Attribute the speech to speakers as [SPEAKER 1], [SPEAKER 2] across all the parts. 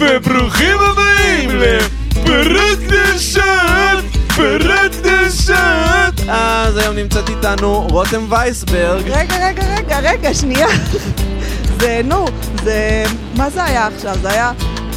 [SPEAKER 1] וברוכים הבאים לפרות קדושות, פרות קדושות. אז היום נמצאת איתנו רותם וייסברג.
[SPEAKER 2] רגע, רגע, רגע, רגע, שנייה. זה, נו, זה... מה זה היה עכשיו? זה היה...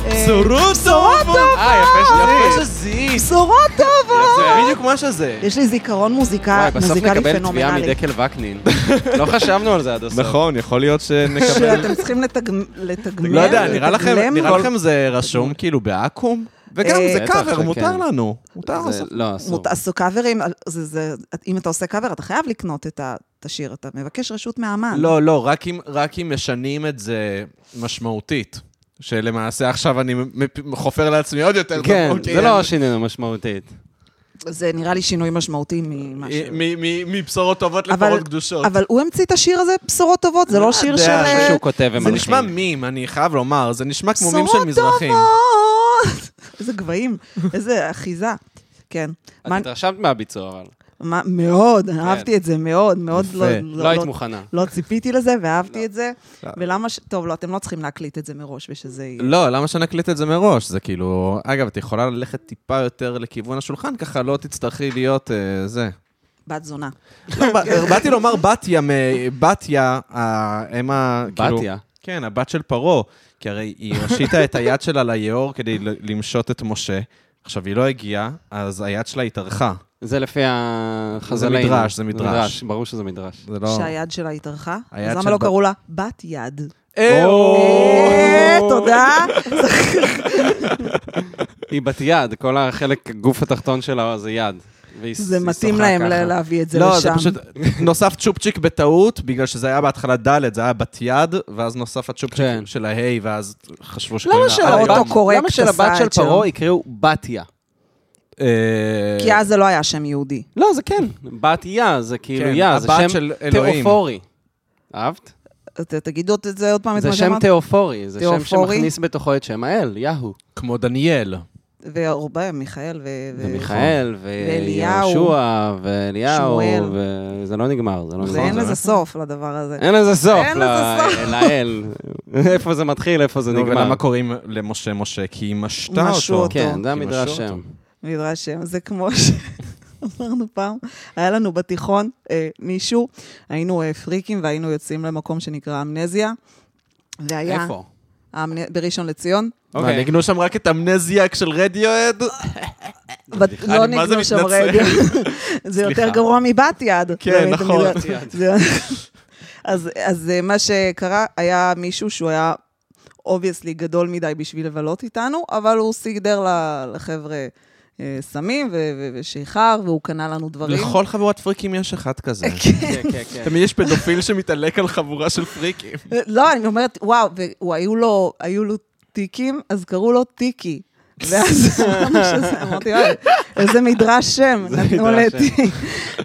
[SPEAKER 2] אה,
[SPEAKER 1] צורות
[SPEAKER 2] בשורות טובות!
[SPEAKER 3] אה, יפה
[SPEAKER 1] יפה
[SPEAKER 3] שזה.
[SPEAKER 1] שזיז.
[SPEAKER 2] בשורות
[SPEAKER 1] זה
[SPEAKER 2] טובות!
[SPEAKER 1] בדיוק מה שזה.
[SPEAKER 2] יש לי זיכרון מוזיקה,
[SPEAKER 3] וואי, בסוף
[SPEAKER 2] מוזיקלי
[SPEAKER 3] נקבל תביעה
[SPEAKER 2] פנומנלי.
[SPEAKER 3] מדקל וקנין. לא חשבנו על זה עד הסוף.
[SPEAKER 1] נכון, יכול להיות שנקבל...
[SPEAKER 2] שאתם צריכים לתגמ- לתגמל,
[SPEAKER 1] לא יודע, נראה לכם
[SPEAKER 2] לתגלם.
[SPEAKER 1] נראה לכם זה רשום כאילו בעכו"ם? וגם
[SPEAKER 2] אה,
[SPEAKER 1] זה
[SPEAKER 3] בטח
[SPEAKER 1] קאבר,
[SPEAKER 3] שכן.
[SPEAKER 1] מותר לנו. מותר
[SPEAKER 3] זה-
[SPEAKER 1] לעשות.
[SPEAKER 3] לא, אסור.
[SPEAKER 2] מות- עשו קאברים, על- זה- זה- אם אתה עושה קאבר, אתה חייב לקנות את ה- את השיר, אתה מבקש רשות מהאמן.
[SPEAKER 1] לא, לא, רק אם, רק אם משנים את זה משמעותית. שלמעשה עכשיו אני מפ- חופר לעצמי עוד יותר.
[SPEAKER 3] כן,
[SPEAKER 1] אוקיי.
[SPEAKER 3] זה לא שינינו משמעותית.
[SPEAKER 2] אה, זה נראה לי שינוי משמעותי ממה ש...
[SPEAKER 1] מ- מ- מבשורות טובות
[SPEAKER 2] אבל-
[SPEAKER 1] לפרות אה, קדושות.
[SPEAKER 2] אבל הוא המציא את השיר הזה, בשורות טובות, זה לא שיר
[SPEAKER 1] יודע,
[SPEAKER 2] של...
[SPEAKER 1] אני חושב
[SPEAKER 2] אה,
[SPEAKER 3] שהוא כותב ומלחין.
[SPEAKER 1] זה נשמע מים, אני חייב לומר, זה נשמע כמו מים של מזרחים.
[SPEAKER 2] טובות! איזה גבהים, איזה אחיזה. כן.
[SPEAKER 3] את
[SPEAKER 2] מה-
[SPEAKER 3] התרשמת מהביצוע, אבל.
[SPEAKER 2] מה- מאוד, אהבתי את זה, מאוד, מאוד
[SPEAKER 1] יפה.
[SPEAKER 2] לא...
[SPEAKER 3] לא כן. היית מוכנה.
[SPEAKER 2] לא ציפיתי לזה, ואהבתי את זה.
[SPEAKER 1] לא.
[SPEAKER 2] ולמה ש... טוב, לא, אתם לא צריכים להקליט את זה מראש ושזה יהיה...
[SPEAKER 1] לא, למה שנקליט את זה מראש? זה כאילו... אגב, את יכולה ללכת טיפה יותר לכיוון השולחן, ככה לא תצטרכי להיות אה, זה.
[SPEAKER 2] בת זונה.
[SPEAKER 1] לא, ב- באתי לומר אה, בתיה, מ- בתיה, האם ה... כאילו-
[SPEAKER 3] בתיה?
[SPEAKER 1] כן, הבת של פרעה. כי הרי היא הושיטה את היד שלה ליאור כדי ל- למשות את משה. עכשיו, היא לא הגיעה, אז היד שלה התארכה.
[SPEAKER 3] זה לפי החזלנו.
[SPEAKER 1] מדרש, זה מדרש.
[SPEAKER 3] ברור שזה מדרש.
[SPEAKER 1] זה לא...
[SPEAKER 2] שהיד שלה התארכה,
[SPEAKER 1] היד
[SPEAKER 2] אז
[SPEAKER 1] של
[SPEAKER 2] למה לא
[SPEAKER 1] בת-
[SPEAKER 2] קראו לה בת יד?
[SPEAKER 1] אה,
[SPEAKER 3] או.
[SPEAKER 2] אה, תודה.
[SPEAKER 3] היא בת יד, כל החלק, גוף התחתון שלה זה יד. והיא-
[SPEAKER 2] זה
[SPEAKER 3] היא
[SPEAKER 2] מתאים
[SPEAKER 3] שוחה
[SPEAKER 2] להם
[SPEAKER 3] ככה.
[SPEAKER 2] ל- להביא את זה לשם.
[SPEAKER 1] לא, זה פשוט... נוסף צ'ופצ'יק בטעות, בגלל שזה היה בהתחלה ד', זה היה בת יד, ואז נוסף הצ'ופצ'יק
[SPEAKER 3] כן.
[SPEAKER 1] של ההי, ואז חשבו שקוראים
[SPEAKER 2] למה
[SPEAKER 1] לה... אה,
[SPEAKER 2] שלא
[SPEAKER 1] א',
[SPEAKER 2] אותו
[SPEAKER 3] הבת-
[SPEAKER 2] קורקט
[SPEAKER 3] למה שלבת
[SPEAKER 2] עשה
[SPEAKER 3] של
[SPEAKER 2] את שלו?
[SPEAKER 3] פרעה יקראו בתיה?
[SPEAKER 1] אה,
[SPEAKER 2] כי אז זה לא היה שם יהודי.
[SPEAKER 3] לא, זה כן. בתיה, זה כאילו
[SPEAKER 1] כן,
[SPEAKER 3] יא, זה
[SPEAKER 1] הבת
[SPEAKER 3] שם
[SPEAKER 1] של אלוהים.
[SPEAKER 3] תיאופורי. אהבת?
[SPEAKER 2] ת- תגידו את זה עוד פעם, את
[SPEAKER 3] זה
[SPEAKER 2] מה
[SPEAKER 3] שם
[SPEAKER 2] שאמרת.
[SPEAKER 3] תיאופורי, זה שם
[SPEAKER 2] תיאופורי?
[SPEAKER 3] שמכניס בתוכו את שם האל, יהו.
[SPEAKER 1] כמו דניאל.
[SPEAKER 2] והרבה, מיכאל ו... ו-
[SPEAKER 3] ומיכאל,
[SPEAKER 2] ואליהו.
[SPEAKER 3] ויהושע, ואליהו,
[SPEAKER 2] שמואל.
[SPEAKER 3] וזה לא נגמר, זה לא
[SPEAKER 1] נכון,
[SPEAKER 3] נגמר.
[SPEAKER 2] ואין
[SPEAKER 3] זה
[SPEAKER 2] לזה
[SPEAKER 3] לא-
[SPEAKER 2] סוף לדבר הזה.
[SPEAKER 3] אין לזה סוף,
[SPEAKER 2] אין
[SPEAKER 3] ל-
[SPEAKER 2] לזה
[SPEAKER 3] לאל. איפה זה מתחיל, איפה זה
[SPEAKER 1] נו,
[SPEAKER 3] נגמר.
[SPEAKER 1] ולמה קוראים למשה משה? כי היא משתה
[SPEAKER 2] משו
[SPEAKER 1] אותו.
[SPEAKER 2] אותו.
[SPEAKER 3] כן, זה
[SPEAKER 1] כי
[SPEAKER 3] המדרש
[SPEAKER 1] משהו
[SPEAKER 3] שם.
[SPEAKER 2] מדרש שם, זה כמו שאמרנו פעם, היה לנו בתיכון אה, מישהו, היינו אה, פריקים והיינו יוצאים למקום שנקרא אמנזיה, והיה...
[SPEAKER 3] איפה?
[SPEAKER 2] האמנ- בראשון לציון.
[SPEAKER 1] מה,
[SPEAKER 3] אוקיי.
[SPEAKER 1] ניגנו שם רק את אמנזיאק של רדיואד?
[SPEAKER 2] אה, בת- לא
[SPEAKER 1] אני מה זה
[SPEAKER 2] נגמר שם
[SPEAKER 1] מתנצל.
[SPEAKER 2] רגע. זה יותר
[SPEAKER 1] סליחה.
[SPEAKER 2] גרוע מבת יד.
[SPEAKER 1] כן,
[SPEAKER 2] באמת,
[SPEAKER 1] נכון.
[SPEAKER 2] אני יודעת. זה- אז אז, אה, מה שקרה, היה מישהו שהוא היה אובייסלי גדול מדי בשביל לבלות איתנו, אבל הוא סידר ל- לחבר'ה אה, סמים ו- ו- ושיכר, והוא קנה לנו דברים.
[SPEAKER 1] לכל חבורת פריקים יש אחד כזה.
[SPEAKER 2] אה,
[SPEAKER 3] כן, כן, כן.
[SPEAKER 1] תמיד יש פדופיל שמתעלק על חבורה של פריקים.
[SPEAKER 2] לא, אני אומרת, וואו, והיו לו, היו לו תיקים, אז קראו לו תיקי. ואז אמרנו שזה, אמרתי, "וואי, איזה מדרש שם,
[SPEAKER 3] זה
[SPEAKER 2] נתנו
[SPEAKER 3] מדרש
[SPEAKER 2] לתי-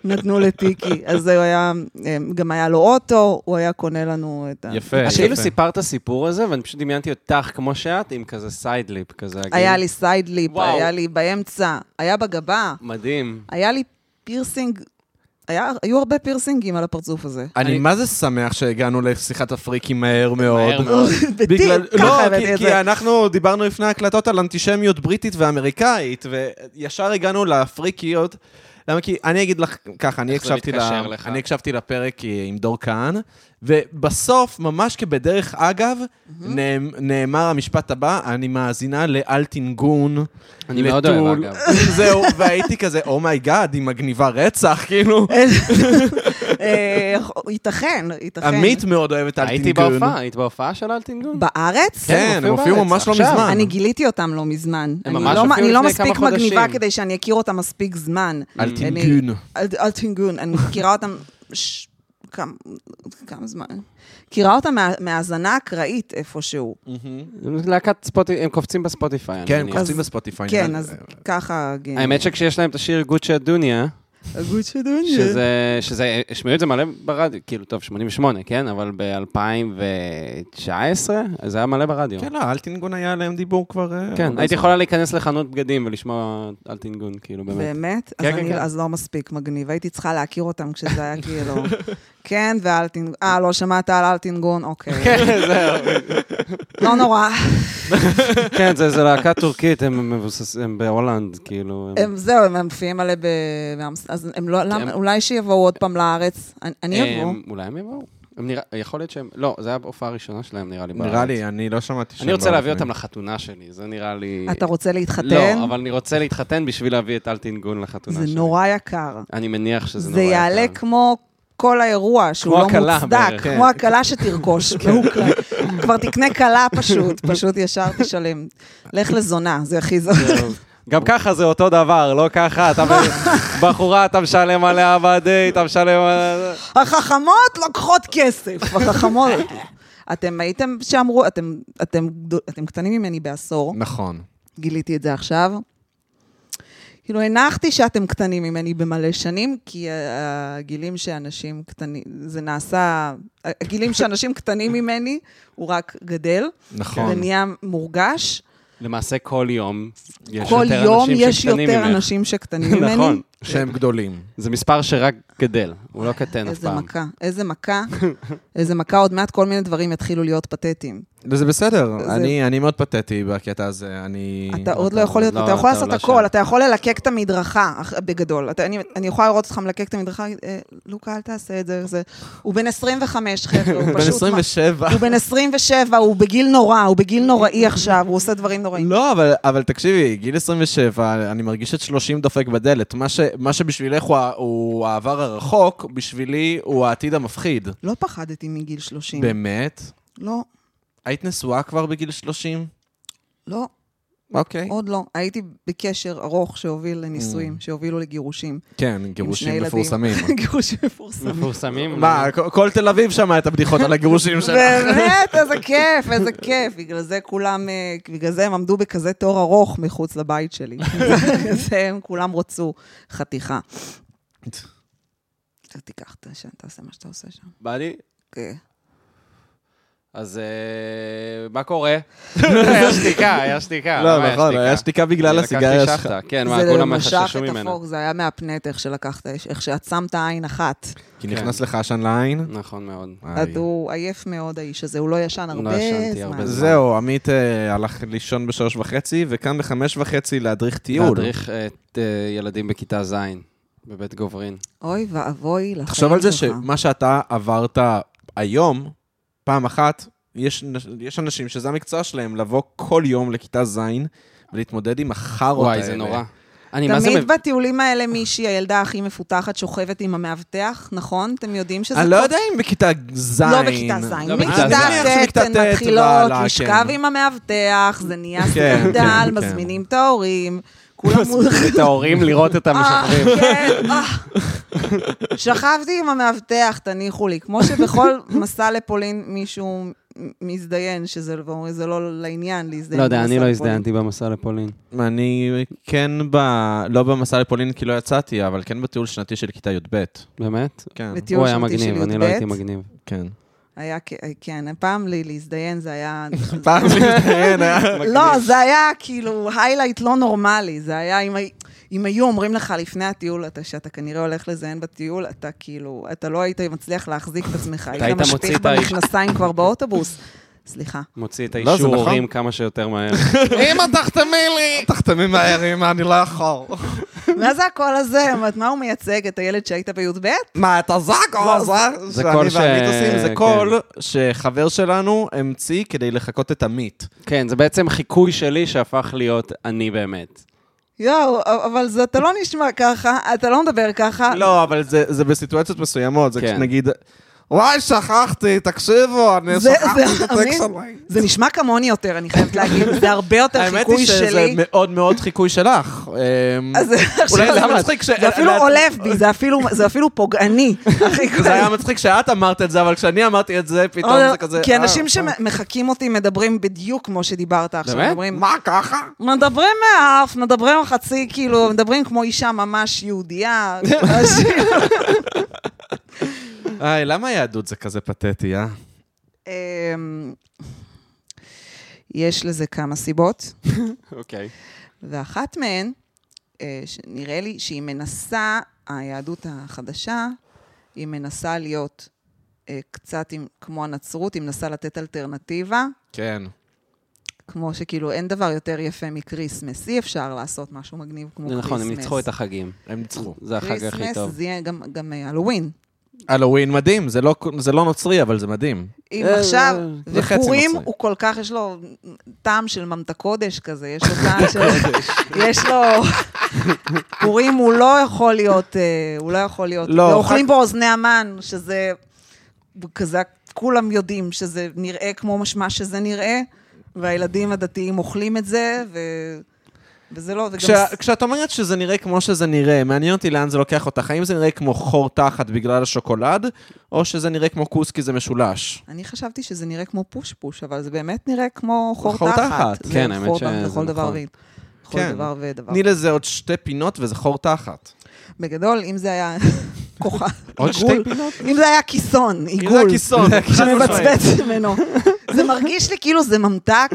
[SPEAKER 2] נתנו לתיקי. אז הוא היה, אמ, גם היה לו אוטו, הוא היה קונה לנו את ה...
[SPEAKER 1] יפה,
[SPEAKER 3] אז
[SPEAKER 1] יפה.
[SPEAKER 3] כאילו סיפרת את הסיפור הזה, ואני פשוט דמיינתי אותך כמו שאת, עם כזה סיידליפ כזה.
[SPEAKER 1] כן.
[SPEAKER 3] כאילו, עגיל.
[SPEAKER 2] היה לי סיידליפ,
[SPEAKER 3] וואו.
[SPEAKER 2] היה לי באמצע, היה בגבה,
[SPEAKER 3] מדהים.
[SPEAKER 2] היה לי פירסינג, היה- היו הרבה פירסינגים על הפרצוף הזה.
[SPEAKER 1] אני
[SPEAKER 3] אני-
[SPEAKER 1] מה זה שמח שהגענו לשיחת הפריקים מהר
[SPEAKER 3] מהר
[SPEAKER 1] מאוד.
[SPEAKER 3] מאוד.
[SPEAKER 2] בטיל,
[SPEAKER 1] לא,
[SPEAKER 2] ככה
[SPEAKER 1] כי-
[SPEAKER 2] הבאתי את
[SPEAKER 1] כי
[SPEAKER 2] זה.
[SPEAKER 1] אנחנו דיברנו לפני ההקלטות על אנטישמיות בריטית ואמריקאית, וישר הגענו לפריקיות. למה כי, אני אגיד לך ככה, אני
[SPEAKER 3] איך זה
[SPEAKER 1] הקשבתי, לה,
[SPEAKER 3] מתקשר לך?
[SPEAKER 1] אני הקשבתי לפרק אה, עם דור כהן, ובסוף, ממש כבדרך אגב, נאמ, נאמר המשפט הבא, אני מאזינה לאל תנגון,
[SPEAKER 3] אני מאוד אוהב, אגב.
[SPEAKER 1] זהו, והייתי כזה, אומייגאד, היא מגניבה רצח, כאילו.
[SPEAKER 2] אה, ייתכן, ייתכן.
[SPEAKER 1] עמית מאוד אוהבת אל תנגון.
[SPEAKER 3] הייתי בהופעה, היית בהופעה של אלטינגון?
[SPEAKER 2] בארץ?
[SPEAKER 1] כן, הם הופיעו
[SPEAKER 3] בארץ.
[SPEAKER 1] ממש לא
[SPEAKER 3] עכשיו,
[SPEAKER 1] מזמן.
[SPEAKER 2] אני גיליתי אותם לא מזמן.
[SPEAKER 3] הם
[SPEAKER 2] אני
[SPEAKER 3] ממש
[SPEAKER 2] לא-
[SPEAKER 3] הופיעו
[SPEAKER 2] אני לא
[SPEAKER 3] לפני כמה
[SPEAKER 2] מספיק מגניבה
[SPEAKER 3] חודשים.
[SPEAKER 2] כדי שאני אכיר אותם מספיק זמן.
[SPEAKER 1] אל
[SPEAKER 2] אני-
[SPEAKER 1] תנגון.
[SPEAKER 2] אל- אל תינגון, אני מכירה אותם... ש- כמה- כמה זמן? מכירה אותם מה- מהאזנה אקראית איפשהו.
[SPEAKER 3] להקת ספוטיפיי, הם קופצים בספוטיפיי. אני
[SPEAKER 1] כן,
[SPEAKER 3] מניח.
[SPEAKER 1] קופצים בספוטיפיי. לא.
[SPEAKER 2] כן,
[SPEAKER 1] נראה-
[SPEAKER 2] אז ככה...
[SPEAKER 3] האמת שכשיש להם את השיר גוצ'ה דוניה,
[SPEAKER 2] הגוצ'ה דונג'ה.
[SPEAKER 3] שזה, שזה, השמיעו את זה מלא ברדיו, כאילו, טוב, 88, כן? אבל ב-2019 זה היה מלא ברדיו.
[SPEAKER 1] כן, לא, אלטינגון היה עליהם דיבור כבר... אה,
[SPEAKER 3] כן,
[SPEAKER 1] הרבה
[SPEAKER 3] הייתי
[SPEAKER 1] זמן.
[SPEAKER 3] יכולה להיכנס לחנות בגדים ולשמוע על תנגון, כאילו, באמת.
[SPEAKER 2] באמת? אז
[SPEAKER 3] כן, כן,
[SPEAKER 2] אני-
[SPEAKER 3] כן.
[SPEAKER 2] אז לא מספיק מגניב. הייתי צריכה להכיר אותם כשזה היה כאילו... כן, ואלטינגון. אה, לא שמעת על אלטינגון? אוקיי.
[SPEAKER 3] כן, זהו.
[SPEAKER 2] לא נורא.
[SPEAKER 3] כן, זה זה להקה טורקית, הם מבוססים, הם בהולנד, כאילו. הם-
[SPEAKER 2] הם- זהו, הם מפיעים מלא ב... באמס- אז הם לא... למה- אולי שיבואו עוד פעם לארץ. אני- אני אבוא.
[SPEAKER 3] הם- אולי הם יבואו? הם נראה, יכול להיות שהם, לא, זו הייתה ההופעה הראשונה שלהם, נראה לי.
[SPEAKER 1] נראה
[SPEAKER 3] בארץ.
[SPEAKER 1] לי, אני לא שמעתי שהם
[SPEAKER 3] אני רוצה
[SPEAKER 1] לא
[SPEAKER 3] להביא
[SPEAKER 1] מפנים.
[SPEAKER 3] אותם לחתונה שלי, זה נראה לי...
[SPEAKER 2] אתה רוצה להתחתן?
[SPEAKER 3] אה, לא, אבל אני רוצה להתחתן בשביל להביא את אלטינגון לחתונה
[SPEAKER 2] זה
[SPEAKER 3] שלי.
[SPEAKER 2] נורא יקר.
[SPEAKER 3] אני מניח שזה
[SPEAKER 2] זה
[SPEAKER 3] נורא
[SPEAKER 2] יעלה
[SPEAKER 3] יקר.
[SPEAKER 2] כמו כל האירוע, שהוא
[SPEAKER 3] כמו
[SPEAKER 2] לא
[SPEAKER 3] הכלה
[SPEAKER 2] מוצדק,
[SPEAKER 3] בערך, כן.
[SPEAKER 2] כמו הכלה שתרכוש. מעוקלה. כבר תקנה כלה פשוט, פשוט ישר תשלם. לך לזונה, זה הכי זול.
[SPEAKER 3] גם ככה זה אותו דבר, לא ככה, אתה בחורה, אתה משלם עליה בדי, אתה משלם על...
[SPEAKER 2] החכמות לוקחות כסף, החכמות. אתם הייתם שאמרו, אתם, אתם, גדול- אתם קטנים ממני בעשור,
[SPEAKER 1] נכון.
[SPEAKER 3] כן.
[SPEAKER 2] גיליתי את זה עכשיו. כאילו, הנחתי שאתם קטנים ממני במלא שנים, כי אה, הגילים שאנשים קטנים, זה נעשה, הגילים שאנשים קטנים ממני, הוא רק גדל.
[SPEAKER 1] נכון.
[SPEAKER 3] כן.
[SPEAKER 2] זה נהיה מורגש.
[SPEAKER 3] למעשה כל יום יש
[SPEAKER 2] כל
[SPEAKER 3] יותר
[SPEAKER 2] יום
[SPEAKER 3] אנשים
[SPEAKER 2] יש
[SPEAKER 3] שקטנים
[SPEAKER 2] יותר
[SPEAKER 3] ממך.
[SPEAKER 2] אנשים שקטנים ממני.
[SPEAKER 3] נכון.
[SPEAKER 1] שהם גדולים.
[SPEAKER 3] זה מספר שרק גדל, הוא לא קטן אף
[SPEAKER 2] איזה
[SPEAKER 3] פעם.
[SPEAKER 2] מכה, איזה מכה, איזה מכה, עוד מעט כל מיני דברים יתחילו להיות פתטיים.
[SPEAKER 1] זה בסדר,
[SPEAKER 2] זה-
[SPEAKER 1] אני, אני מאוד פתטי בקטע הזה, אני...
[SPEAKER 2] אתה עוד לא יכול להיות,
[SPEAKER 3] לא,
[SPEAKER 2] אתה יכול
[SPEAKER 3] אתה
[SPEAKER 2] לעשות
[SPEAKER 3] לא
[SPEAKER 2] הכל,
[SPEAKER 3] שם.
[SPEAKER 2] אתה יכול ללקק את המדרכה, אח- בגדול. אתה- אני- אני יכולה לראות אותך מלקק את המדרכה, להגיד, "אה, לוקה, אל תעשה את זה. זה- הוא בן 25, חבר'ה,
[SPEAKER 1] בן
[SPEAKER 2] הוא פשוט... מה- לא
[SPEAKER 1] 27.
[SPEAKER 2] הוא בן 27, הוא בגיל נורא, הוא בגיל נוראי עכשיו, הוא עושה דברים נוראים.
[SPEAKER 1] לא, אבל, אבל תקשיבי, גיל 27, אני מרגיש את 30 דופק בדלת. מה, ש, מה שבשבילך הוא, ה- הוא העבר הרחוק, בשבילי הוא העתיד המפחיד.
[SPEAKER 2] לא פחדתי מגיל 30.
[SPEAKER 1] באמת?
[SPEAKER 2] לא,
[SPEAKER 1] היית נשואה כבר בגיל 30?
[SPEAKER 2] לא,
[SPEAKER 1] אוקיי.
[SPEAKER 2] עוד לא. הייתי בקשר ארוך שהוביל לנישואים, שהובילו לגירושים.
[SPEAKER 1] כן,
[SPEAKER 2] שני
[SPEAKER 1] גירושים
[SPEAKER 2] ילדים.
[SPEAKER 1] מפורסמים.
[SPEAKER 2] גירושים מפורסמים.
[SPEAKER 3] מפורסמים.
[SPEAKER 1] מה, כל- כל תל אביב שמע את הבדיחות על הגירושים שלה.
[SPEAKER 2] באמת, איזה כיף, איזה כיף. בגלל זה כולם, אה, בגלל זה הם עמדו בכזה תור ארוך מחוץ לבית שלי. זה הם כולם רצו חתיכה. אתה תיקח, את השם, תעשה מה שאתה עושה שם.
[SPEAKER 3] בא לי?
[SPEAKER 2] כן.
[SPEAKER 3] אז אה, מה קורה? היה שתיקה, היה שתיקה. למה
[SPEAKER 1] לא, נכון, היה שתיקה בגלל
[SPEAKER 3] אני
[SPEAKER 1] הסיגריה
[SPEAKER 3] לקחתי
[SPEAKER 1] שלך.
[SPEAKER 3] שבתא, כן, מה,
[SPEAKER 2] זה
[SPEAKER 3] כולם
[SPEAKER 2] משך
[SPEAKER 3] חששו
[SPEAKER 2] את
[SPEAKER 3] ממנה.
[SPEAKER 2] הפוק, זה היה מהפנט, איך שלקחת, איך שעצמת עין אחת.
[SPEAKER 3] כן.
[SPEAKER 1] כי נכנס לך עשן לעין.
[SPEAKER 3] נכון מאוד.
[SPEAKER 2] אז הוא עייף מאוד, האיש הזה, הוא לא ישן
[SPEAKER 3] לא
[SPEAKER 2] הרבה
[SPEAKER 3] ישנתי הרבה
[SPEAKER 2] זמן.
[SPEAKER 3] זמן.
[SPEAKER 1] זהו, עמית אה, הלך לישון בשלוש וחצי, וקם בחמש וחצי להדריך טיול.
[SPEAKER 3] להדריך את אה, ילדים בכיתה ז' בבית גוברין.
[SPEAKER 2] אוי ואבוי לחיים שלך.
[SPEAKER 1] תחשוב על זה שמה שאתה עברת היום, פעם אחת, יש, נ- יש אנשים שזה המקצוע שלהם, לבוא כל יום לכיתה ז' ולהתמודד עם החארות האלה.
[SPEAKER 3] וואי, זה נורא. אני, מה זה...
[SPEAKER 2] תמיד
[SPEAKER 3] מב-
[SPEAKER 2] בטיולים האלה מישהי, הילדה הכי מפותחת, שוכבת עם המאבטח, נכון? אתם יודעים שזה...
[SPEAKER 1] אני לא
[SPEAKER 2] כל-
[SPEAKER 1] יודע אם בכיתה ז'.
[SPEAKER 2] לא בכיתה ז',
[SPEAKER 3] לא בכיתה
[SPEAKER 2] מכיתה
[SPEAKER 3] ז'. אני
[SPEAKER 1] מניח
[SPEAKER 2] ט'
[SPEAKER 1] שמכיתה
[SPEAKER 2] הן
[SPEAKER 1] ט'
[SPEAKER 2] מתחילות
[SPEAKER 1] והלאה,
[SPEAKER 2] לשכב
[SPEAKER 1] כן.
[SPEAKER 2] עם המאבטח, זה נהיה
[SPEAKER 1] כן,
[SPEAKER 2] סקנדל,
[SPEAKER 1] כן,
[SPEAKER 2] מזמינים את ההורים, כולם
[SPEAKER 3] מזמינים את ההורים לראות את
[SPEAKER 2] אה,
[SPEAKER 3] המשחררים.
[SPEAKER 2] כן, אה. שכבתי עם המאבטח, תניחו לי. כמו שבכל מסע לפולין מישהו מ- מזדיין, שזה ואומרים, "זה לא לעניין להזדיין.
[SPEAKER 3] לא יודע, אני
[SPEAKER 2] במסע לפולין."
[SPEAKER 3] לא הזדיינתי במסע לפולין.
[SPEAKER 1] אני כן ב... לא במסע לפולין כי לא יצאתי, אבל כן בטיול שנתי של כיתה י"ב.
[SPEAKER 3] באמת?
[SPEAKER 1] כן,
[SPEAKER 2] בטיול
[SPEAKER 3] הוא היה
[SPEAKER 2] שנתי של
[SPEAKER 3] מגניב, אני לא הייתי
[SPEAKER 2] י"ב.
[SPEAKER 3] מגניב.
[SPEAKER 1] כן.
[SPEAKER 2] היה, כ- כן, פעם לי- להזדיין זה היה...
[SPEAKER 1] פעם להתדיין, אה?
[SPEAKER 2] לא, זה היה כאילו היילייט לא נורמלי, זה היה אם... הי- אם היו אומרים לך לפני הטיול, אתה, שאתה כנראה הולך לזיין בטיול, אתה כאילו, אתה לא היית מצליח להחזיק את עצמך. היית
[SPEAKER 3] היית
[SPEAKER 2] משפיך
[SPEAKER 3] מוציא את האיש.
[SPEAKER 2] במכנסיים כבר באוטובוס. סליחה.
[SPEAKER 3] מוציא את
[SPEAKER 1] לא, זה
[SPEAKER 3] האישור
[SPEAKER 1] נכון.
[SPEAKER 3] הורים כמה שיותר מהר.
[SPEAKER 1] אמא, תחתמי לי! תחתמי מהר, אמא, אני לא יכול.
[SPEAKER 2] מה זה הקול הזה? מה- מה הוא מייצג? את הילד שהיית בי"ב?
[SPEAKER 1] מה, אתה זאגו? לא, זה
[SPEAKER 3] זה
[SPEAKER 1] אה? שאני
[SPEAKER 3] קול ש-
[SPEAKER 1] ועמית עושים, זה
[SPEAKER 3] כן.
[SPEAKER 1] קול שחבר שלנו המציא כדי לחקות את עמית.
[SPEAKER 3] כן, זה בעצם חיקוי שלי שהפך להיות אני באמת.
[SPEAKER 2] יואו, אבל זה, אתה לא נשמע ככה, אתה לא מדבר ככה.
[SPEAKER 1] אה. לא, אבל זה זה בסיטואציות מסוימות, זה
[SPEAKER 3] כן.
[SPEAKER 1] נגיד... וואי, שכחתי, תקשיבו, אני
[SPEAKER 2] זה-
[SPEAKER 1] שכחתי
[SPEAKER 2] זה-
[SPEAKER 1] את הטקסט
[SPEAKER 2] אמין?
[SPEAKER 1] עליי.
[SPEAKER 2] זה נשמע כמוני יותר, אני חייבת להגיד, זה הרבה יותר
[SPEAKER 1] האמת היא
[SPEAKER 2] חיקוי
[SPEAKER 1] שזה
[SPEAKER 2] שלי.
[SPEAKER 1] מאוד מאוד חיקוי שלך. אמ,
[SPEAKER 2] אז עכשיו
[SPEAKER 1] אולי זה היה
[SPEAKER 2] זה-
[SPEAKER 1] מצחיק ש...
[SPEAKER 2] זה אפילו
[SPEAKER 1] לדעת-
[SPEAKER 2] עולב בי, זה אפילו- זה אפילו פוגעני. החיקוי.
[SPEAKER 1] זה היה מצחיק שאת אמרת את זה, אבל כשאני אמרתי את זה, פתאום
[SPEAKER 2] לא,
[SPEAKER 1] זה כזה...
[SPEAKER 2] כי
[SPEAKER 1] אה,
[SPEAKER 2] אנשים
[SPEAKER 1] אה.
[SPEAKER 2] שמחקים אותי מדברים בדיוק כמו שדיברת עכשיו.
[SPEAKER 1] באמת?
[SPEAKER 2] מדברים-
[SPEAKER 1] מה, ככה?
[SPEAKER 2] מדברים מהאף, מדברים חצי, כאילו, מדברים כמו אישה ממש יהודייה. ממש-
[SPEAKER 1] היי, למה היהדות זה כזה פתטי, אה?
[SPEAKER 2] אמ, יש לזה כמה סיבות,
[SPEAKER 1] אוקיי.
[SPEAKER 2] ואחת מהן, אה, שנראה לי שהיא מנסה, היהדות החדשה, היא מנסה להיות אה, קצת עם, כמו הנצרות, היא מנסה לתת אלטרנטיבה,
[SPEAKER 1] כן.
[SPEAKER 2] כמו שכאילו אין דבר יותר יפה מקריסמס, אי אפשר לעשות משהו מגניב כמו
[SPEAKER 3] זה
[SPEAKER 2] קריסמס.
[SPEAKER 3] נכון, הם ניצחו את החגים.
[SPEAKER 1] הם ניצחו.
[SPEAKER 3] זה החג הכי
[SPEAKER 2] קריסמס
[SPEAKER 3] טוב.
[SPEAKER 2] זה יהיה גם, גם אה, הלואוין.
[SPEAKER 1] הלואוין מדהים, זה לא- זה לא נוצרי, אבל זה מדהים.
[SPEAKER 2] אם
[SPEAKER 3] אה,
[SPEAKER 2] עכשיו,
[SPEAKER 1] זה חצי
[SPEAKER 2] ופורים
[SPEAKER 1] נוצרי.
[SPEAKER 2] הוא כל כך, יש לו טעם של ממתק קודש כזה, יש לו טעם של... יש לו... פורים הוא לא יכול להיות, אה, הוא לא יכול להיות.
[SPEAKER 1] לא,
[SPEAKER 2] ואוכלים
[SPEAKER 1] חג-
[SPEAKER 2] בו אוזני המן, שזה כזה, כולם יודעים שזה נראה כמו מה שזה נראה, והילדים הדתיים אוכלים את זה, ו... וזה לא, וגם...
[SPEAKER 1] כשה- כשאת אומרת שזה נראה כמו שזה נראה, מעניין אותי לאן זה לוקח אותך. האם זה נראה כמו חור תחת בגלל השוקולד, או שזה נראה כמו כוס כי זה משולש?
[SPEAKER 2] אני חשבתי שזה נראה כמו פוש-פוש, אבל זה באמת נראה כמו חור
[SPEAKER 1] חור
[SPEAKER 2] תחת.
[SPEAKER 1] תחת,
[SPEAKER 2] זה
[SPEAKER 3] כן, האמת
[SPEAKER 2] חור
[SPEAKER 3] שזה
[SPEAKER 2] לכל דבר
[SPEAKER 3] נכון.
[SPEAKER 2] ו- לכל
[SPEAKER 1] כן.
[SPEAKER 2] דבר ודבר.
[SPEAKER 1] תני לזה עוד שתי פינות וזה חור תחת.
[SPEAKER 2] בגדול, אם זה היה כוחה,
[SPEAKER 1] עוד
[SPEAKER 2] עיגול,
[SPEAKER 1] שתי פינות?
[SPEAKER 2] אם זה היה כיסון,
[SPEAKER 1] אם זה
[SPEAKER 2] עיגול,
[SPEAKER 1] הכיסון.
[SPEAKER 2] שמבצבץ ממנו. זה מרגיש לי כאילו זה ממתק.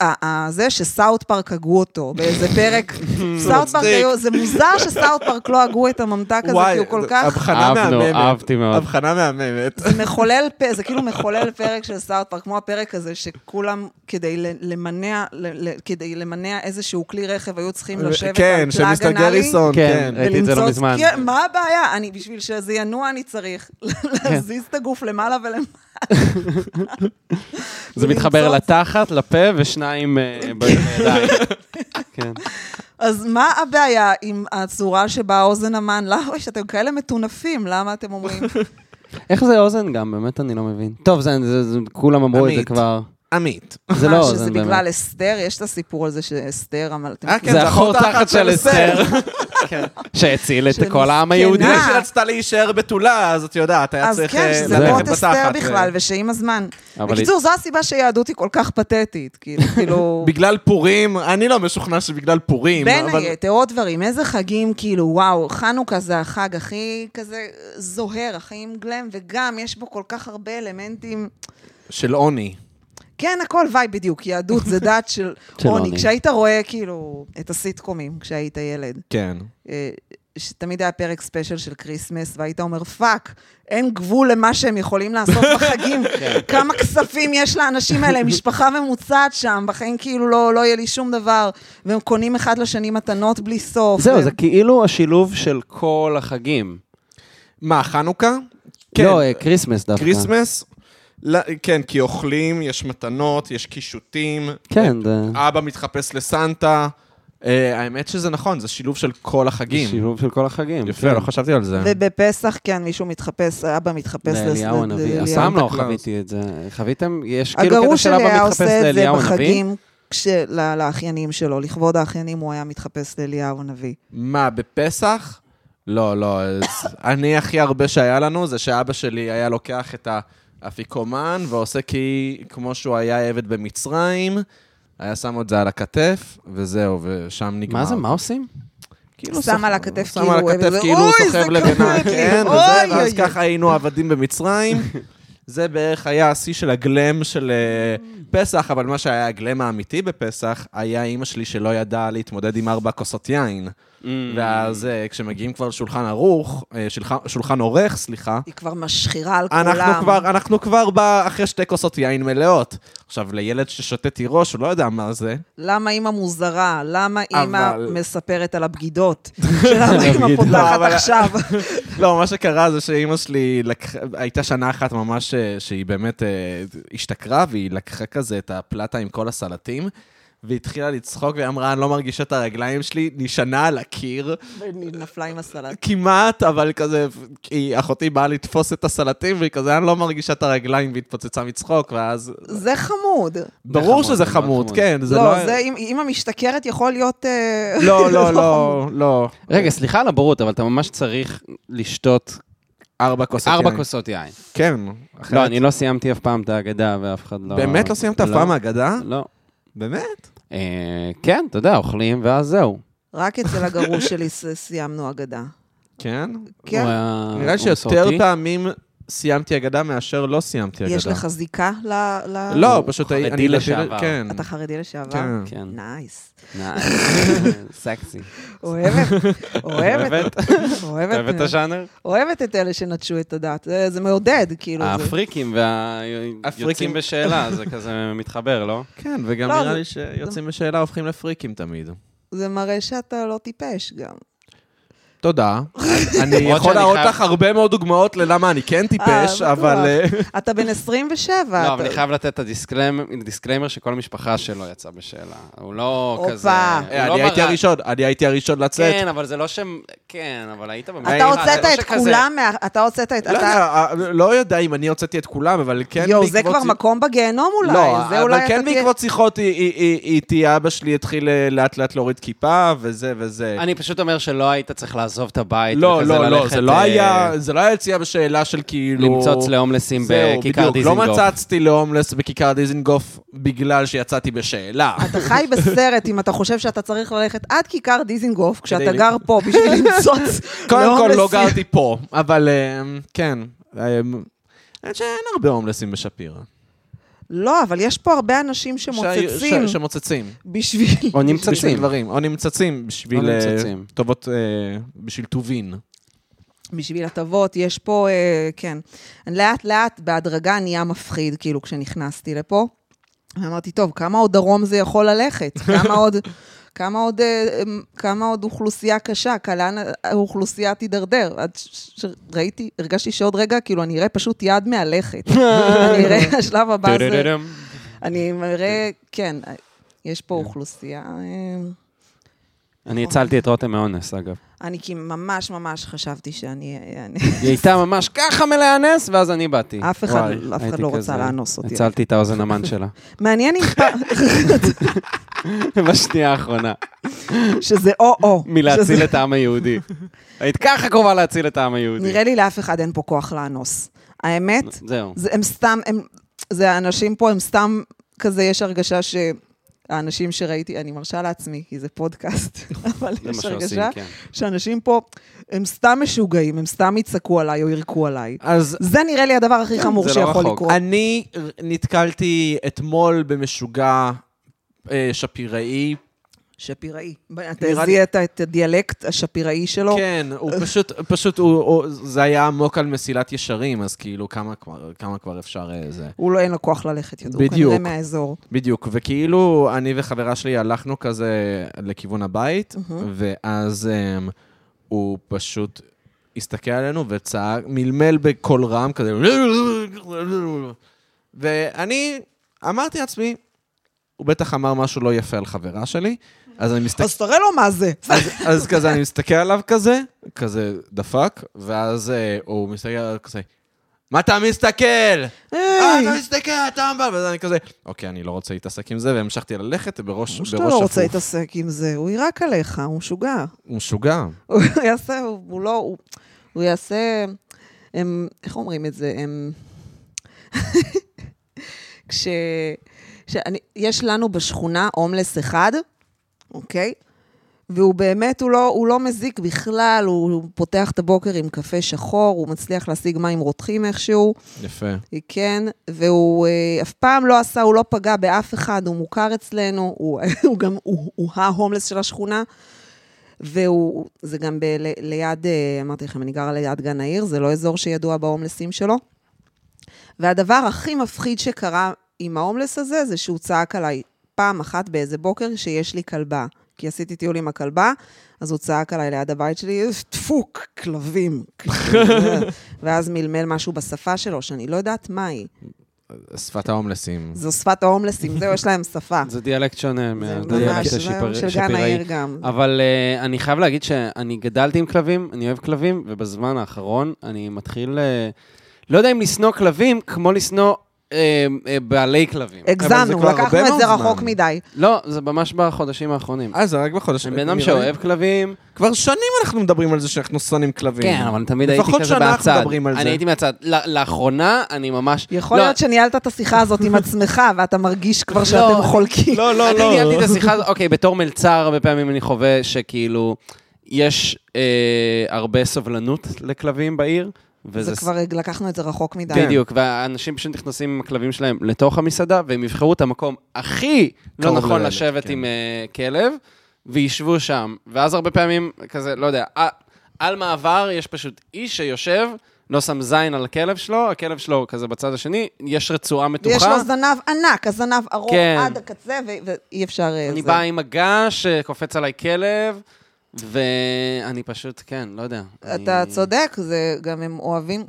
[SPEAKER 2] ה- ה- זה שסאוט פארק הגו אותו באיזה פרק, סאוט פארק,
[SPEAKER 1] מצחיק.
[SPEAKER 2] היו- זה מוזר שסאוט פארק לא הגו את הממתק הזה,
[SPEAKER 1] וואי,
[SPEAKER 2] כי הוא כל כך
[SPEAKER 1] הבחנה
[SPEAKER 3] אהבנו,
[SPEAKER 1] מהממת.
[SPEAKER 3] אהבתי מאוד.
[SPEAKER 1] הבחנה מהממת.
[SPEAKER 2] מחולל, פ- זה כאילו מחולל פרק של סאוט פארק, כמו הפרק הזה שכולם, כדי ל- למנע, ל- ל- כדי למנע איזשהו כלי רכב, היו צריכים לשבת
[SPEAKER 1] כן,
[SPEAKER 2] על
[SPEAKER 1] של
[SPEAKER 2] פלאג
[SPEAKER 1] מיסטר
[SPEAKER 2] אנאלי.
[SPEAKER 1] גריסון,
[SPEAKER 3] כן,
[SPEAKER 1] כן.
[SPEAKER 3] ראיתי את זה לא
[SPEAKER 2] ולמצוץ-
[SPEAKER 3] מזמן.
[SPEAKER 2] כן, מה הבעיה? אני, בשביל שזה ינוע, אני צריך להזיז את הגוף למעלה ולמטה.
[SPEAKER 3] זה מתחבר
[SPEAKER 2] ולמצוא-
[SPEAKER 3] לתחת, לפה ושניים אה, בידיים. כן.
[SPEAKER 2] אז מה הבעיה עם הצורה שבה אוזן המן? למה יש- אתם כאלה מטונפים, למה אתם אומרים?
[SPEAKER 3] איך זה אוזן גם? באמת אני לא מבין. טוב, זה- זה- זה- כולם אמרו את זה
[SPEAKER 1] עמית.
[SPEAKER 3] כבר.
[SPEAKER 1] עמית.
[SPEAKER 3] זה
[SPEAKER 2] מה,
[SPEAKER 3] לא
[SPEAKER 2] אה, שזה
[SPEAKER 3] אוזן באמת.
[SPEAKER 2] בגלל אסתר? יש את הסיפור הזה שאסתר, אבל אתם...
[SPEAKER 1] אה, כן,
[SPEAKER 3] זה החור תחת של אסתר. כן. שהציל את
[SPEAKER 2] של
[SPEAKER 3] כל העם היהודי.
[SPEAKER 1] בגלל
[SPEAKER 2] אה.
[SPEAKER 1] שהיא רצתה להישאר בתולה, אז את יודעת, היה
[SPEAKER 2] אז
[SPEAKER 1] צריך
[SPEAKER 2] כן,
[SPEAKER 1] אה,
[SPEAKER 2] שזה
[SPEAKER 3] זה-
[SPEAKER 2] מות
[SPEAKER 1] ללכת
[SPEAKER 2] אסתר
[SPEAKER 1] בתחת.
[SPEAKER 2] בכלל,
[SPEAKER 1] אה,
[SPEAKER 2] ושאם הזמן.
[SPEAKER 3] אבל
[SPEAKER 2] בקיצור, זו הסיבה שהיהדות היא כל כך פתטית, כאילו, כאילו...
[SPEAKER 1] אה. בגלל פורים, אני לא משוכנע שבגלל פורים,
[SPEAKER 2] בין
[SPEAKER 1] אבל...
[SPEAKER 2] היתר, עוד דברים. איזה חגים, כאילו, וואו, חנוכה זה החג הכי כזה זוהר, הכי עם גלם, וגם יש בו כל כך הרבה אלמנטים.
[SPEAKER 1] של עוני.
[SPEAKER 2] כן, הכל וואי בדיוק, יהדות זה דת של
[SPEAKER 3] של
[SPEAKER 2] עוני.
[SPEAKER 3] עוני.
[SPEAKER 2] כשהיית רואה, כאילו, את הסיטקומים כשהיית ילד,
[SPEAKER 1] כן.
[SPEAKER 2] אה, שתמיד היה פרק ספיישל של כריסמס, והיית אומר, פאק, אין גבול למה שהם יכולים לעשות בחגים.
[SPEAKER 3] כן.
[SPEAKER 2] כמה כספים יש לאנשים האלה, משפחה ממוצעת שם, בחיים כאילו לא לא יהיה לי שום דבר, והם קונים אחד לשני מתנות בלי סוף.
[SPEAKER 3] זהו,
[SPEAKER 2] והם-
[SPEAKER 3] זה כאילו השילוב של כל החגים.
[SPEAKER 1] מה, חנוכה? כן.
[SPEAKER 3] לא, אה, כריסמס דווקא.
[SPEAKER 1] כריסמס? לא, כן, כי אוכלים, יש מתנות, יש קישוטים,
[SPEAKER 3] כן, זה
[SPEAKER 1] אבא מתחפש לסנטה. אה, האמת שזה נכון, זה שילוב של כל החגים.
[SPEAKER 3] שילוב של כל החגים.
[SPEAKER 1] יפה,
[SPEAKER 3] כן.
[SPEAKER 1] לא חשבתי על זה.
[SPEAKER 2] ובפסח, כן, מישהו מתחפש, אבא מתחפש לס-
[SPEAKER 3] לאליהו הנביא.
[SPEAKER 2] לאליהו.
[SPEAKER 3] אף פעם לא
[SPEAKER 1] סנטה קלאוס.
[SPEAKER 3] חוויתי את זה. חוויתם? יש כאילו קטע
[SPEAKER 2] הגרוש
[SPEAKER 3] של
[SPEAKER 2] שלי היה
[SPEAKER 3] אבא מתחפש
[SPEAKER 2] עושה את זה
[SPEAKER 3] לאליהו הנביא?
[SPEAKER 2] בחגים כש- ל- לאחיינים שלו. לכבוד האחיינים הוא היה מתחפש לאליהו הנביא.
[SPEAKER 1] מה, בפסח? לא, לא, אז אני הכי הרבה שהיה לנו זה שאבא שלי היה לוקח את האפיקומן ועושה כי כמו שהוא היה עבד במצרים, היה שם את זה על הכתף, וזהו, ושם נגמר.
[SPEAKER 3] מה זה, מה עושים?
[SPEAKER 1] כאילו
[SPEAKER 2] שם
[SPEAKER 1] סוחב-
[SPEAKER 2] על הכתף
[SPEAKER 1] שם
[SPEAKER 2] כאילו
[SPEAKER 1] על
[SPEAKER 2] הוא
[SPEAKER 1] הכתף
[SPEAKER 2] עבד,
[SPEAKER 1] כאילו הוא
[SPEAKER 2] ואוי,
[SPEAKER 1] סוחב
[SPEAKER 2] זה
[SPEAKER 1] לבנה,
[SPEAKER 2] כבד לי.
[SPEAKER 1] כן,
[SPEAKER 2] אוי,
[SPEAKER 1] וזה, ואז
[SPEAKER 2] אוי,
[SPEAKER 1] ככה היינו עבדים במצרים. זה בערך היה השיא של הגלם של אה, פסח, אבל מה שהיה הגלם האמיתי בפסח, היה אימא שלי שלא ידעה להתמודד עם ארבע כוסות יין.
[SPEAKER 3] Mm.
[SPEAKER 1] ואז אה, כשמגיעים כבר לשולחן ערוך, אה, שולחן- שולחן עורך, סליחה,
[SPEAKER 2] היא כבר משחירה על כולם.
[SPEAKER 1] אנחנו כבר, אנחנו כבר בא אחרי שתי כוסות יין מלאות. עכשיו, לילד ששותה תירוש, הוא לא יודע מה זה.
[SPEAKER 2] למה אימא מוזרה? למה אימא
[SPEAKER 1] אבל-
[SPEAKER 2] מספרת על הבגידות? למה אימא
[SPEAKER 1] לא,
[SPEAKER 2] פותחת
[SPEAKER 1] אבל-
[SPEAKER 2] עכשיו?
[SPEAKER 1] לא, מה שקרה זה שאימא שלי לקח... הייתה שנה אחת ממש אה, שהיא באמת אה, השתכרה, והיא לקחה כזה את הפלטה עם כל הסלטים, והתחילה לצחוק, והיא אמרה, אני לא מרגישה את הרגליים שלי, נשענה על הקיר,
[SPEAKER 2] והיא נפלה עם הסלט.
[SPEAKER 1] כמעט, אבל כזה, כי אחותי באה לתפוס את הסלטים, והיא כזה, אני לא מרגישה את הרגליים, והתפוצצה מצחוק, ואז...
[SPEAKER 2] זה חמוד.
[SPEAKER 1] ברור
[SPEAKER 3] חמוד,
[SPEAKER 1] שזה
[SPEAKER 3] מאוד
[SPEAKER 1] חמוד,
[SPEAKER 3] חמוד.
[SPEAKER 1] כן, זה
[SPEAKER 2] לא,
[SPEAKER 1] לא...
[SPEAKER 2] זה אם- אם המשתכרת יכול להיות... אה,
[SPEAKER 1] לא, לא,
[SPEAKER 2] חמוד.
[SPEAKER 1] לא, לא.
[SPEAKER 3] רגע, סליחה על הבורות, אבל אתה ממש צריך לשתות
[SPEAKER 1] ארבע כוסות.
[SPEAKER 3] ארבע
[SPEAKER 1] יין.
[SPEAKER 3] כוסות יין.
[SPEAKER 1] כן.
[SPEAKER 3] לא,
[SPEAKER 1] אחרת-
[SPEAKER 3] אני לא סיימתי אף פעם את האגדה, ואף אחד לא...
[SPEAKER 1] באמת לא סיימת אף פעם אגדה?
[SPEAKER 3] לא.
[SPEAKER 1] באמת?
[SPEAKER 3] אה, כן, אתה יודע, אוכלים, ואז זהו.
[SPEAKER 2] רק אצל הגרוש שלי ס- סיימנו אגדה.
[SPEAKER 1] כן.
[SPEAKER 2] כן,
[SPEAKER 3] אה, הוא היה-
[SPEAKER 1] נראה לי
[SPEAKER 3] הוא
[SPEAKER 1] שיותר
[SPEAKER 3] מסורתי.
[SPEAKER 1] פעמים סיימתי אגדה מאשר לא סיימתי אגדה.
[SPEAKER 2] יש לך זיקה ל... ל-
[SPEAKER 1] לא,
[SPEAKER 3] הוא
[SPEAKER 1] פשוט
[SPEAKER 3] חרדי
[SPEAKER 1] אני... אני-
[SPEAKER 3] לשעבר.
[SPEAKER 1] כן.
[SPEAKER 2] אתה חרדי לשעבר?
[SPEAKER 1] כן.
[SPEAKER 3] כן.
[SPEAKER 2] נייס.
[SPEAKER 3] נא, סקסי.
[SPEAKER 2] אוהבת, אוהבת,
[SPEAKER 3] אתה אוהב את
[SPEAKER 2] אוהבת,
[SPEAKER 3] הז'אנר?
[SPEAKER 2] אוהבת את אלה שנטשו את הדת. זה- זה מעודד, כאילו. זה-
[SPEAKER 3] הפריקים והיוצאים
[SPEAKER 1] הפריקים.
[SPEAKER 3] בשאלה, זה כזה מתחבר, לא?
[SPEAKER 1] כן, וגם
[SPEAKER 2] לא,
[SPEAKER 1] נראה
[SPEAKER 2] זה-
[SPEAKER 1] לי שיוצאים בשאלה הופכים לפריקים תמיד.
[SPEAKER 2] זה מראה שאתה לא טיפש גם.
[SPEAKER 1] תודה. אני
[SPEAKER 3] למרות
[SPEAKER 1] יכול
[SPEAKER 3] שאני
[SPEAKER 1] להראות
[SPEAKER 3] חייב-
[SPEAKER 1] לך הרבה מאוד דוגמאות ללמה אני כן טיפש,
[SPEAKER 2] אה,
[SPEAKER 1] אבל... אה,
[SPEAKER 2] אתה בן 27.
[SPEAKER 3] לא,
[SPEAKER 2] אתה-
[SPEAKER 3] אבל אני חייב לתת את הדיסקלמ- דיסקליימר שכל משפחה שלו יצאה בשאלה. הוא לא
[SPEAKER 2] הופה.
[SPEAKER 3] כזה... הוא לא
[SPEAKER 1] אני הייתי
[SPEAKER 3] ברק.
[SPEAKER 1] הראשון, אני הייתי הראשון לצאת.
[SPEAKER 3] כן, אבל זה לא שם... כן, אבל היית במשפחה.
[SPEAKER 2] אתה הוצאת
[SPEAKER 3] זה לא
[SPEAKER 2] את
[SPEAKER 3] שכזה-
[SPEAKER 2] כולם, מה- אתה הוצאת את...
[SPEAKER 1] לא
[SPEAKER 2] אתה-
[SPEAKER 1] יודע, אה, לא יודע אם אני הוצאתי את כולם, אבל כן
[SPEAKER 2] יואו, זה כבר
[SPEAKER 1] שיח-
[SPEAKER 2] מקום בגיהנום אולי.
[SPEAKER 1] לא,
[SPEAKER 2] זה אולי
[SPEAKER 1] אבל כן
[SPEAKER 2] אתה תהיה-
[SPEAKER 1] בעקבות שיחות היא- היא- היא- היא- איתי אבא שלי התחיל אה, לאט לאט להוריד כיפה, וזה וזה.
[SPEAKER 3] אני פשוט אומר שלא היית צריך לעזוב את הבית.
[SPEAKER 1] לא,
[SPEAKER 3] וכזה
[SPEAKER 1] לא, לא,
[SPEAKER 3] ללכת,
[SPEAKER 1] זה לא
[SPEAKER 3] אה,
[SPEAKER 1] היה, זה לא היה יציאה בשאלה של כאילו...
[SPEAKER 3] למצוץ להומלסים
[SPEAKER 1] זהו,
[SPEAKER 3] בכיכר
[SPEAKER 1] בדיוק, לא
[SPEAKER 3] דיזינגוף.
[SPEAKER 1] מצצתי להומלס בכיכר דיזינגוף בגלל שיצאתי בשאלה.
[SPEAKER 2] אתה חי בסרט אם אתה חושב שאתה צריך ללכת עד כיכר דיזינגוף, כשאתה
[SPEAKER 1] ל-
[SPEAKER 2] גר פה בשביל למצוץ.
[SPEAKER 1] קודם כל לא
[SPEAKER 2] להומלסים.
[SPEAKER 1] גרתי פה, אבל אה, כן. אה, האמת שאין הרבה הומלסים בשפירא.
[SPEAKER 2] לא, אבל יש פה הרבה אנשים
[SPEAKER 1] ש-
[SPEAKER 2] שמוצצים
[SPEAKER 1] ש- שמוצצים.
[SPEAKER 2] בשביל...
[SPEAKER 3] או
[SPEAKER 1] בשביל
[SPEAKER 3] נמצצים.
[SPEAKER 1] דברים, או נמצצים, בשביל
[SPEAKER 3] או
[SPEAKER 1] אה,
[SPEAKER 3] נמצצים.
[SPEAKER 1] טובות, אה, בשביל טובין.
[SPEAKER 2] בשביל הטבות, יש פה, אה, כן. לאט לאט, בהדרגה, נהיה מפחיד, כאילו, כשנכנסתי לפה. אמרתי, טוב, כמה עוד דרום זה יכול ללכת? כמה עוד... כמה עוד, אה, אמ, כמה עוד אוכלוסייה קשה, כלאן האוכלוסייה תידרדר. עד ש- שראיתי, הרגשתי שעוד רגע, כאילו, אני אראה פשוט יד מהלכת. אני אראה, השלב הבא זה...
[SPEAKER 3] טו-טו-טו-טום.
[SPEAKER 2] אני אראה, כן, יש פה אוכלוסייה. אה,
[SPEAKER 3] אני הצלתי את רותם מאונס, אגב.
[SPEAKER 2] אני כי ממש ממש חשבתי שאני... אה, אני-
[SPEAKER 3] היא הייתה ממש ככה מלאנס, ואז אני באתי.
[SPEAKER 2] אף אחד
[SPEAKER 1] וואי,
[SPEAKER 2] אף אחד
[SPEAKER 3] הייתי
[SPEAKER 2] לא
[SPEAKER 3] כזה-
[SPEAKER 2] רוצה לאנוס אותי.
[SPEAKER 3] הצלתי את האוזן המן שלה.
[SPEAKER 2] מעניין אם פעם,
[SPEAKER 3] בשנייה האחרונה.
[SPEAKER 2] שזה או-או.
[SPEAKER 3] מלהציל
[SPEAKER 2] שזה-
[SPEAKER 3] את העם היהודי. היית ככה קרובה להציל את העם היהודי.
[SPEAKER 2] נראה לי לאף אחד אין פה כוח לאנוס. האמת,
[SPEAKER 3] זהו.
[SPEAKER 2] זה, הם סתם, הם, זה האנשים פה, הם סתם, כזה יש הרגשה ש... האנשים שראיתי, אני מרשה לעצמי, כי זה פודקאסט, אבל
[SPEAKER 3] זה מה
[SPEAKER 2] יש
[SPEAKER 3] שעושים,
[SPEAKER 2] הרגשה
[SPEAKER 3] כן.
[SPEAKER 2] שאנשים פה, הם סתם משוגעים, הם סתם יצעקו עליי או ירקו עליי.
[SPEAKER 1] אז
[SPEAKER 2] זה נראה לי הדבר הכי חמור
[SPEAKER 3] לא
[SPEAKER 2] שיכול
[SPEAKER 3] רחוק.
[SPEAKER 2] לקרות.
[SPEAKER 1] אני נתקלתי אתמול במשוגע אה, שפיראי.
[SPEAKER 2] שפיראי. אתה
[SPEAKER 1] נראה לי-
[SPEAKER 2] זיהית את הדיאלקט השפיראי
[SPEAKER 3] לא.
[SPEAKER 2] שלו?
[SPEAKER 1] כן, הוא פשוט, פשוט, הוא- הוא- זה היה עמוק על מסילת ישרים, אז כאילו, כמה כבר- כמה כבר אפשר אה, זה.
[SPEAKER 2] הוא לא, אין לו כוח ללכת יותר, הוא
[SPEAKER 1] בדיוק.
[SPEAKER 2] כנראה מהאזור.
[SPEAKER 1] בדיוק, וכאילו אני וחברה שלי הלכנו כזה לכיוון הבית,
[SPEAKER 2] מהמם.
[SPEAKER 1] ואז um, הוא פשוט הסתכל עלינו וצעק, מלמל בקול רם כזה, ואני אמרתי לעצמי, הוא בטח אמר משהו לא יפה על חברה שלי, אז אני מסתכל...
[SPEAKER 2] אז תראה לו מה זה.
[SPEAKER 1] אז, אז כזה, אני מסתכל עליו כזה, כזה דפק, ואז אה, הוא מסתכל עליו כזה, מה אתה מסתכל? אה,
[SPEAKER 2] היי,
[SPEAKER 1] אתה מסתכל, טמבל, ואז אני כזה, אוקיי, אני לא רוצה להתעסק עם זה, והמשכתי ללכת בראש
[SPEAKER 2] ברור
[SPEAKER 1] בראש
[SPEAKER 2] שאתה לא רוצה
[SPEAKER 1] הפוך.
[SPEAKER 2] להתעסק עם זה, הוא יירק עליך, הוא משוגע.
[SPEAKER 1] הוא משוגע.
[SPEAKER 2] הוא יעשה, הוא הוא לא, הוא- הוא יעשה, הם, איך אומרים את זה, הם... כש... שאני, יש לנו בשכונה הומלס אחד, אוקיי? והוא באמת, הוא לא, הוא לא מזיק בכלל, הוא, הוא פותח את הבוקר עם קפה שחור, הוא מצליח להשיג מים רותחים איכשהו.
[SPEAKER 1] יפה.
[SPEAKER 2] כן, והוא אה, אף פעם לא עשה, הוא לא פגע באף אחד, הוא מוכר אצלנו, הוא, הוא גם, הוא, הוא ההומלס של השכונה, והוא, זה גם ב, ל, ליד, אה, אמרתי לכם, אני גרה ליד גן העיר, זה לא אזור שידוע בהומלסים שלו. והדבר הכי מפחיד שקרה עם ההומלס הזה, זה שהוא צעק עליי פעם אחת באיזה בוקר שיש לי כלבה. כי עשיתי טיול עם הכלבה, אז הוא צעק עליי ליד הבית שלי, דפוק, כלבים. ואז מלמל משהו בשפה שלו, שאני לא יודעת מה היא.
[SPEAKER 1] שפת ההומלסים.
[SPEAKER 2] זו שפת ההומלסים, זהו, יש להם שפה.
[SPEAKER 3] זה דיאלקט שונה מהדיאלקט
[SPEAKER 2] אה. ממש,
[SPEAKER 3] של
[SPEAKER 2] זהו,
[SPEAKER 3] שיפר-
[SPEAKER 2] של גן
[SPEAKER 3] שפיראי.
[SPEAKER 2] העיר גם.
[SPEAKER 3] אבל uh, אני חייב להגיד שאני גדלתי עם כלבים, אני אוהב כלבים, ובזמן האחרון אני מתחיל... Uh, לא יודע אם לשנוא כלבים כמו לשנוא uh, uh, בעלי כלבים.
[SPEAKER 1] אבל זה
[SPEAKER 2] הגזמנו,
[SPEAKER 1] כבר
[SPEAKER 2] לקחנו
[SPEAKER 1] הרבה
[SPEAKER 2] את זה
[SPEAKER 1] מאוד
[SPEAKER 2] רחוק
[SPEAKER 1] זמן.
[SPEAKER 2] מדי.
[SPEAKER 3] לא, זה ממש בחודשים האחרונים.
[SPEAKER 1] אה, זה רק בחודש...
[SPEAKER 3] אני בן אדם
[SPEAKER 1] נראה-
[SPEAKER 3] שאוהב כלבים.
[SPEAKER 1] כבר שנים אנחנו מדברים על זה שאנחנו שונאים כלבים.
[SPEAKER 3] כן, אבל תמיד הייתי
[SPEAKER 1] לפחות
[SPEAKER 3] כזה
[SPEAKER 1] שנה
[SPEAKER 3] מהצד.
[SPEAKER 1] אנחנו מדברים על זה.
[SPEAKER 3] אני הייתי מהצד. ל- לאחרונה, אני ממש...
[SPEAKER 2] יכול
[SPEAKER 3] לא,
[SPEAKER 2] להיות שניהלת את השיחה הזאת עם עצמך, ואתה מרגיש כבר
[SPEAKER 3] לא,
[SPEAKER 2] שאתם חולקים.
[SPEAKER 3] לא, לא, לא. אני ניהלתי את השיחה הזאת, אוקיי, בתור מלצר הרבה פעמים אני חווה שכאילו, יש אה, הרבה סובלנות לכלבים בעיר, וזה...
[SPEAKER 2] זה
[SPEAKER 3] ס-
[SPEAKER 2] כבר לקחנו את זה רחוק מדי.
[SPEAKER 3] בדיוק, והאנשים פשוט נכנסים עם הכלבים שלהם לתוך המסעדה, והם יבחרו את המקום הכי לא
[SPEAKER 1] קרוב
[SPEAKER 3] נכון
[SPEAKER 1] לילד,
[SPEAKER 3] לשבת
[SPEAKER 1] כן.
[SPEAKER 3] עם אה, כלב, וישבו שם. ואז הרבה פעמים, כזה, לא יודע, אה, על מעבר יש פשוט איש שיושב, לא שם זין על הכלב שלו, הכלב שלו כזה בצד השני, יש רצועה מתוחה.
[SPEAKER 2] יש לו זנב ענק, הזנב ארוך
[SPEAKER 3] כן.
[SPEAKER 2] עד הקצה, ו- ואי אפשר... אה,
[SPEAKER 3] אני
[SPEAKER 2] זה.
[SPEAKER 3] בא עם מגש, אה, קופץ עליי כלב, ואני פשוט, כן, לא יודע.
[SPEAKER 2] אתה
[SPEAKER 3] אני-
[SPEAKER 2] צודק, זה גם הם אוהבים,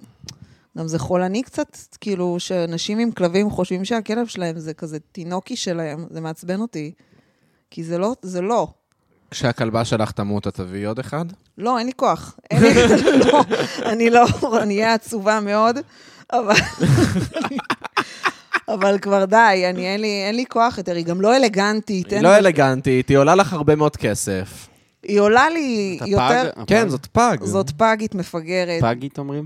[SPEAKER 2] גם זה חולני קצת, כאילו, שאנשים עם כלבים חושבים שהכלב שלהם זה כזה תינוקי שלהם, זה מעצבן אותי. כי זה לא, זה לא.
[SPEAKER 1] כשהכלבה שלך תמות, את תביאי עוד אחד?
[SPEAKER 2] לא, אין לי כוח. אין לי, לא, אני לא, אני אהיה עצובה מאוד, אבל... אבל כבר די, אני, אין, לי, אין לי כוח יותר, היא גם לא אלגנטית.
[SPEAKER 1] היא
[SPEAKER 2] אין
[SPEAKER 1] לא
[SPEAKER 2] לה-
[SPEAKER 1] אלגנטית, היא עולה לך הרבה מאוד כסף.
[SPEAKER 2] היא עולה לי
[SPEAKER 3] אתה
[SPEAKER 2] יותר...
[SPEAKER 3] פג?
[SPEAKER 1] כן,
[SPEAKER 3] הפג?
[SPEAKER 1] זאת פג.
[SPEAKER 2] זאת פגית מפגרת,
[SPEAKER 3] פגית אומרים?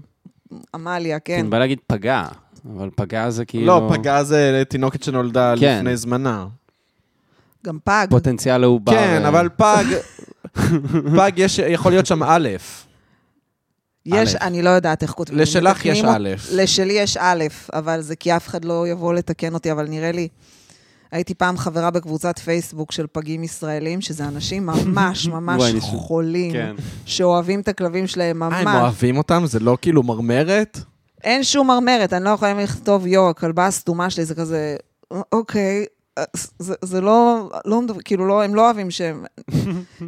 [SPEAKER 2] עמליה,
[SPEAKER 3] כן.
[SPEAKER 2] כן.
[SPEAKER 3] אני בא להגיד פגע, אבל פגע זה כאילו...
[SPEAKER 1] לא, פגה זה תינוקת שנולדה
[SPEAKER 3] כן.
[SPEAKER 1] לפני זמנה.
[SPEAKER 2] גם פג.
[SPEAKER 3] פוטנציאל העובר.
[SPEAKER 1] כן,
[SPEAKER 3] אה,
[SPEAKER 1] אבל פג, פג יש, יכול להיות שם א',
[SPEAKER 2] יש,
[SPEAKER 1] א'.
[SPEAKER 2] אני לא יודעת איך כותבים.
[SPEAKER 1] לשלך יש
[SPEAKER 2] מתקנים
[SPEAKER 1] א'.
[SPEAKER 2] לשלי יש א', אבל זה כי אף אחד לא יבוא לתקן אותי, אבל נראה לי... הייתי פעם חברה בקבוצת פייסבוק של פגים ישראלים, שזה אנשים ממש ממש
[SPEAKER 3] וואי, אני ש-
[SPEAKER 2] חולים,
[SPEAKER 3] כן.
[SPEAKER 2] שאוהבים את הכלבים שלהם
[SPEAKER 1] אה, הם
[SPEAKER 2] ממש.
[SPEAKER 1] אוהבים אותם? זה לא כאילו מרמרת?
[SPEAKER 2] אין שום מרמרת, אני לא יכולה לכתוב, יו, הכלבה הסתומה שלי, זה כזה, "א- אוקיי, אה, זה, זה לא, לא מדבר, כאילו, לא, הם לא אוהבים שהם...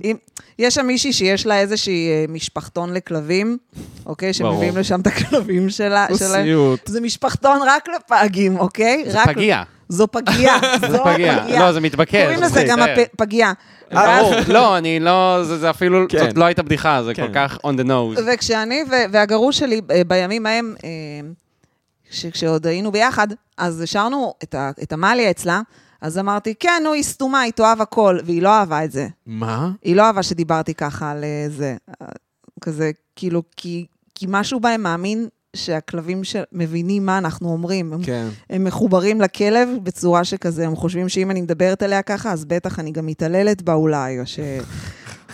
[SPEAKER 2] אם, יש שם מישהי שיש לה איזושהי אה, משפחתון לכלבים, אוקיי?
[SPEAKER 3] ברור.
[SPEAKER 2] שמביאים לשם את הכלבים שלה,
[SPEAKER 1] הוא
[SPEAKER 2] שלהם.
[SPEAKER 1] סיוט.
[SPEAKER 2] זה משפחתון רק לפגים, אוקיי?
[SPEAKER 3] זה
[SPEAKER 2] רק-
[SPEAKER 3] פגיע.
[SPEAKER 2] זו פגייה.
[SPEAKER 3] זה פגיע. לא, זה מתבקש.
[SPEAKER 2] קוראים לזה
[SPEAKER 3] מצחיק.
[SPEAKER 2] גם
[SPEAKER 3] אה,
[SPEAKER 2] הפ- פגייה.
[SPEAKER 3] ברור. לא, אני לא... זה זה אפילו...
[SPEAKER 1] כן.
[SPEAKER 3] זאת לא הייתה בדיחה, זה כל
[SPEAKER 1] כן.
[SPEAKER 3] כך on the nose.
[SPEAKER 2] וכשאני ו- והגרוש שלי, אה, בימים ההם, אה, ש- כשעוד היינו ביחד, אז השארנו את, ה- את המליה אצלה, אז אמרתי, כן, נו, היא סתומה, היא תאהב הכל, והיא לא אהבה את זה.
[SPEAKER 1] מה?
[SPEAKER 2] היא לא אהבה שדיברתי ככה על אה, זה. אה, כזה, כאילו, כי, כי משהו בהם מאמין שהכלבים של... מבינים מה אנחנו אומרים. הם
[SPEAKER 1] כן.
[SPEAKER 2] הם מחוברים לכלב בצורה שכזה, הם חושבים שאם אני מדברת עליה ככה, אז בטח אני גם מתעללת בה אולי, או ש...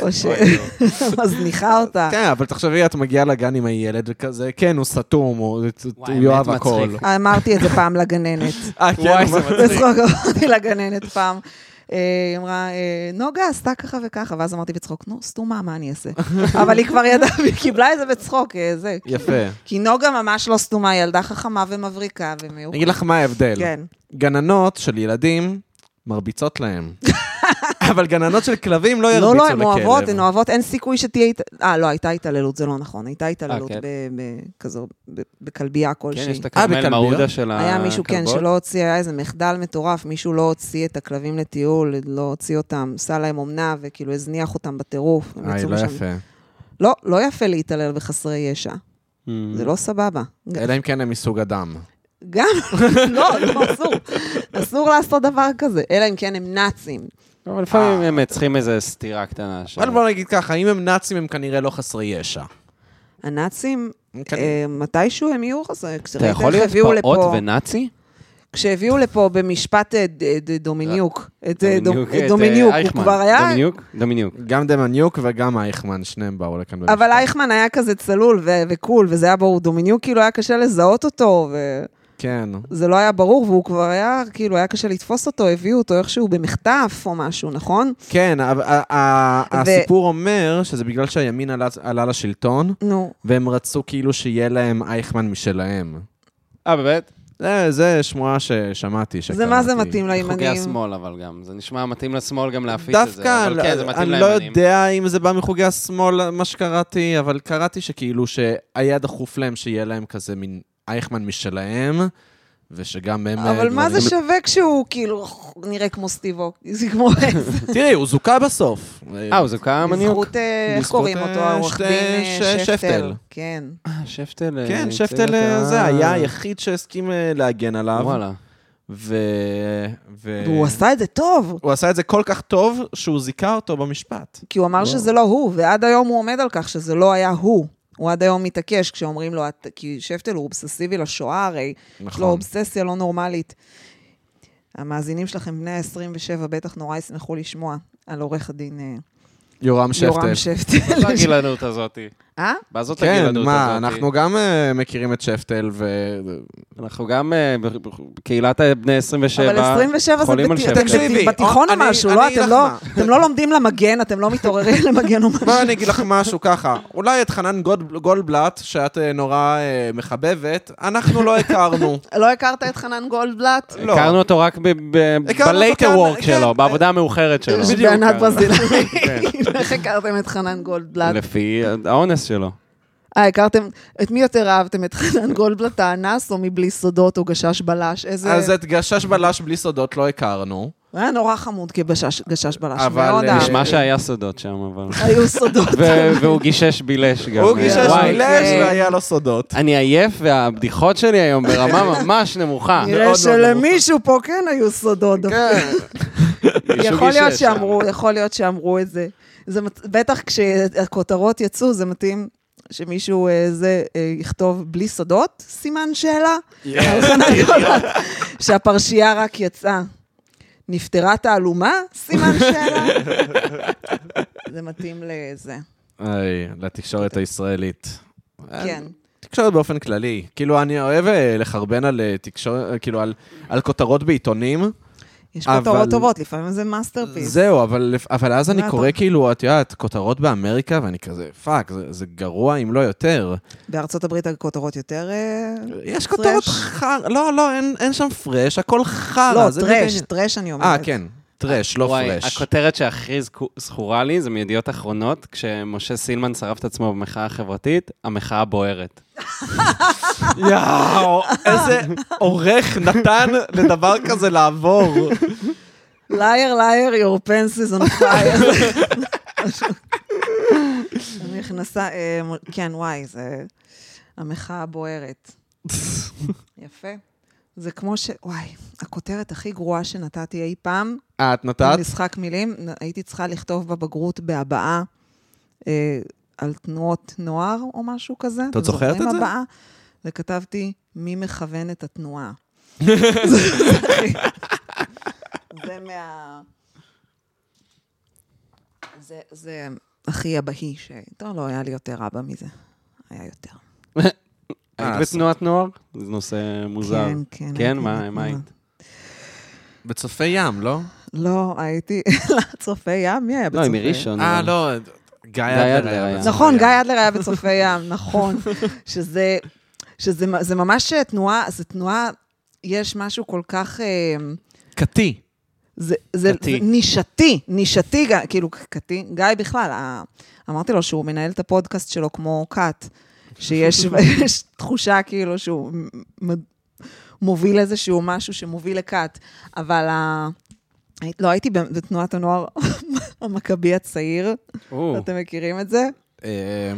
[SPEAKER 2] או ש... מזניחה אותה.
[SPEAKER 1] כן, אבל תחשבי, את מגיעה לגן עם הילד וכזה, כן, הוא סתום, הוא הוא
[SPEAKER 3] האמת,
[SPEAKER 1] יאהב
[SPEAKER 3] מצחיק.
[SPEAKER 1] הכל.
[SPEAKER 2] אמרתי את זה פעם לגננת.
[SPEAKER 1] אה,
[SPEAKER 3] וואי,
[SPEAKER 1] מה-
[SPEAKER 3] זה מצחיק.
[SPEAKER 2] בצחוק אמרתי לגננת פעם. אה, היא אמרה, אה, נוגה עשתה ככה וככה, ואז אמרתי בצחוק, נו, סתומה, מה אני אעשה? אבל היא כבר ידעה, והיא קיבלה את זה בצחוק, אה, זה.
[SPEAKER 1] יפה.
[SPEAKER 2] כי נוגה ממש לא סתומה, היא ילדה חכמה ומבריקה
[SPEAKER 1] אני
[SPEAKER 2] ומיוחדת.
[SPEAKER 1] אגיד לך מה ההבדל.
[SPEAKER 2] כן.
[SPEAKER 1] גננות של ילדים מרביצות להם. אבל גננות של כלבים לא ירביצו
[SPEAKER 2] לא,
[SPEAKER 1] לכלב.
[SPEAKER 2] לא, הן אוהבות, הן אוהבות, אין סיכוי שתהיה... הת- אה, לא, הייתה התעללות, זה לא נכון. הייתה התעללות
[SPEAKER 3] כן.
[SPEAKER 2] ב- ב- כזו, ב- בכלבייה
[SPEAKER 3] כן,
[SPEAKER 2] כלשהי.
[SPEAKER 3] יש את
[SPEAKER 1] בכלביות?
[SPEAKER 3] הכרמל מעודה של אה, הכלבות.
[SPEAKER 2] היה מישהו, כן, שלא הוציא, היה איזה מחדל מטורף, מישהו לא הוציא את הכלבים לטיול, לא הוציא אותם, עשה להם אומנה, וכאילו הזניח אותם בטירוף.
[SPEAKER 3] אה,
[SPEAKER 2] הם
[SPEAKER 1] היי,
[SPEAKER 2] יצאו
[SPEAKER 1] לא
[SPEAKER 2] משם-
[SPEAKER 1] יפה.
[SPEAKER 2] לא, לא יפה להתעלל בחסרי ישע,
[SPEAKER 3] Mm.
[SPEAKER 2] זה לא סבבה.
[SPEAKER 1] אלא אם כן הם מסוג אדם.
[SPEAKER 2] גם, לא, לא, אסור. אסור לעשות דבר כזה, אלא אם כן הם נאצים.
[SPEAKER 3] אבל לפעמים הם צריכים איזו סטירה קטנה. של-
[SPEAKER 1] אבל בוא נגיד ככה, אם הם נאצים הם כנראה לא חסרי ישע.
[SPEAKER 2] אה. הנאצים,
[SPEAKER 1] כן.
[SPEAKER 2] אה, מתישהו הם יהיו חסרי,
[SPEAKER 3] אתה יכול להיות פעוט ונאצי?
[SPEAKER 2] כשהביאו לפה במשפט אה, ד- ד- דומיניוק, את אה, דו-
[SPEAKER 3] דומיניוק, את, אה,
[SPEAKER 2] דומיניוק, הוא
[SPEAKER 3] אייכמן.
[SPEAKER 2] כבר היה...
[SPEAKER 3] דומיניוק? דומיניוק.
[SPEAKER 1] גם דמניוק וגם אייכמן, שניהם באו לכאן במשפט.
[SPEAKER 2] אבל אייכמן היה כזה צלול ו- וקול, וזה היה ברור. דומיניוק כאילו היה קשה לזהות אותו,
[SPEAKER 1] כן.
[SPEAKER 2] וזה לא היה ברור, והוא כבר היה, כאילו, היה קשה לתפוס אותו, הביאו אותו איכשהו במחטף או משהו, נכון?
[SPEAKER 1] כן, ה- ה- ה-
[SPEAKER 2] ו-
[SPEAKER 1] הסיפור אומר שזה בגלל שהימין עלה- עלה לשלטון,
[SPEAKER 2] נו,
[SPEAKER 1] והם רצו כאילו שיהיה להם אייכמן משלהם.
[SPEAKER 3] אה, באמת?
[SPEAKER 1] זה- זה שמועה ששמעתי, שקראתי.
[SPEAKER 2] זה מה זה מתאים
[SPEAKER 3] חוגי
[SPEAKER 2] לימנים.
[SPEAKER 3] השמאל, אבל גם. זה נשמע מתאים לשמאל גם להפיץ את זה.
[SPEAKER 1] דווקא,
[SPEAKER 3] אבל כן, זה מתאים
[SPEAKER 1] אני לא
[SPEAKER 3] לימנים.
[SPEAKER 1] יודע אם זה בא מחוגי השמאל, מה שקראתי, אבל קראתי שכאילו שהיה דחוף להם שיהיה להם כזה מין אייכמן משלהם, ושגם הם... אה,
[SPEAKER 2] אבל מה זה
[SPEAKER 1] דברים-
[SPEAKER 2] שווה כשהוא כאילו נראה כמו סטיבו? זה כמו איזה...
[SPEAKER 1] תראי, הוא זוכה בסוף.
[SPEAKER 3] אה, הוא זוכה מניוק.
[SPEAKER 2] בזכות, אה, איך
[SPEAKER 1] בזכות,
[SPEAKER 2] קוראים
[SPEAKER 1] אה,
[SPEAKER 2] אותו, העורך
[SPEAKER 1] שתי-
[SPEAKER 2] דין אה,
[SPEAKER 1] ש-
[SPEAKER 2] שפטל.
[SPEAKER 1] שפטל.
[SPEAKER 2] כן.
[SPEAKER 3] אה, שפטל. אה,
[SPEAKER 1] כן,
[SPEAKER 3] ייצג
[SPEAKER 1] שפטל
[SPEAKER 3] אותה.
[SPEAKER 1] אה, זה היה היחיד שהסכים אה, להגן עליו.
[SPEAKER 3] וואלה.
[SPEAKER 1] ו... ו...
[SPEAKER 2] והוא עשה את זה טוב,
[SPEAKER 1] הוא עשה את זה כל כך טוב, שהוא זיכה אותו במשפט.
[SPEAKER 2] כי הוא אמר שזה לא הוא, ועד היום הוא עומד על כך שזה לא היה הוא. הוא עד היום מתעקש כשאומרים לו, "את-" כי שפטל הוא אובססיבי לשואה הרי, יש לו
[SPEAKER 1] נכון.
[SPEAKER 2] אובססיה לא נורמלית. המאזינים שלכם, בני ה-27, בטח נורא ישמחו לשמוע על עורך הדין אה,
[SPEAKER 1] יורם שפטל.
[SPEAKER 2] יורם שפטל.
[SPEAKER 3] הגילנות הזאתי.
[SPEAKER 2] אה?
[SPEAKER 3] בעזות
[SPEAKER 1] כן,
[SPEAKER 3] הגילנות
[SPEAKER 1] מה,
[SPEAKER 3] הזאתי.
[SPEAKER 1] אנחנו גם אה, מכירים את שפטל, ו...
[SPEAKER 3] אנחנו גם אה, ב- ב- בקהילת בני 27.
[SPEAKER 2] אבל 27 זה
[SPEAKER 3] חולים על
[SPEAKER 2] בת-
[SPEAKER 3] שפטל.
[SPEAKER 2] אתם
[SPEAKER 1] תקשיבי,
[SPEAKER 2] בת- בתיכון או
[SPEAKER 1] אני-
[SPEAKER 2] משהו,
[SPEAKER 1] אני
[SPEAKER 2] לא?
[SPEAKER 1] אגיד
[SPEAKER 2] אתם
[SPEAKER 1] לך
[SPEAKER 2] לא-
[SPEAKER 1] מה.
[SPEAKER 2] אתם לא לומדים למגן, אתם לא מתעוררים למגן או משהו.
[SPEAKER 1] מה, אני אגיד לך משהו ככה. אולי את חנן גוד- גולדבלט, שאת אה, נורא אה, מחבבת, אנחנו לא הכרנו.
[SPEAKER 2] לא הכרת את חנן גולדבלט?
[SPEAKER 1] לא.
[SPEAKER 3] הכרנו אותו רק ב- ב-
[SPEAKER 1] הכרנו
[SPEAKER 3] בלייטר
[SPEAKER 1] אותו כאן,
[SPEAKER 3] וורק
[SPEAKER 1] כן.
[SPEAKER 3] שלו, בעבודה המאוחרת שלו.
[SPEAKER 1] בדיוק.
[SPEAKER 2] בענת
[SPEAKER 1] ככה.
[SPEAKER 2] ברזילאי. איך הכרתם את חנן גולדבלט?
[SPEAKER 3] לפי האונס שלו.
[SPEAKER 2] אה, הכרתם, את מי יותר אהבתם? את חנן גולדבלט האנס או מבלי סודות או גשש בלש? איזה...
[SPEAKER 1] אז את גשש בלש בלי סודות לא הכרנו.
[SPEAKER 2] הוא היה נורא חמוד כגשש גשש בלש,
[SPEAKER 1] אבל,
[SPEAKER 2] מאוד
[SPEAKER 1] אה,
[SPEAKER 2] אהבתי.
[SPEAKER 3] נשמע שהיה סודות שם, אבל...
[SPEAKER 2] היו סודות.
[SPEAKER 3] ו- והוא גישש בילש גם.
[SPEAKER 1] הוא
[SPEAKER 3] אה,
[SPEAKER 1] גישש
[SPEAKER 3] וואי,
[SPEAKER 1] בלש
[SPEAKER 2] כן.
[SPEAKER 1] והיה לו סודות.
[SPEAKER 3] אני עייף, והבדיחות שלי היום ברמה ממש נמוכה.
[SPEAKER 2] נראה
[SPEAKER 1] מאוד
[SPEAKER 2] שלמישהו פה כן היו סודות.
[SPEAKER 1] כן.
[SPEAKER 3] מישהו
[SPEAKER 2] יכול להיות
[SPEAKER 3] גישש.
[SPEAKER 2] שאמרו, יכול להיות שאמרו את זה. זה מת- בטח כשהכותרות יצאו, זה מתאים שמישהו אה, זה אה, יכתוב בלי סודות, סימן שאלה. על חנן גולדבלט, שהפרשייה רק יצאה. נפטרה תעלומה? סימן שאלה. זה מתאים לזה,
[SPEAKER 1] היי, לתקשורת הישראלית. אה,
[SPEAKER 2] כן.
[SPEAKER 1] תקשורת באופן כללי. כאילו, אני אוהב אה, לחרבן על אה, תקשורת, כאילו, על- על כותרות בעיתונים.
[SPEAKER 2] יש
[SPEAKER 1] אבל-
[SPEAKER 2] כותרות טובות, לפעמים זה מאסטרפיס.
[SPEAKER 1] זהו, אבל, אבל אז אני
[SPEAKER 2] כן. מה אתה-
[SPEAKER 1] קורא כאילו, את יודעת, כותרות באמריקה, ואני כזה, פאק, זה, זה גרוע אם לא יותר.
[SPEAKER 2] בארצות הברית הכותרות יותר... אה,
[SPEAKER 1] יש כותרות
[SPEAKER 2] טרש.
[SPEAKER 1] חרא, לא, לא, אין, אין שם פרש, הכל חרא.
[SPEAKER 2] לא,
[SPEAKER 1] אה, זה
[SPEAKER 2] טרש,
[SPEAKER 1] בדיוק-
[SPEAKER 2] טרש אני אומרת.
[SPEAKER 1] אה, כן, טרש, לא
[SPEAKER 3] וואי,
[SPEAKER 1] פרש.
[SPEAKER 3] הכותרת שהכי זכו- זכורה לי זה מידיעות אחרונות, כשמשה סילמן שרף את עצמו במחאה החברתית, המחאה בוערת.
[SPEAKER 1] יואו, איזה עורך נתן לדבר כזה לעבור.
[SPEAKER 2] לייר, לייר, your pants is on fire. אני נכנסה, אה, מ- כן, וואי, זה המחאה הבוערת. יפה. זה כמו ש... וואי, הכותרת הכי גרועה שנתתי אי פעם,
[SPEAKER 1] אה, את נתת?
[SPEAKER 2] משחק מילים, נ- הייתי צריכה לכתוב בבגרות בהבעה אה, על תנועות נוער או משהו כזה. אתם
[SPEAKER 1] זוכרת
[SPEAKER 2] זוכרים
[SPEAKER 1] את זה?
[SPEAKER 2] הבעה? וכתבתי, מי מכוון את התנועה. זה מה... זה, זה הכי אבהי ש... טוב, לא היה לי יותר אבא מזה. היה יותר.
[SPEAKER 3] היית
[SPEAKER 1] אה,
[SPEAKER 3] בתנועת נוער? זה נושא מוזר.
[SPEAKER 2] כן, כן.
[SPEAKER 3] כן,
[SPEAKER 2] הייתי
[SPEAKER 3] מה,
[SPEAKER 2] בתנועה.
[SPEAKER 3] מה היית?
[SPEAKER 1] בצופי ים, לא?
[SPEAKER 2] לא, הייתי... צופי ים? מי היה
[SPEAKER 3] לא,
[SPEAKER 2] בצופי
[SPEAKER 3] היא
[SPEAKER 2] ים?
[SPEAKER 3] מראשון.
[SPEAKER 1] אה,
[SPEAKER 3] אבל-
[SPEAKER 1] לא, גיא
[SPEAKER 3] אדלר
[SPEAKER 1] אדלר אה,
[SPEAKER 3] היה.
[SPEAKER 1] היה. בצופי
[SPEAKER 2] נכון,
[SPEAKER 1] ים.
[SPEAKER 2] גיא אדלר היה בצופי ים, נכון. שזה, שזה מ- זה ממש אה, תנועה, זה תנועה, יש משהו כל כך... אה,
[SPEAKER 1] קטי.
[SPEAKER 2] זה, זה, זה
[SPEAKER 3] קטי.
[SPEAKER 2] נישתי, נישתי, ג- כאילו, קטי, גיא בכלל, ה- אמרתי לו שהוא מנהל את הפודקאסט שלו כמו כת, שיש יש תחושה כאילו שהוא מ- מוביל איזשהו משהו שמוביל לכת, אבל ה... לא, הייתי בתנועת הנוער המכבי הצעיר,
[SPEAKER 3] או,
[SPEAKER 2] אתם מכירים את זה?
[SPEAKER 1] אה,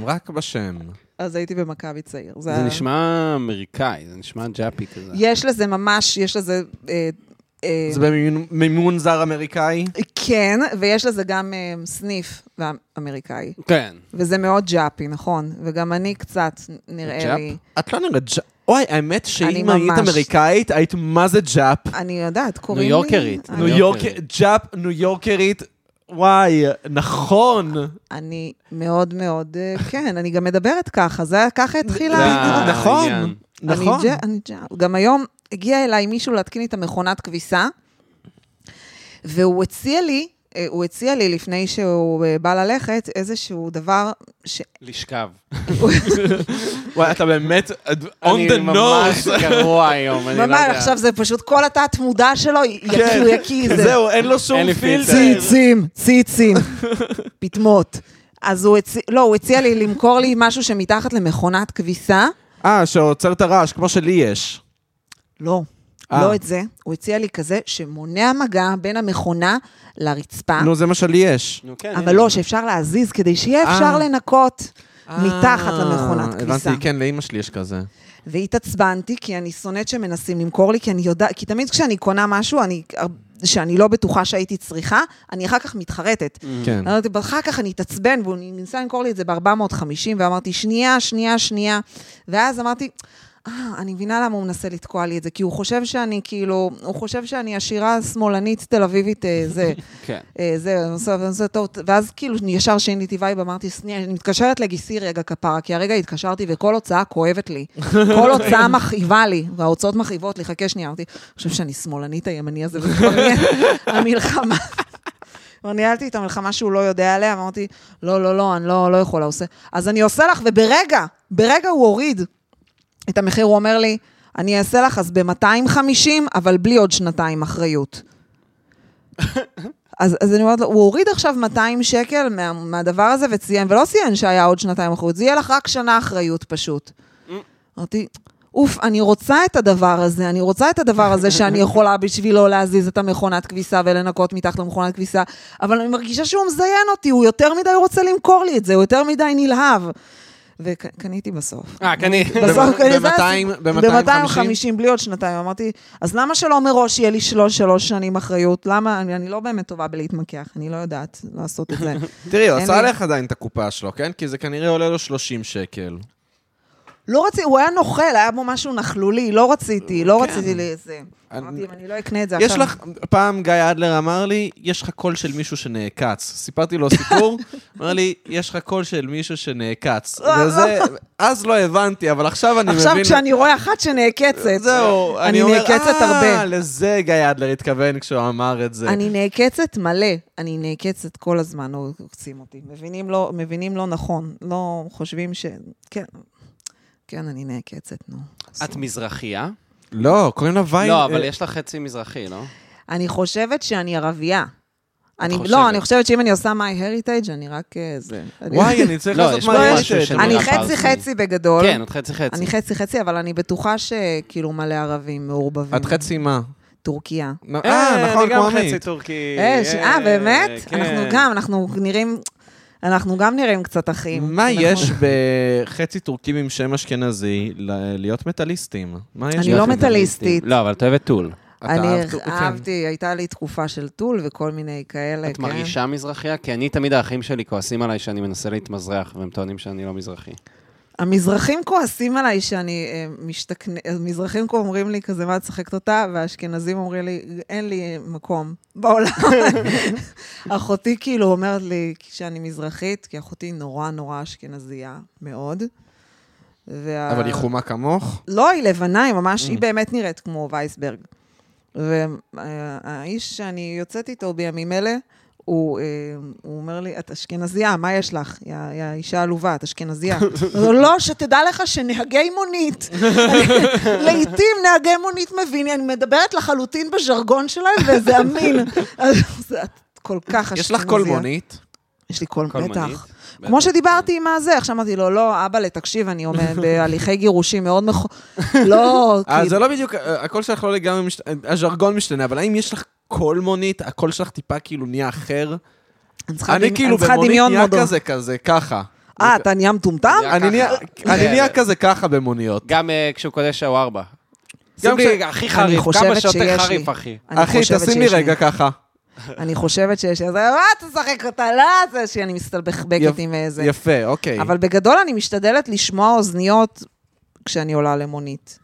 [SPEAKER 1] רק בשם.
[SPEAKER 2] אז הייתי במכבי צעיר.
[SPEAKER 3] זה
[SPEAKER 2] ה-
[SPEAKER 3] נשמע אמריקאי, זה נשמע ג'אפי כזה.
[SPEAKER 2] יש לזה ממש, יש לזה... אה, אה,
[SPEAKER 1] זה במימון זר אמריקאי?
[SPEAKER 2] כן, ויש לזה גם אה, סניף אמריקאי.
[SPEAKER 3] כן.
[SPEAKER 2] וזה מאוד ג'אפי, נכון? וגם אני קצת, נראה
[SPEAKER 3] ג'אפ?
[SPEAKER 2] לי...
[SPEAKER 1] את לא נראית ג'... וואי, האמת שאם
[SPEAKER 2] אני
[SPEAKER 1] היית
[SPEAKER 2] ממש-
[SPEAKER 1] אמריקאית, היית מה זה ג'אפ.
[SPEAKER 2] אני יודעת, קוראים
[SPEAKER 3] ניו
[SPEAKER 2] לי...
[SPEAKER 3] יורקרית.
[SPEAKER 2] אני-
[SPEAKER 1] ניו יורק...
[SPEAKER 3] אוקיי.
[SPEAKER 1] ג'אפ, ניו יורקרית. וואי, נכון.
[SPEAKER 2] אני מאוד מאוד... אה, כן, אני גם מדברת ככה, זה ככה התחילה.
[SPEAKER 3] זה
[SPEAKER 2] ה-
[SPEAKER 3] ה-
[SPEAKER 1] נכון,
[SPEAKER 3] העניין.
[SPEAKER 2] אני
[SPEAKER 1] נכון.
[SPEAKER 2] ג'ה- אני ג'ה- גם היום הגיע אליי מישהו להתקין לי את המכונת כביסה, והוא הציע לי, אה, הוא הציע לי לפני שהוא אה, בא ללכת, איזשהו דבר ש...
[SPEAKER 3] לשכב.
[SPEAKER 1] וואי, אתה באמת on
[SPEAKER 3] אני
[SPEAKER 1] the
[SPEAKER 3] ממש
[SPEAKER 1] nose.
[SPEAKER 3] גרוע היום, אני לא
[SPEAKER 2] ממש,
[SPEAKER 3] יודע.
[SPEAKER 2] עכשיו זה פשוט כל התת-מודע שלו, י- יקי,
[SPEAKER 1] כן.
[SPEAKER 2] הוא יקי, זה
[SPEAKER 1] זהו, אין לו שום
[SPEAKER 3] אין לי פילטר.
[SPEAKER 1] פילטר.
[SPEAKER 2] ציצים, ציצים, פטמות. אז הוא הציע, לא, הוא הציע לי למכור לי משהו שמתחת למכונת כביסה.
[SPEAKER 1] אה, שעוצר את הרעש, כמו שלי יש.
[SPEAKER 2] לא,
[SPEAKER 3] אה.
[SPEAKER 2] לא את זה, הוא הציע לי כזה שמונע מגע בין המכונה לרצפה,
[SPEAKER 1] נו, זה מה שלי יש.
[SPEAKER 3] נו, כן. הנה.
[SPEAKER 2] אבל לא, שאפשר להזיז כדי שיהיה
[SPEAKER 1] אה.
[SPEAKER 2] אפשר לנקות מתחת
[SPEAKER 1] אה,
[SPEAKER 2] למכונת כביסה.
[SPEAKER 1] הבנתי, כן, לאימא שלי יש כזה.
[SPEAKER 3] אה.
[SPEAKER 2] והתעצבנתי, כי אני שונאת שמנסים למכור לי, כי אני יודעת, כי תמיד כשאני קונה משהו, אני... שאני לא בטוחה שהייתי צריכה, אני אחר כך מתחרטת.
[SPEAKER 1] כן.
[SPEAKER 2] אמרתי, אחר כך אני אתעצבן, והוא ניסה למכור לי את זה ב-450, ואמרתי, שנייה, שנייה, שנייה. ואז אמרתי, אה, אני מבינה למה הוא מנסה לתקוע לי את זה, כי הוא חושב שאני כאילו, הוא חושב שאני עשירה שמאלנית תל אביבית, אה, זה.
[SPEAKER 3] כן.
[SPEAKER 2] אה, זה, אני עושה- אני עושה טוב, ואז כאילו ישר שיניתי וייב, אמרתי, "שנייה, אני מתקשרת לגיסי רגע כפרה, כי הרגע התקשרתי וכל הוצאה כואבת לי. כל הוצאה מכאיבה לי, וההוצאות מכאיבות לי, חכה שנייה, אמרתי, אני חושב שאני שמאלנית הימני הזה, וזה כבר נהיה המלחמה. כבר ניהלתי את המלחמה שהוא לא יודע עליה, אמרתי, לא, לא, לא, אני לא, לא יכולה, עושה. אז אני עושה לך, וברגע, ברגע הוא הוריד את המחיר, הוא אומר לי, אני אעשה לך אז ב-250, אבל בלי עוד שנתיים אחריות. אז, אז אני אומרת לו, הוא הוריד עכשיו 200 שקל מה, מהדבר הזה וציין, ולא ציין שהיה עוד שנתיים אחריות, זה יהיה לך רק שנה אחריות פשוט. אמרתי, אוף, אני רוצה את הדבר הזה, אני רוצה את הדבר הזה שאני יכולה בשבילו להזיז את המכונת כביסה ולנקות מתחת למכונת כביסה, אבל אני מרגישה שהוא מזיין אותי, הוא יותר מדי רוצה למכור לי את זה, הוא יותר מדי נלהב. וקניתי בסוף.
[SPEAKER 3] אה, קני.
[SPEAKER 2] בסוף
[SPEAKER 1] ב-
[SPEAKER 2] קניתי
[SPEAKER 1] ב-מאתיים- ב-מאתיים
[SPEAKER 2] ב-250, בלי עוד שנתיים. אמרתי, אז למה שלא מראש יהיה לי שלוש, שלוש שנים אחריות? למה? אני, אני לא באמת טובה בלהתמקח, אני לא יודעת לעשות את זה.
[SPEAKER 1] תראי, הוא
[SPEAKER 2] אין
[SPEAKER 1] עשה
[SPEAKER 2] לי-
[SPEAKER 1] לך עדיין את הקופה שלו, כן? כי זה כנראה עולה לו 30 שקל.
[SPEAKER 2] לא רציתי, הוא היה נוכל, היה בו משהו נכלולי, לא רציתי, לא רציתי לזה. אמרתי, אם אני לא אקנה את זה
[SPEAKER 1] כן. יש
[SPEAKER 2] עכשיו...
[SPEAKER 1] לך, פעם גיא אדלר אמר לי, יש לך קול של מישהו שנעקץ. סיפרתי לו סיפור, אמר לי, יש לך קול של מישהו שנעקץ. וזה, אז לא הבנתי, אבל עכשיו אני מבין...
[SPEAKER 2] עכשיו כשאני רואה אחת שנעקצת,
[SPEAKER 1] זהו,
[SPEAKER 2] אני
[SPEAKER 1] אני אומר,
[SPEAKER 2] נעקצת הרבה."
[SPEAKER 1] אה, לזה גיא אדלר התכוון כשהוא אמר את זה.
[SPEAKER 2] אני נעקצת מלא, אני נעקצת כל הזמן, לא עוקצים אותי. מבינים לא, מבינים לא נכון, לא חושבים ש... כן, כן, אני נעקצת, נו.
[SPEAKER 3] את מזרחייה?
[SPEAKER 1] לא, קוראים לה ויין.
[SPEAKER 2] אה,
[SPEAKER 3] לא, אבל יש לך חצי מזרחי, לא?
[SPEAKER 2] אני חושבת שאני ערבייה. אני,
[SPEAKER 3] חושבת.
[SPEAKER 2] לא, אני חושבת שאם אני עושה My Heritage, אני רק אה, זה. אני-
[SPEAKER 1] וואי, אני צריך
[SPEAKER 3] לא,
[SPEAKER 1] לעשות
[SPEAKER 3] יש
[SPEAKER 1] מה
[SPEAKER 3] פה
[SPEAKER 1] יש
[SPEAKER 3] משהו לא
[SPEAKER 1] לי.
[SPEAKER 3] של
[SPEAKER 2] אני
[SPEAKER 3] נראה
[SPEAKER 2] חצי
[SPEAKER 3] פרסי.
[SPEAKER 2] חצי בגדול.
[SPEAKER 3] כן, את חצי חצי.
[SPEAKER 2] אני חצי חצי, אבל אני בטוחה שכאילו מלא ערבים מעורבבים.
[SPEAKER 1] את חצי מה?
[SPEAKER 2] טורקיה.
[SPEAKER 1] אה, נכון, כמו
[SPEAKER 3] אני גם חצי
[SPEAKER 1] עמית.
[SPEAKER 3] טורקי.
[SPEAKER 2] אה, ש- אה, באמת?
[SPEAKER 3] כן.
[SPEAKER 2] אנחנו גם, אנחנו נראים... אנחנו גם נראים קצת אחים.
[SPEAKER 1] מה
[SPEAKER 2] אנחנו-
[SPEAKER 1] יש בחצי טורקים עם שם אשכנזי ל- להיות מטאליסטים? מה יש
[SPEAKER 2] אני לא
[SPEAKER 1] לכם?
[SPEAKER 2] מטאליסטית.
[SPEAKER 3] לא, אבל את אוהבת טול.
[SPEAKER 1] אתה
[SPEAKER 2] אני
[SPEAKER 1] אהבת- כן.
[SPEAKER 2] אהבתי, הייתה לי תקופה של טול וכל מיני כאלה.
[SPEAKER 3] את
[SPEAKER 2] כן.
[SPEAKER 3] מרגישה מזרחייה? כי אני, תמיד האחים שלי כועסים עליי שאני מנסה להתמזרח, והם טוענים שאני לא מזרחי.
[SPEAKER 2] המזרחים כועסים עליי שאני אה, משתכנ... המזרחים כה אומרים לי כזה, מה את שחקת אותה? והאשכנזים אומרים לי, אין לי אה, מקום בעולם. אחותי כאילו אומרת לי שאני מזרחית, כי אחותי נורא נורא אשכנזייה מאוד. וה...
[SPEAKER 1] אבל היא חומה כמוך? Mm.
[SPEAKER 2] לא, היא לבנה, היא ממש, היא באמת נראית כמו וייסברג. והאיש שאני יוצאת איתו בימים אלה, הוא, אה, הוא אומר לי, את אשכנזייה, מה יש לך? יא יא אישה עלובה, את אשכנזייה. הוא אומר, לא, שתדע לך שנהגי מונית, לעתים נהגי מונית מבין, אני מדברת לחלוטין בז'רגון שלהם, וזה אמין. אז את כל כך אשכנזייה.
[SPEAKER 1] יש לך קול מונית?
[SPEAKER 2] יש לי קול,
[SPEAKER 3] כל מונית.
[SPEAKER 2] בטח. כמו שדיברתי עם הזה, עכשיו אמרתי לו, לא, אבאלה, תקשיב, אני עומד בהליכי גירושים מאוד מכו... לא,
[SPEAKER 1] אה,
[SPEAKER 2] כאילו...
[SPEAKER 1] זה לא בדיוק, אה, הקול שלך לא לגמרי, משת- אה, הז'רגון משתנה, אבל האם יש לך קול מונית, הקול שלך טיפה כאילו נהיה אחר?
[SPEAKER 2] אני צריכה
[SPEAKER 1] אני
[SPEAKER 2] דמ-
[SPEAKER 1] כאילו
[SPEAKER 2] צריכה
[SPEAKER 1] במונית
[SPEAKER 2] דמיון
[SPEAKER 1] נהיה
[SPEAKER 2] מודו.
[SPEAKER 1] כזה, כזה, ככה.
[SPEAKER 2] אה, אתה נהיה מטומטם?
[SPEAKER 3] נהיה
[SPEAKER 1] אני נהיה-
[SPEAKER 3] ככה.
[SPEAKER 1] אני נהיה
[SPEAKER 3] כן.
[SPEAKER 1] כזה ככה במוניות.
[SPEAKER 3] גם אה, כשהוא קודש שווארבה.
[SPEAKER 1] גם
[SPEAKER 3] שים לי
[SPEAKER 1] כש-
[SPEAKER 3] הכי
[SPEAKER 2] אני
[SPEAKER 3] חריף,
[SPEAKER 2] חושבת
[SPEAKER 3] כמה שיותר
[SPEAKER 2] שיש לי.
[SPEAKER 3] חריף, אחי.
[SPEAKER 2] אני
[SPEAKER 1] אחי,
[SPEAKER 2] חושבת
[SPEAKER 1] תשים לי
[SPEAKER 2] שיש
[SPEAKER 1] רגע ככה.
[SPEAKER 2] אני חושבת שיש לי... אז מה, תשחק אותה, לא, זה שאני מסתלבחבקת
[SPEAKER 1] יפ-
[SPEAKER 2] עם איזה...
[SPEAKER 1] יפה, אוקיי.
[SPEAKER 2] אבל בגדול אני משתדלת לשמוע אוזניות כשאני עולה למונית.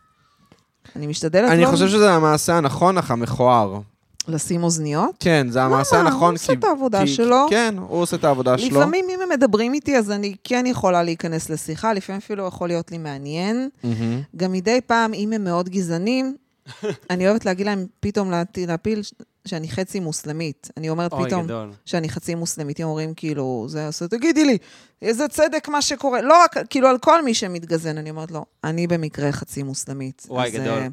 [SPEAKER 2] אני משתדלת
[SPEAKER 1] אני
[SPEAKER 2] לא
[SPEAKER 1] חושב שזה המעשה הנכון אך המכוער.
[SPEAKER 2] לשים אוזניות.
[SPEAKER 1] כן, זה המעשה
[SPEAKER 2] לא, הוא
[SPEAKER 1] הנכון.
[SPEAKER 2] עושה
[SPEAKER 1] כי-
[SPEAKER 2] את העבודה
[SPEAKER 1] כי-
[SPEAKER 2] שלו.
[SPEAKER 1] כן, הוא עושה את העבודה שלו.
[SPEAKER 2] לפעמים אם הם מדברים איתי, אז אני כן יכולה להיכנס לשיחה, לפעמים אפילו יכול להיות לי מעניין.
[SPEAKER 1] מהמם.
[SPEAKER 2] גם מדי פעם, אם הם מאוד גזענים, אני אוהבת להגיד להם פתאום להט- להפיל ש- שאני חצי מוסלמית. אני אומרת
[SPEAKER 3] אוי,
[SPEAKER 2] פתאום
[SPEAKER 3] גדול.
[SPEAKER 2] שאני חצי מוסלמית, הם אומרים כאילו, זה עושה, תגידי לי, איזה צדק מה שקורה. לא רק, כאילו, על כל מי שמתגזן, אני אומרת לו, אני במקרה חצי מוסלמית.
[SPEAKER 3] וואי,
[SPEAKER 2] אז,
[SPEAKER 3] גדול.
[SPEAKER 2] אה,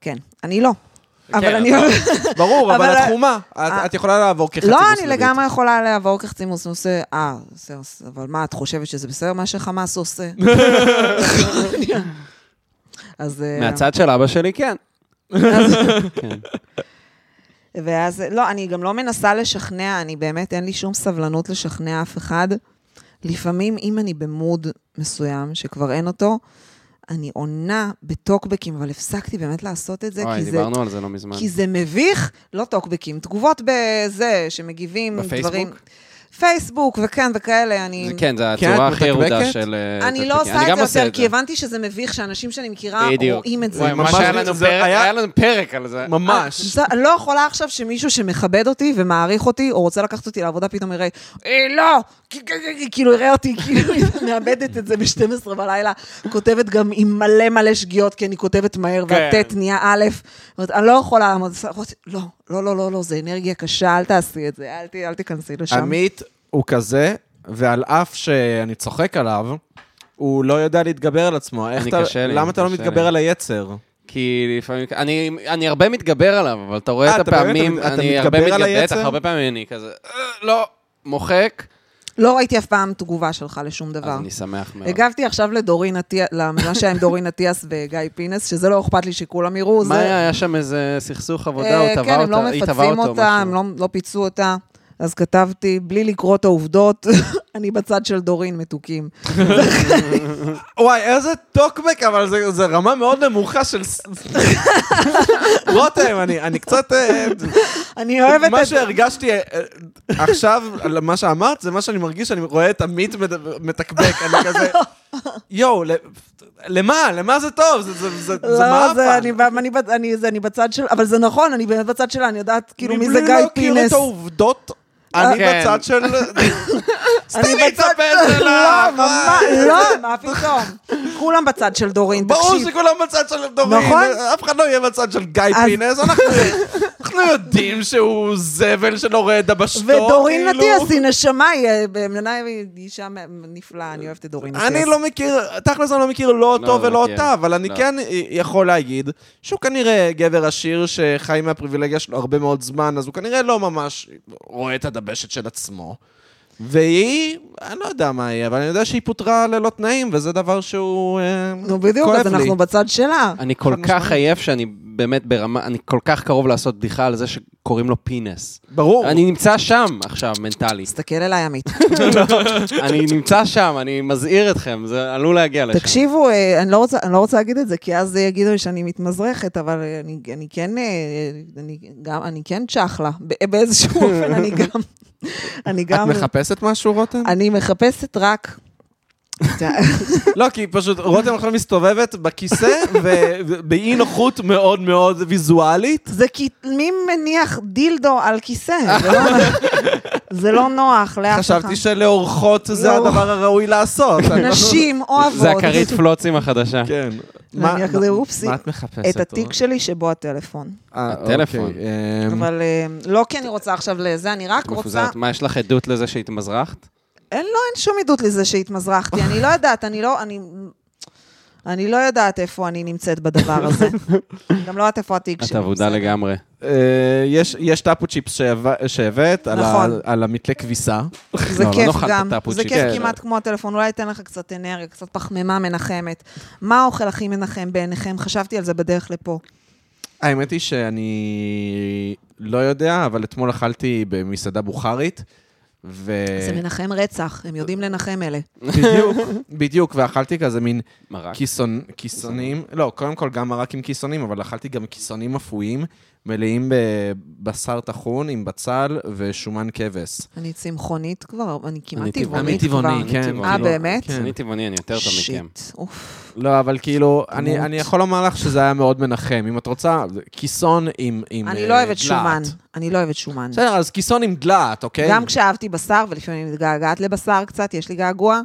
[SPEAKER 2] כן, אני לא. אבל
[SPEAKER 3] כן,
[SPEAKER 2] אני...
[SPEAKER 3] אתה-
[SPEAKER 1] ברור, אבל
[SPEAKER 2] אבל-
[SPEAKER 1] את חומה. את- את יכולה לעבור כחצי
[SPEAKER 2] לא,
[SPEAKER 1] מוסלמית.
[SPEAKER 2] אני לגמרי יכולה לעבור כחצי מוסלמית. עושה, אה, זה עושה- אבל מה, את חושבת שזה בסדר מה שחמאס עושה? אז... אה,
[SPEAKER 3] מהצד של אבא שלי, כן. כן.
[SPEAKER 2] ואז, לא, אני גם לא מנסה לשכנע, אני באמת, אין לי שום סבלנות לשכנע אף אחד. לפעמים, אם אני במוד מסוים, שכבר אין אותו, אני עונה בטוקבקים, אבל הפסקתי באמת לעשות את זה,
[SPEAKER 3] אוי,
[SPEAKER 2] כי זה,
[SPEAKER 3] דיברנו על זה לא מזמן.
[SPEAKER 2] כי זה מביך, לא טוקבקים, תגובות בזה, שמגיבים
[SPEAKER 3] בפייסבוק?
[SPEAKER 2] דברים... פייסבוק וכן וכאלה, אני...
[SPEAKER 3] זה- כן, זו
[SPEAKER 1] כן,
[SPEAKER 3] הצורה
[SPEAKER 1] את
[SPEAKER 3] הכי ירודה
[SPEAKER 1] מתדבקת?
[SPEAKER 3] של... אה,
[SPEAKER 2] אני
[SPEAKER 3] טוקבקים.
[SPEAKER 2] לא עושה
[SPEAKER 3] גם
[SPEAKER 2] את זה יותר,
[SPEAKER 3] את
[SPEAKER 2] כי הבנתי שזה מביך, שאנשים שאני מכירה
[SPEAKER 3] בדיוק.
[SPEAKER 2] אה, רואים את זה.
[SPEAKER 3] וואי,
[SPEAKER 1] ממש
[SPEAKER 3] ממש היה
[SPEAKER 1] זה-
[SPEAKER 3] לנו
[SPEAKER 1] זה
[SPEAKER 3] פרק-
[SPEAKER 1] היה-
[SPEAKER 3] היה לנו פרק על זה.
[SPEAKER 1] ממש.
[SPEAKER 2] אני לא יכולה עכשיו שמישהו שמכבד אותי ומעריך אותי, או רוצה לקחת אותי לעבודה, פתאום יראה, "אה, לא, כ- כ- כ- כ- כאילו יראה אותי, כאילו היא מאבדת את זה ב-12 בלילה, כותבת גם עם מלא מלא שגיאות, כי אני כותבת מהר,
[SPEAKER 3] כן.
[SPEAKER 2] והטט נהיה א', זאת אומרת, אני לא יכולה לעמוד, עושה- לא, לא, לא, לא, לא, זה אנרגיה קשה, אל תעשי את זה, אל ת- אל תיכנסי לשם.
[SPEAKER 1] עמית הוא כזה, ועל אף שאני צוחק עליו, הוא לא יודע להתגבר על עצמו. איך
[SPEAKER 3] אני
[SPEAKER 1] אתה,
[SPEAKER 3] קשה לי,
[SPEAKER 1] למה אתה לא
[SPEAKER 3] קשה
[SPEAKER 1] מתגבר
[SPEAKER 3] לי.
[SPEAKER 1] על היצר?
[SPEAKER 3] כי לפעמים, אני, אני הרבה מתגבר עליו, אבל אתה רואה
[SPEAKER 1] אה,
[SPEAKER 3] את
[SPEAKER 1] אתה באמת
[SPEAKER 3] הפעמים,
[SPEAKER 1] מת- אתה
[SPEAKER 3] אני
[SPEAKER 1] מתגבר
[SPEAKER 3] הרבה
[SPEAKER 1] על
[SPEAKER 3] מתגבר, בטח,
[SPEAKER 1] היצר?
[SPEAKER 3] הרבה פעמים אני כזה, "אה, לא, מוחק,
[SPEAKER 2] לא ראיתי אף פעם תגובה שלך לשום
[SPEAKER 3] אז
[SPEAKER 2] דבר.
[SPEAKER 3] אני שמח מאוד.
[SPEAKER 2] הגבתי עכשיו לדורין אטיאס, למה שהיה עם דורין אטיאס וגיא פינס, שזה לא אכפת לי שכולם יראו.
[SPEAKER 3] מה
[SPEAKER 2] זה-
[SPEAKER 3] היה, היה שם איזה סכסוך עבודה,
[SPEAKER 2] אה,
[SPEAKER 3] הוא
[SPEAKER 2] כן,
[SPEAKER 3] תבע
[SPEAKER 2] הם לא
[SPEAKER 3] אותה, היא תבעה
[SPEAKER 2] מפצים
[SPEAKER 3] אותו,
[SPEAKER 2] אותה, הם
[SPEAKER 3] משהו.
[SPEAKER 2] לא- לא פיצו אותה. אז כתבתי, בלי לקרוא את העובדות, אני בצד של דורין מתוקים.
[SPEAKER 1] וואי, איזה טוקבק, אבל זה, זה רמה מאוד נמוכה של... ס- רותם, אני, אני קצת... אה,
[SPEAKER 2] אני אוהבת
[SPEAKER 1] מה
[SPEAKER 2] את זה.
[SPEAKER 1] שהרגשתי אה, אה, עכשיו, על מה שאמרת, זה מה שאני מרגיש, אני רואה את עמית מד- מתקבק, אני כזה... יואו, ל- למה? למה זה טוב? זה- זה זה- זה
[SPEAKER 2] לא, זה, אני
[SPEAKER 1] מעפן.
[SPEAKER 2] ב- אני ב- אני- זה, אני בצד של... אבל זה נכון, אני באמת בצד שלה, אני יודעת כאילו מי זה
[SPEAKER 1] מבלי
[SPEAKER 2] גיא
[SPEAKER 1] להכיר
[SPEAKER 2] פינס.
[SPEAKER 1] את העובדות, אני
[SPEAKER 3] כן.
[SPEAKER 1] בצד של...
[SPEAKER 2] אני
[SPEAKER 1] סתמי את
[SPEAKER 2] בצד-
[SPEAKER 1] הפה
[SPEAKER 2] לא,
[SPEAKER 1] שלך!
[SPEAKER 2] ממש, לא, מה פתאום. כולם בצד של דורין,
[SPEAKER 1] ברור
[SPEAKER 2] תקשיב.
[SPEAKER 1] שכולם בצד של דורין,
[SPEAKER 2] נכון.
[SPEAKER 1] אף אחד לא יהיה בצד של גיא
[SPEAKER 2] אז-
[SPEAKER 1] פינס, אנחנו אנחנו יודעים שהוא זבל שנורא את דבשתו,
[SPEAKER 2] ודורין
[SPEAKER 1] כאילו.
[SPEAKER 2] אטיאס היא נשמה, היא אה, בעיניי היא אישה נפלאה, אני אוהבת את דורין אטיאס.
[SPEAKER 1] אני לא מכיר, תכלס אני לא מכיר לא אותו
[SPEAKER 3] לא
[SPEAKER 1] ולא
[SPEAKER 3] מכיר.
[SPEAKER 1] אותה, אבל אני
[SPEAKER 3] לא.
[SPEAKER 1] כן יכול להגיד שהוא כנראה גבר עשיר שחי מהפריבילגיה שלו הרבה מאוד זמן, אז הוא כנראה לא ממש רואה את הדבשת של עצמו. והיא, אני לא יודע מה היא, אבל אני יודע שהיא פוטרה ללא תנאים, וזה דבר שהוא אה,
[SPEAKER 2] נו, בדיוק,
[SPEAKER 1] כואב
[SPEAKER 2] אז
[SPEAKER 1] לי.
[SPEAKER 2] אנחנו בצד שלה.
[SPEAKER 3] אני כל
[SPEAKER 1] חד
[SPEAKER 3] כך
[SPEAKER 1] משמעית.
[SPEAKER 3] עייף שאני באמת ברמה, אני כל כך קרוב לעשות בדיחה על זה שקוראים לו פינס.
[SPEAKER 1] ברור.
[SPEAKER 3] אני נמצא שם עכשיו, מנטלית.
[SPEAKER 2] תסתכל אליי, עמית.
[SPEAKER 3] אני נמצא שם, אני מזהיר אתכם, זה עלול להגיע לשם.
[SPEAKER 2] תקשיבו, אה, אני לא רוצה- אני לא רוצה להגיד את זה, כי אז יגידו לי שאני מתמזרחת, אבל אה, אני- אני כן, אה, אני גם- אני כן צ'חלה. ב- באיזשהו אופן אני גם... אני
[SPEAKER 1] את
[SPEAKER 2] גם...
[SPEAKER 1] מחפשת משהו, רותם?
[SPEAKER 2] אני מחפשת רק...
[SPEAKER 1] לא, כי פשוט רותם עכשיו מסתובבת בכיסא, ובאי נוחות מאוד מאוד ויזואלית.
[SPEAKER 2] זה כי מי מניח דילדו על כיסא? זה לא- זה לא נוח לאף אחד.
[SPEAKER 1] חשבתי שלאורחות זה
[SPEAKER 2] לא.
[SPEAKER 1] הדבר הראוי לעשות. אני לא-
[SPEAKER 2] נשים אוהבות.
[SPEAKER 3] זה הכרית פלוצים החדשה.
[SPEAKER 1] כן.
[SPEAKER 2] מה- אני אחזיר, אופסי.
[SPEAKER 1] מה את מחפשת?
[SPEAKER 2] את התיק שלי שבו הטלפון.
[SPEAKER 1] אה,
[SPEAKER 3] הטלפון.
[SPEAKER 1] הטלפון. אמ,
[SPEAKER 2] אבל אה, לא כי אני רוצה עכשיו לזה, אני רק
[SPEAKER 3] את
[SPEAKER 2] רוצה...
[SPEAKER 3] אמ. מפוזרת. מה, יש לך עדות לזה שהתמזרחת?
[SPEAKER 2] אין, לא, אין שום עדות לזה שהתמזרחתי. אני לא יודעת, אני לא... אני... אני לא יודעת איפה אני נמצאת בדבר הזה. גם לא יודעת איפה התיק
[SPEAKER 3] את
[SPEAKER 2] שלי.
[SPEAKER 3] אבודה לגמרי.
[SPEAKER 1] אה, יש יש טאפו צ'יפס שהבא- שהבאת על ה-
[SPEAKER 2] נכון.
[SPEAKER 1] על המתלה כביסה.
[SPEAKER 2] זה
[SPEAKER 3] לא, לא
[SPEAKER 2] כיף
[SPEAKER 3] נאכל את
[SPEAKER 2] גם.
[SPEAKER 3] הטאפו
[SPEAKER 2] זה
[SPEAKER 3] צ'יפס.
[SPEAKER 2] כיף
[SPEAKER 1] כן.
[SPEAKER 2] כמעט כמו הטלפון, אולי אתן לך קצת אנרגיה, קצת פחמימה מנחמת. מה האוכל הכי מנחם בעיניכם? חשבתי על זה בדרך לפה.
[SPEAKER 1] האמת היא שאני לא יודע, אבל אתמול אכלתי במסעדה בוכרית. ו...
[SPEAKER 2] זה מנחם רצח, הם יודעים לנחם אלה.
[SPEAKER 1] בדיוק, בדיוק, ואכלתי כזה מין
[SPEAKER 3] מרק.
[SPEAKER 1] כיסון, כיסונים, לא, קודם כל גם מרק עם כיסונים, אבל אכלתי גם כיסונים אפויים, מלאים בבשר טחון עם בצל ושומן כבש.
[SPEAKER 2] אני צמחונית כבר, אני כמעט
[SPEAKER 3] טבעונית.
[SPEAKER 2] טבעונית
[SPEAKER 1] אני טבעוני,
[SPEAKER 2] כבר.
[SPEAKER 1] כן.
[SPEAKER 3] טבעוני.
[SPEAKER 2] אה,
[SPEAKER 1] כאילו,
[SPEAKER 2] באמת?
[SPEAKER 1] כן.
[SPEAKER 3] אני טבעוני, אני יותר טוב מכם.
[SPEAKER 2] שיט, אוף.
[SPEAKER 1] לא, אבל כאילו, אני,
[SPEAKER 2] דמות.
[SPEAKER 1] אני יכול לומר לך שזה היה מאוד מנחם. אם את רוצה, כיסון עם, עם
[SPEAKER 2] אני
[SPEAKER 1] אה,
[SPEAKER 2] לא אוהבת
[SPEAKER 1] דלעת.
[SPEAKER 2] שומן, אני לא אוהבת שומן.
[SPEAKER 1] בסדר, אז כיסון עם דלעת,
[SPEAKER 3] כן.
[SPEAKER 1] אוקיי?
[SPEAKER 2] גם כשאהבתי בשר, ולפעמים אני מתגעגעת לבשר קצת, יש לי געגוע,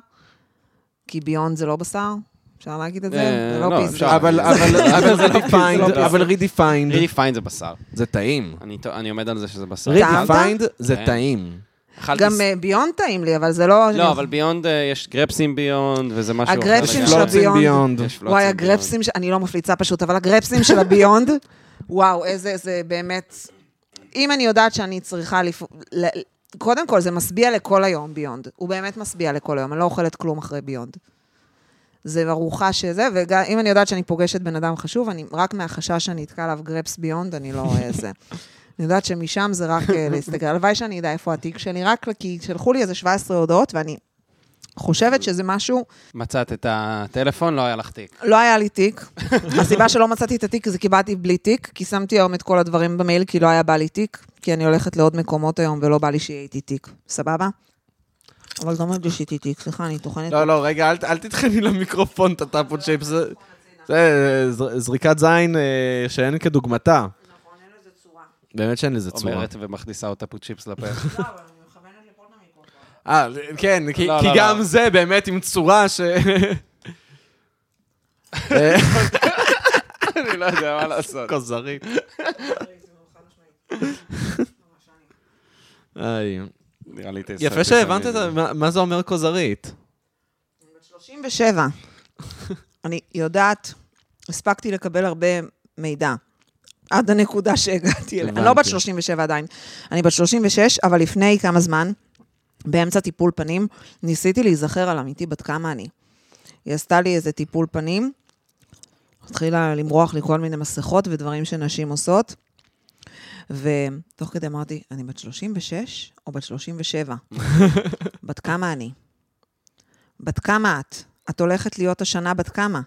[SPEAKER 2] כי ביונד זה לא בשר, אפשר להגיד את זה?
[SPEAKER 3] אה,
[SPEAKER 2] זה לא
[SPEAKER 3] לא,
[SPEAKER 2] פיצה.
[SPEAKER 3] אפשר.
[SPEAKER 1] אבל, אבל, אבל
[SPEAKER 3] זה
[SPEAKER 1] redefined,
[SPEAKER 3] לא
[SPEAKER 1] אבל redefined,
[SPEAKER 3] רילי פיין זה בשר.
[SPEAKER 1] זה טעים.
[SPEAKER 3] אני טוע- אני עומד על זה שזה בשר.
[SPEAKER 2] טעמת?
[SPEAKER 1] redefined זה
[SPEAKER 3] כן.
[SPEAKER 1] טעים.
[SPEAKER 3] אכלתי
[SPEAKER 2] גם
[SPEAKER 3] ס-
[SPEAKER 2] אה, ביונד טעים לי, אבל זה לא...
[SPEAKER 3] לא, אבל ביונד, אה, יש גרפסים ביונד, וזה משהו אחר.
[SPEAKER 2] הגרפסים
[SPEAKER 3] לגמרי.
[SPEAKER 2] של
[SPEAKER 1] פלוצים
[SPEAKER 2] הביונד.
[SPEAKER 1] ביונד.
[SPEAKER 3] יש פלוצים
[SPEAKER 2] וואי,
[SPEAKER 3] ביונד.
[SPEAKER 2] הגרפסים, ש- אני לא מפליצה פשוט, אבל הגרפסים של הביונד, וואו, איזה, זה באמת... אם אני יודעת שאני צריכה לפ... ל- קודם כל, זה משביע לכל היום ביונד. הוא באמת משביע לכל היום, אני לא אוכלת כלום אחרי ביונד. זה ארוחה שזה, ואם אני יודעת שאני פוגשת בן אדם חשוב, אני, רק מהחשש שאני אתקע עליו גרפס ביונד, אני לא אה, זה. אני יודעת שמשם זה רק אה, להסתכל. הלוואי שאני אדע איפה התיק שלי, רק כי שלחו לי איזה 17 הודעות, ואני חושבת שזה משהו
[SPEAKER 3] מצאת את הטלפון, לא היה לך תיק.
[SPEAKER 2] לא היה לי תיק. הסיבה שלא מצאתי את התיק זה כי באתי בלי תיק, כי שמתי היום את כל הדברים במייל, כי לא היה בא לי תיק, כי אני הולכת לעוד מקומות היום ולא בא לי שיהיה איתי תיק. סבבה? אבל גם מרגיש איתי תיק, סליחה, אני טוחנת.
[SPEAKER 1] לא, לא, רגע, אל- אל תטחני למיקרופון את הטאפון שייפ. זה- זה זר- זריקת זין אה, שאין כדוגמתה. באמת שאין לזה צורה.
[SPEAKER 3] אומרת ומכניסה אותה פה צ'יפס לפה.
[SPEAKER 1] אה, כן, כי
[SPEAKER 3] לא,
[SPEAKER 1] כי
[SPEAKER 3] לא,
[SPEAKER 1] גם
[SPEAKER 3] לא.
[SPEAKER 1] זה באמת עם צורה ש... אה,
[SPEAKER 3] אני לא יודע מה לעשות.
[SPEAKER 1] כוזרית. איי.
[SPEAKER 3] נראה לי תסתכל.
[SPEAKER 1] יפה שהבנת את ה- מה- מה זה אומר כוזרית.
[SPEAKER 2] 37. אני יודעת, הספקתי לקבל הרבה מידע. עד הנקודה שהגעתי אליה. אני לא בת
[SPEAKER 1] הבנתי.
[SPEAKER 2] 37 עדיין. אני בת 36, אבל לפני כמה זמן, באמצע טיפול פנים, ניסיתי להיזכר על אמיתי בת כמה אני. היא עשתה לי איזה טיפול פנים, התחילה למרוח לי כל מיני מסכות ודברים שנשים עושות, ותוך כדי אמרתי, אני בת 36 או בת 37? בת כמה אני? בת כמה את? את הולכת להיות השנה בת כמה?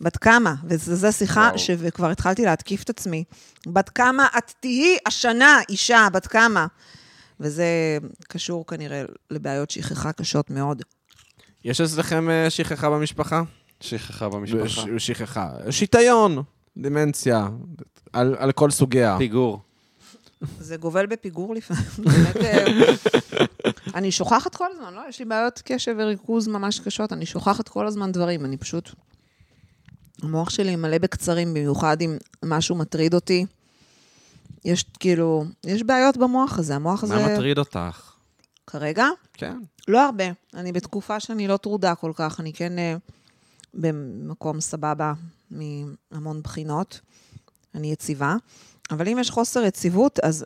[SPEAKER 2] בת כמה? וזו שיחה
[SPEAKER 3] וואו.
[SPEAKER 2] ש... וכבר התחלתי להתקיף את עצמי. בת כמה את תהיי השנה אישה, בת כמה? וזה קשור כנראה לבעיות שכחה קשות מאוד.
[SPEAKER 1] יש אצלכם אה, שכחה במשפחה?
[SPEAKER 3] שכחה במשפחה.
[SPEAKER 1] ש- שכחה. שיטיון, דמנציה, על על כל סוגיה.
[SPEAKER 3] פיגור.
[SPEAKER 2] זה גובל בפיגור לפעמים, באמת. אה, אני שוכחת כל הזמן, לא? יש לי בעיות קשב וריכוז ממש קשות, אני שוכחת כל הזמן דברים, אני פשוט... המוח שלי מלא בקצרים, במיוחד אם משהו מטריד אותי. יש כאילו, יש בעיות במוח הזה, המוח הזה...
[SPEAKER 1] מה מטריד אותך?
[SPEAKER 2] כרגע?
[SPEAKER 1] כן.
[SPEAKER 2] לא הרבה. אני בתקופה שאני לא טרודה כל כך, אני כן אה, במקום סבבה מהמון בחינות. אני יציבה. אבל אם יש חוסר יציבות, אז,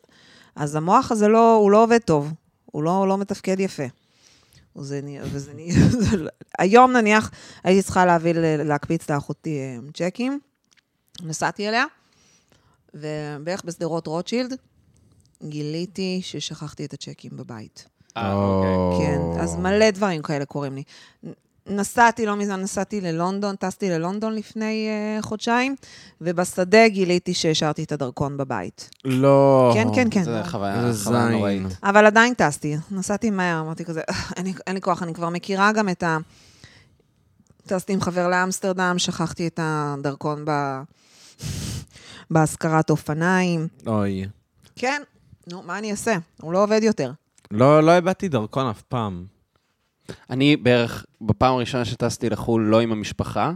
[SPEAKER 2] אז המוח הזה לא, הוא לא עובד טוב. הוא לא, הוא לא מתפקד יפה. וזה, נהיה- וזה, נהיה- זה לא- היום נניח, הייתי צריכה להביא, ל- להקפיץ לאחותי אה, צ'קים. נסעתי אליה, ובערך בשדרות רוטשילד, גיליתי ששכחתי את הצ'קים בבית.
[SPEAKER 3] אה, אוקיי.
[SPEAKER 2] כן, אז מלא דברים כאלה קורים לי. נ- נסעתי לא מזמן, נסעתי ללונדון, טסתי ללונדון לפני uh, חודשיים, ובשדה גיליתי שהשארתי את הדרכון בבית.
[SPEAKER 1] לא.
[SPEAKER 2] כן, כן, כן.
[SPEAKER 3] זה חוויה
[SPEAKER 1] איזה
[SPEAKER 3] חוויה
[SPEAKER 1] זין.
[SPEAKER 3] אה, נוראית.
[SPEAKER 2] אבל עדיין טסתי, נסעתי מהר, אמרתי כזה, "אה, אין לי, אין לי כוח, אני כבר מכירה גם את ה... טסתי עם חבר לאמסטרדם, שכחתי את הדרכון ב... בהשכרת אופניים.
[SPEAKER 1] אוי.
[SPEAKER 2] כן, נו, מה אני אעשה? הוא לא עובד יותר.
[SPEAKER 1] לא, לא הבעתי דרכון אף פעם.
[SPEAKER 3] אני בערך, בפעם הראשונה שטסתי לחו"ל, לא עם המשפחה,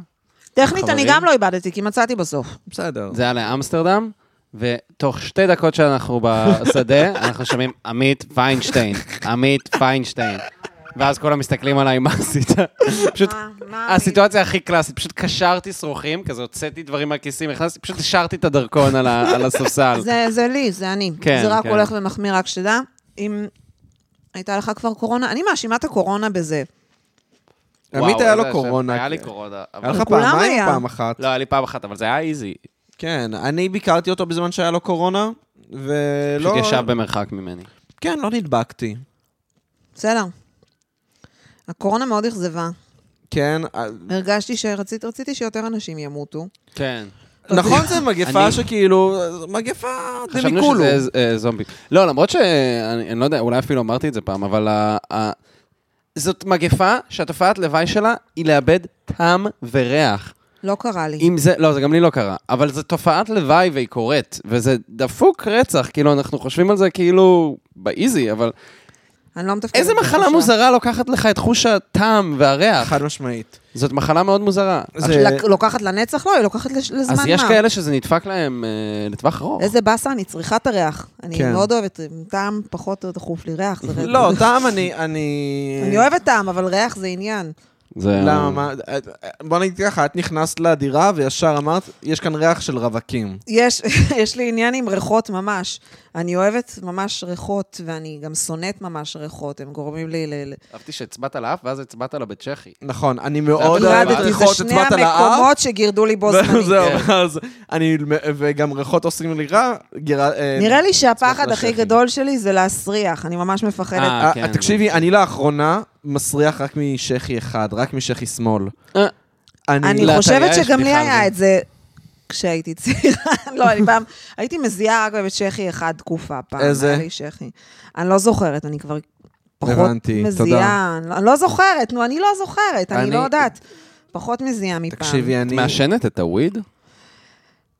[SPEAKER 2] טכנית, אני
[SPEAKER 3] חברים?
[SPEAKER 2] גם לא איבדתי, כי מצאתי בסוף.
[SPEAKER 1] בסדר.
[SPEAKER 3] זה היה לאמסטרדם, ותוך שתי דקות שאנחנו בשדה, אנחנו שומעים עמית פיינשטיין, עמית פיינשטיין. ואז כולם מסתכלים עליי, מה עשית? פשוט,
[SPEAKER 2] מה- מה
[SPEAKER 3] הסיטואציה הכי קלאסית, פשוט קשרתי שרוכים, כזה הוצאתי דברים מהכיסים, הכנסתי, פשוט השארתי את הדרכון על ה- על הספסל.
[SPEAKER 2] זה, זה לי, זה אני.
[SPEAKER 3] כן,
[SPEAKER 2] כן, זה רק
[SPEAKER 3] כן.
[SPEAKER 2] כן. הולך ומחמיר, רק שתדע. אם הייתה לך כבר קורונה, אני מאשימה את הקורונה בזה.
[SPEAKER 1] עמית
[SPEAKER 3] וואו,
[SPEAKER 1] היה לו
[SPEAKER 3] איזה
[SPEAKER 1] קורונה.
[SPEAKER 3] שם, היה לי קורונה. אבל-
[SPEAKER 1] היה לך
[SPEAKER 2] לכולם
[SPEAKER 1] פעמיים
[SPEAKER 2] היה.
[SPEAKER 1] פעם אחת.
[SPEAKER 3] לא, היה לי פעם אחת, אבל זה היה איזי.
[SPEAKER 1] כן, אני ביקרתי אותו בזמן שהיה לו קורונה, ולא...
[SPEAKER 3] פשוט ישב במרחק ממני.
[SPEAKER 1] כן, לא נדבקתי.
[SPEAKER 2] בסדר. הקורונה מאוד אכזבה.
[SPEAKER 1] כן,
[SPEAKER 2] אוקיי. הרגשתי שרציתי רציתי שיותר אנשים ימותו.
[SPEAKER 3] כן.
[SPEAKER 1] נכון זה מגפה
[SPEAKER 3] אני-
[SPEAKER 1] שכאילו, מגפה
[SPEAKER 3] חשבנו
[SPEAKER 1] דמיקולו.
[SPEAKER 3] שזה ז- אה, זומבי. לא, למרות שאני אני לא יודע, אולי אפילו אמרתי את זה פעם, אבל ה- ה- זאת מגפה שהתופעת לוואי שלה היא לאבד טעם וריח.
[SPEAKER 2] לא קרה לי.
[SPEAKER 3] אם זה, לא, זה גם לי לא קרה, אבל זו תופעת לוואי והיא קורית, וזה דפוק רצח, כאילו, אנחנו חושבים על זה כאילו באיזי, אבל כן,
[SPEAKER 2] אני לא מתפקדת.
[SPEAKER 3] איזה מחלה
[SPEAKER 2] בחושה.
[SPEAKER 3] מוזרה לוקחת לך את חוש הטעם והריח?
[SPEAKER 1] חד משמעית.
[SPEAKER 3] זאת מחלה מאוד מוזרה.
[SPEAKER 1] זה-
[SPEAKER 2] לק- לוקחת לנצח? לא, היא לוקחת לש- לזמן
[SPEAKER 3] אז
[SPEAKER 2] מה.
[SPEAKER 3] יש כאלה שזה נדפק להם אה, לטווח ארוך.
[SPEAKER 2] איזה באסה, אני צריכה את הריח. אני
[SPEAKER 1] כן.
[SPEAKER 2] מאוד אוהבת, טעם
[SPEAKER 3] לא.
[SPEAKER 2] פחות דחוף לי ריח. זה ריח-
[SPEAKER 1] לא, טעם אני... אני
[SPEAKER 2] אני אוהבת טעם, אבל ריח זה עניין.
[SPEAKER 3] זה...
[SPEAKER 1] למה? מה- בוא נגיד ככה, את נכנסת לדירה וישר אמרת, יש כאן ריח של רווקים.
[SPEAKER 2] יש, יש לי עניין עם ריחות ממש. אני אוהבת ממש ריחות, ואני גם שונאת ממש ריחות, הם גורמים לי ל... ל-
[SPEAKER 3] אהבתי שהצבעת על האף, ואז הצבעת לו בצ'כי.
[SPEAKER 1] נכון, אני מאוד
[SPEAKER 3] אבל
[SPEAKER 1] אוהבת
[SPEAKER 3] ירדתי, זה
[SPEAKER 1] ריחות,
[SPEAKER 2] שני
[SPEAKER 1] הצבעת על האף.
[SPEAKER 2] המקומות שגירדו לי בו זמנית.
[SPEAKER 1] וזהו,
[SPEAKER 3] כן.
[SPEAKER 1] אז אני, וגם ריחות עושים לי רע, גירה- אה,
[SPEAKER 2] נראה לי שהפחד
[SPEAKER 3] צורך
[SPEAKER 2] הכי
[SPEAKER 3] לשכי.
[SPEAKER 2] גדול שלי זה להסריח, אני ממש מפחדת.
[SPEAKER 3] אה, כן.
[SPEAKER 1] תקשיבי, אני לאחרונה מסריח רק משכי אחד, רק משכי שמאל. לא-
[SPEAKER 3] אה.
[SPEAKER 2] אני לא-
[SPEAKER 3] לאט
[SPEAKER 2] חושבת
[SPEAKER 3] היה, יש
[SPEAKER 2] שגם לי
[SPEAKER 3] בדיחה על זה.
[SPEAKER 2] היה את זה כשהייתי צעירה. לא, אני פעם, הייתי מזיעה רק באמת שכי אחד תקופה פעם.
[SPEAKER 1] איזה?
[SPEAKER 2] היה לי שכי. אני לא זוכרת, אני כבר פחות
[SPEAKER 1] הבנתי, תודה.
[SPEAKER 2] מזיעה. אני לא- אני לא זוכרת, נו, אני לא זוכרת, אני
[SPEAKER 3] אני-
[SPEAKER 2] לא יודעת. פחות מזיעה מפעם.
[SPEAKER 1] תקשיבי,
[SPEAKER 3] את
[SPEAKER 1] אני...
[SPEAKER 3] מעשנת את הוויד?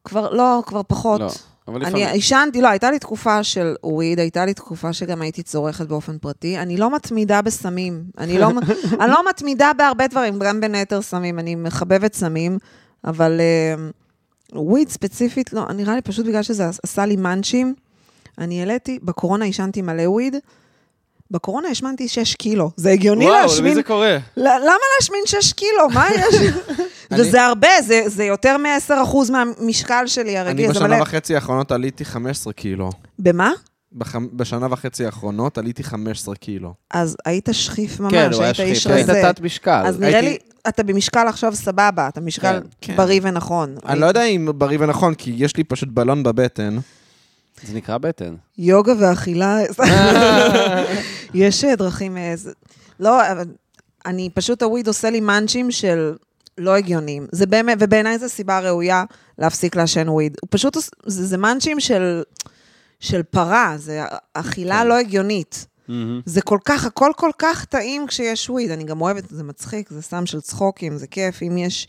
[SPEAKER 2] כבר, לא, כבר פחות.
[SPEAKER 3] לא, אבל
[SPEAKER 2] אני
[SPEAKER 3] לפעמים.
[SPEAKER 2] עישנתי, לא, הייתה לי תקופה של וויד, הייתה לי תקופה שגם הייתי צורכת באופן פרטי. אני לא מתמידה בסמים. אני לא, אני לא מתמידה בהרבה דברים, גם בין היתר סמים. אני מחבבת סמים, אבל אה, וויד ספציפית, לא, נראה לי פשוט בגלל שזה עשה לי מאנצ'ים. אני העליתי, בקורונה עישנתי מלא וויד. בקורונה השמנתי 6 קילו. זה הגיוני
[SPEAKER 3] וואו, למי
[SPEAKER 2] להשמין
[SPEAKER 3] זה קורה?
[SPEAKER 2] ل- למה להשמין 6 קילו? מה יש? וזה הרבה, זה, זה יותר מ-10% מהמשקל שלי
[SPEAKER 1] אני
[SPEAKER 2] הרגיל, זה מלא.
[SPEAKER 1] בשנה וחצי האחרונות עליתי 15 קילו.
[SPEAKER 2] במה?
[SPEAKER 1] בחמ- בשנה וחצי האחרונות עליתי 15 קילו.
[SPEAKER 2] אז היית שכיף ממש,
[SPEAKER 3] כן, הוא היה
[SPEAKER 2] היית איש
[SPEAKER 3] שחיף.
[SPEAKER 2] רזה.
[SPEAKER 3] היית תת משקל.
[SPEAKER 2] אז נראה לי,
[SPEAKER 1] הייתי-
[SPEAKER 2] אתה במשקל עכשיו סבבה, אתה משקל
[SPEAKER 3] כן,
[SPEAKER 1] כן.
[SPEAKER 2] בריא ונכון.
[SPEAKER 1] אני לא יודע אם בריא ונכון, כי יש לי פשוט בלון בבטן.
[SPEAKER 3] זה נקרא בטן.
[SPEAKER 2] יוגה ואכילה, יש אה, דרכים... אה, זה- לא, אבל אני פשוט, הוויד עושה לי מאנצ'ים של לא הגיוניים. זה באמת, ובעיניי זו סיבה ראויה להפסיק לעשן וויד. הוא פשוט, עוש- זה, זה מאנצ'ים של, של פרה, זה אכילה לא הגיונית. זה כל כך, הכל כל כך טעים כשיש וויד. אני גם אוהבת, זה מצחיק, זה סם של צחוקים, זה כיף. אם יש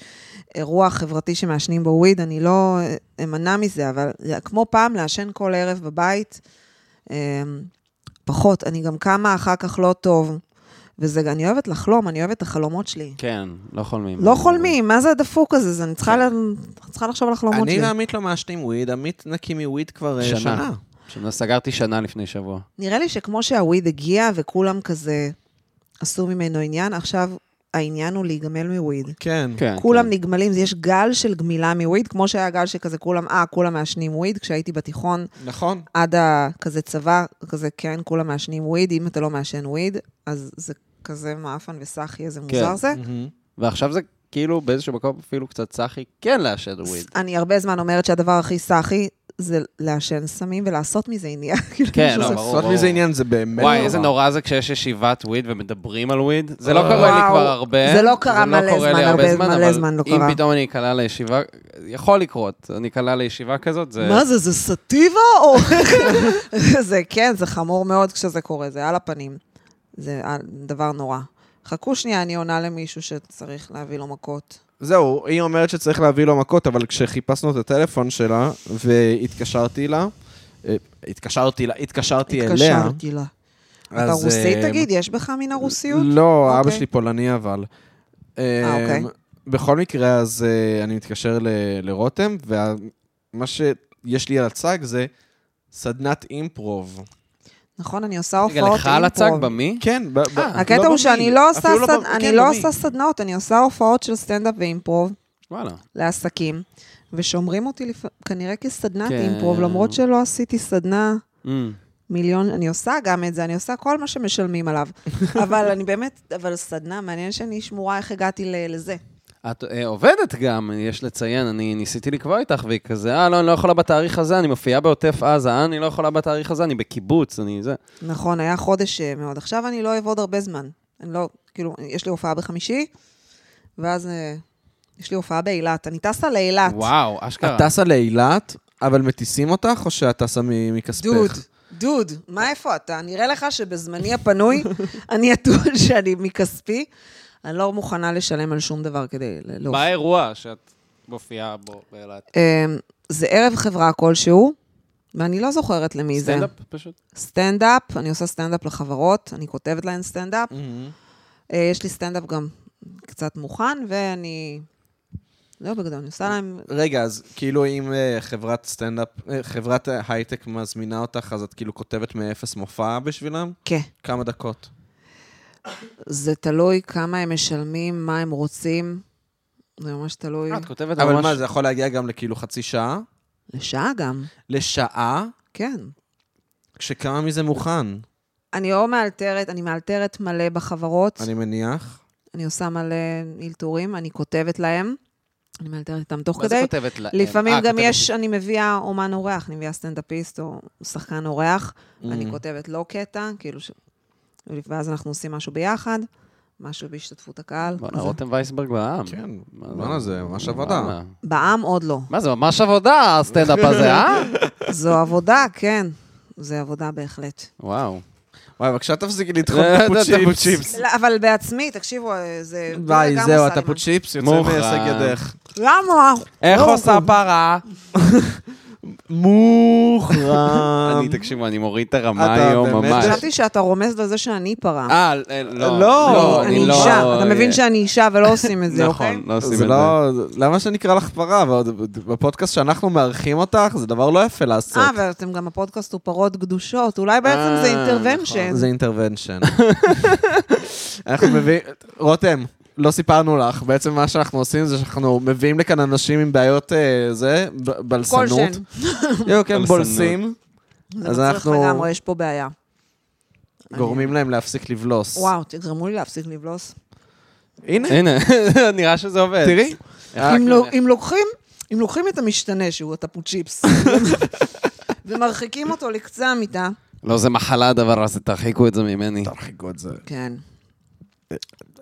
[SPEAKER 2] אירוע חברתי שמעשנים בו וויד, אני לא אה, אמנע מזה, אבל זה כמו פעם לעשן כל ערב בבית, אה, פחות. אני גם קמה אחר כך לא טוב. וזה, אני אוהבת לחלום, אני אוהבת את החלומות שלי.
[SPEAKER 3] כן, לא חולמים.
[SPEAKER 2] לא חולמים, מה זה הדפוק הזה? זה, אני צריכה, ל... צריכה לחשוב על החלומות
[SPEAKER 1] אני
[SPEAKER 2] שלי.
[SPEAKER 1] ועמית לא מעשנים וויד, עמית נקי מוויד כבר אה,
[SPEAKER 3] שנה.
[SPEAKER 1] שנה.
[SPEAKER 3] שנה- סגרתי שנה לפני שבוע.
[SPEAKER 2] נראה לי שכמו שהוויד הגיע וכולם כזה עשו ממנו עניין, עכשיו העניין הוא להיגמל מוויד.
[SPEAKER 1] כן.
[SPEAKER 3] כן.
[SPEAKER 2] כולם נגמלים, יש גל של גמילה מוויד, כמו שהיה גל שכזה כולם, אה, כולם מעשנים וויד, כשהייתי בתיכון,
[SPEAKER 1] נכון.
[SPEAKER 2] עד ה- כזה צבא, כזה, כן, כולם מעשנים וויד, אם אתה לא מעשן וויד, אז זה כזה מעפן וסאחי, איזה מוזר
[SPEAKER 3] כן.
[SPEAKER 2] זה.
[SPEAKER 3] ועכשיו זה כאילו באיזשהו מקום אפילו קצת סאחי כן לעשן וויד.
[SPEAKER 2] אני הרבה זמן אומרת שהדבר הכי סאחי זה לעשן סמים ולעשות מזה עניין. כאילו,
[SPEAKER 3] כן,
[SPEAKER 2] שזה-
[SPEAKER 3] לא, ברור.
[SPEAKER 1] לעשות מזה עניין זה באמת...
[SPEAKER 3] וואי,
[SPEAKER 1] נורא.
[SPEAKER 3] איזה נורא זה כשיש ישיבת וויד ומדברים על וויד. זה לא
[SPEAKER 1] אה.
[SPEAKER 3] קורה לי
[SPEAKER 2] וואו.
[SPEAKER 3] כבר הרבה.
[SPEAKER 2] זה לא קרה
[SPEAKER 3] זה
[SPEAKER 2] מלא
[SPEAKER 3] קורה לי
[SPEAKER 2] זמן,
[SPEAKER 3] הרבה
[SPEAKER 2] הרבה- מלא
[SPEAKER 3] אבל
[SPEAKER 2] זמן לא
[SPEAKER 3] אם
[SPEAKER 2] קרה.
[SPEAKER 3] פתאום אני אקלע לישיבה, יכול לקרות, אני אקלע לישיבה כזאת, זה...
[SPEAKER 2] מה זה, זה סטיבה או... זה כן, זה חמור מאוד כשזה קורה, זה על הפנים. זה על- דבר נורא. חכו שנייה, אני עונה למישהו שצריך להביא לו מכות.
[SPEAKER 1] זהו, היא אומרת שצריך להביא לו מכות, אבל כשחיפשנו את הטלפון שלה, והתקשרתי לה, אה, התקשרתי לה, התקשרתי אליה.
[SPEAKER 2] התקשרתי לה. אתה
[SPEAKER 1] אז,
[SPEAKER 2] רוסי,
[SPEAKER 1] אה,
[SPEAKER 2] תגיד, יש בך מן הרוסיות?
[SPEAKER 1] לא, אבא
[SPEAKER 2] אוקיי.
[SPEAKER 1] שלי פולני אבל. אה,
[SPEAKER 2] אוקיי.
[SPEAKER 1] בכל מקרה, אז אה, אני מתקשר ל- לרותם, ומה שיש לי על הצג זה סדנת אימפרוב.
[SPEAKER 2] נכון, אני עושה
[SPEAKER 3] רגע,
[SPEAKER 2] הופעות
[SPEAKER 3] לך על הצג
[SPEAKER 2] אימפרוב.
[SPEAKER 3] במי?
[SPEAKER 1] כן, ב- ב-
[SPEAKER 3] אה.
[SPEAKER 1] לא
[SPEAKER 2] הקטע הוא
[SPEAKER 1] במי,
[SPEAKER 2] שאני לא עושה
[SPEAKER 1] אפילו
[SPEAKER 2] סד-
[SPEAKER 1] ב-
[SPEAKER 2] אני
[SPEAKER 1] כן,
[SPEAKER 2] לא
[SPEAKER 1] במי.
[SPEAKER 2] עושה סדנאות, אני עושה הופעות של סטנדאפ ואימפרוב
[SPEAKER 3] וואלה.
[SPEAKER 2] לעסקים, ושומרים אותי לפ- כנראה כסדנת
[SPEAKER 3] כן.
[SPEAKER 2] אימפרוב, למרות שלא עשיתי סדנה.
[SPEAKER 3] Mm.
[SPEAKER 2] כן. מיליון, אני עושה גם את זה, אני עושה כל מה שמשלמים עליו. אבל אני באמת, אבל סדנה, מעניין שאני שמורה איך הגעתי ל- לזה.
[SPEAKER 3] את אה, עובדת גם, יש לציין, אני ניסיתי לקבוע איתך, והיא כזה, אה, לא, אני לא יכולה בתאריך הזה, אני מופיעה בעוטף עזה, אה, אני לא יכולה בתאריך הזה, אני בקיבוץ, אני זה.
[SPEAKER 2] נכון, היה חודש אה, מאוד. עכשיו אני לא אעבוד הרבה זמן. אני לא, כאילו, יש לי הופעה בחמישי, ואז אה, יש לי הופעה באילת. אני טסה לאילת.
[SPEAKER 3] וואו, אשכרה.
[SPEAKER 1] את טסה לאילת, אבל מטיסים אותך, או שאת טסה מ- מכספך?
[SPEAKER 2] דוד, דוד, מה איפה אתה? נראה לך שבזמני הפנוי אני אטול שאני מכספי. אני לא מוכנה לשלם על שום דבר כדי ל-
[SPEAKER 1] לא.
[SPEAKER 2] להופיע.
[SPEAKER 3] מה האירוע שאת מופיעה בו באילת?
[SPEAKER 2] אמ, זה ערב חברה כלשהו, ואני לא זוכרת למי זה.
[SPEAKER 3] סטנדאפ פשוט?
[SPEAKER 2] סטנדאפ, אני עושה סטנדאפ לחברות, אני כותבת להן סטנדאפ.
[SPEAKER 1] מהמם.
[SPEAKER 3] Mm-hmm.
[SPEAKER 2] אה, יש לי סטנדאפ גם קצת מוכן, ואני... לא, בגדול, אני עושה להם...
[SPEAKER 1] רגע, אז כאילו אם אה, חברת סטנדאפ, אה, חברת אה, הייטק מזמינה אותך, אז את כאילו כותבת מאפס מופע בשבילם?
[SPEAKER 2] כן.
[SPEAKER 1] כמה דקות.
[SPEAKER 2] זה תלוי כמה הם משלמים, מה הם רוצים. זה ממש תלוי.
[SPEAKER 3] את כותבת
[SPEAKER 1] אה, אבל
[SPEAKER 3] ממש...
[SPEAKER 1] מה, זה יכול להגיע גם לכאילו חצי שעה?
[SPEAKER 2] לשעה גם,
[SPEAKER 1] לשעה?
[SPEAKER 2] כן.
[SPEAKER 1] כשכמה מזה מוכן,
[SPEAKER 2] אני או מאלתרת, אני מאלתרת מלא בחברות, אני,
[SPEAKER 1] אני מניח.
[SPEAKER 2] אני עושה מלא אלתורים, אני כותבת להם, אני מאלתרת איתם תוך
[SPEAKER 3] מה
[SPEAKER 2] כדי.
[SPEAKER 1] אוקיי.
[SPEAKER 3] זה כותבת להם?
[SPEAKER 2] לפעמים
[SPEAKER 3] אה,
[SPEAKER 2] גם
[SPEAKER 3] כותבת
[SPEAKER 2] יש, אני מביאה אומן אורח, אני מביאה סטנדאפיסט או שחקן אורח, אני
[SPEAKER 1] Mm.
[SPEAKER 2] כותבת לו קטע, כאילו ש... ואז אנחנו עושים משהו ביחד, משהו בהשתתפות הקהל.
[SPEAKER 3] בואנה,
[SPEAKER 2] אז-
[SPEAKER 3] רותם וייסברג בעם.
[SPEAKER 1] כן, בואנה, זה ממש עבודה.
[SPEAKER 3] וואלה.
[SPEAKER 2] בעם עוד לא.
[SPEAKER 3] מה, זה ממש עבודה, הסטנדאפ הזה, אה?
[SPEAKER 2] זו עבודה, כן. זה עבודה בהחלט.
[SPEAKER 3] וואו.
[SPEAKER 1] וואי, בבקשה תפסיקי לדחוף
[SPEAKER 3] אה,
[SPEAKER 1] טפו
[SPEAKER 3] טפו
[SPEAKER 1] צ'יפס.
[SPEAKER 3] צ'יפס.
[SPEAKER 2] לא, אבל בעצמי, תקשיבו, אה, זה...
[SPEAKER 1] ביי,
[SPEAKER 2] גם
[SPEAKER 1] זהו,
[SPEAKER 2] עשה לי
[SPEAKER 1] הטפו
[SPEAKER 2] משהו.
[SPEAKER 1] צ'יפס יוצא
[SPEAKER 3] מוכרח.
[SPEAKER 1] מהישג ידך.
[SPEAKER 2] למה?
[SPEAKER 3] איך
[SPEAKER 2] לא,
[SPEAKER 3] עושה פרה?
[SPEAKER 1] אמ, מוכרם.
[SPEAKER 3] אני, תקשיבו, אני מוריד את הרמה
[SPEAKER 1] אתה
[SPEAKER 3] היום
[SPEAKER 1] באמת?
[SPEAKER 3] ממש.
[SPEAKER 2] חשבתי שאתה רומז לזה שאני פרה.
[SPEAKER 3] אה, אה, לא.
[SPEAKER 1] לא,
[SPEAKER 3] אה.
[SPEAKER 2] לא,
[SPEAKER 1] אני
[SPEAKER 2] אני
[SPEAKER 1] לא-
[SPEAKER 2] אישה. אתה מבין שאני אישה ולא עושים את זה, אוקיי?
[SPEAKER 3] נכון, לא עושים את
[SPEAKER 1] זה
[SPEAKER 3] זה.
[SPEAKER 1] לא... למה שנקרא לך פרה? ועוד בפודקאסט שאנחנו מארחים אותך, זה דבר לא יפה לעשות.
[SPEAKER 2] אה, ואתם גם הפודקאסט הוא פרות גדושות. אולי בעצם זה
[SPEAKER 3] אה,
[SPEAKER 2] אינטרוונשן.
[SPEAKER 1] זה אינטרוונשן. אנחנו מביאים... רותם, לא סיפרנו לך, בעצם מה שאנחנו עושים זה שאנחנו מביאים לכאן אנשים עם בעיות אה, זה, ב- בלסנות.
[SPEAKER 2] כלשהן.
[SPEAKER 1] יו, כן,
[SPEAKER 3] בלסנות.
[SPEAKER 1] בולסים.
[SPEAKER 2] זה
[SPEAKER 1] אז
[SPEAKER 2] מצריך
[SPEAKER 1] אנחנו-
[SPEAKER 2] לגמרי, יש פה בעיה.
[SPEAKER 1] גורמים להם להפסיק לבלוס.
[SPEAKER 2] וואו, תגרמו לי להפסיק לבלוס.
[SPEAKER 1] הנה,
[SPEAKER 3] הנה, נראה שזה עובד.
[SPEAKER 1] תראי. אה,
[SPEAKER 2] אם לא-
[SPEAKER 1] כן.
[SPEAKER 2] אם לוקחים, אם לוקחים את המשתנה שהוא הטפו צ'יפס, ומרחיקים אותו לקצה המיטה,
[SPEAKER 3] לא, זה מחלה הדבר הזה, תרחיקו את זה ממני.
[SPEAKER 1] תרחיקו את זה.
[SPEAKER 2] כן.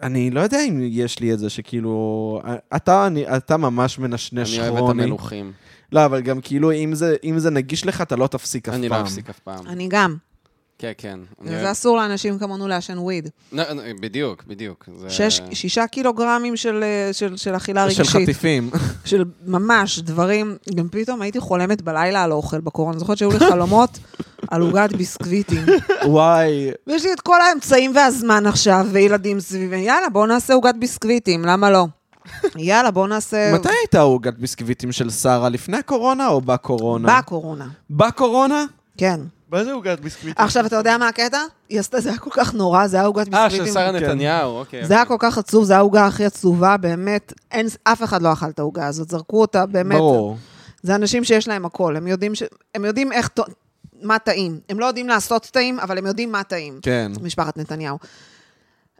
[SPEAKER 1] אני לא יודע אם יש לי את זה שכאילו... אה, אתה, אני, אתה ממש מנשנש
[SPEAKER 3] אני
[SPEAKER 1] כרוני.
[SPEAKER 3] אוהב את המלוכים.
[SPEAKER 1] לא, אבל גם כאילו, אם זה, אם זה נגיש לך, אתה לא תפסיק אף פעם.
[SPEAKER 3] אני לא אפסיק אף פעם.
[SPEAKER 2] אני גם.
[SPEAKER 3] כן, כן. אני
[SPEAKER 2] זה
[SPEAKER 3] אוהב-
[SPEAKER 2] אסור לאנשים כמונו לעשן וויד.
[SPEAKER 3] לא, לא, בדיוק, בדיוק. זה-
[SPEAKER 2] שש, שישה קילוגרמים של, אה, של, של אכילה
[SPEAKER 1] של
[SPEAKER 2] רגשית.
[SPEAKER 1] חטיפים.
[SPEAKER 2] של ממש דברים. גם פתאום הייתי חולמת בלילה על האוכל בקורונה. אני זוכרת שהיו לי חלומות על עוגת ביסקוויטים.
[SPEAKER 1] וואי,
[SPEAKER 2] ויש לי את כל האמצעים והזמן עכשיו, וילדים סביבי. יאללה, בואו נעשה עוגת ביסקוויטים, למה לא? יאללה, בואו נעשה...
[SPEAKER 1] מתי הייתה עוגת ביסקוויטים של שרה? לפני הקורונה או בקורונה?
[SPEAKER 2] בקורונה.
[SPEAKER 1] בקורונה?
[SPEAKER 2] כן.
[SPEAKER 1] מה זה עוגת ביסקוויטים?
[SPEAKER 2] עכשיו, אתה יודע מה הקטע? היא עשתה, זה היה כל כך נורא, זה היה עוגת
[SPEAKER 3] אה,
[SPEAKER 2] ביסקוויטים.
[SPEAKER 3] של שרה
[SPEAKER 1] כן.
[SPEAKER 3] נתניהו, אוקיי.
[SPEAKER 2] זה היה כל כך עצוב, זו העוגה הכי עצובה, באמת, אין, אף אחד לא אכל את העוגה הזאת, זרקו אותה, באמת.
[SPEAKER 1] ברור.
[SPEAKER 2] זה אנשים שיש להם הכל, הם יודעים, ש... הם יודעים איך, ט... מה טעים. הם לא יודעים לעשות טעים, אבל הם יודעים מה טעים.
[SPEAKER 1] כן.
[SPEAKER 2] משפחת נתניהו.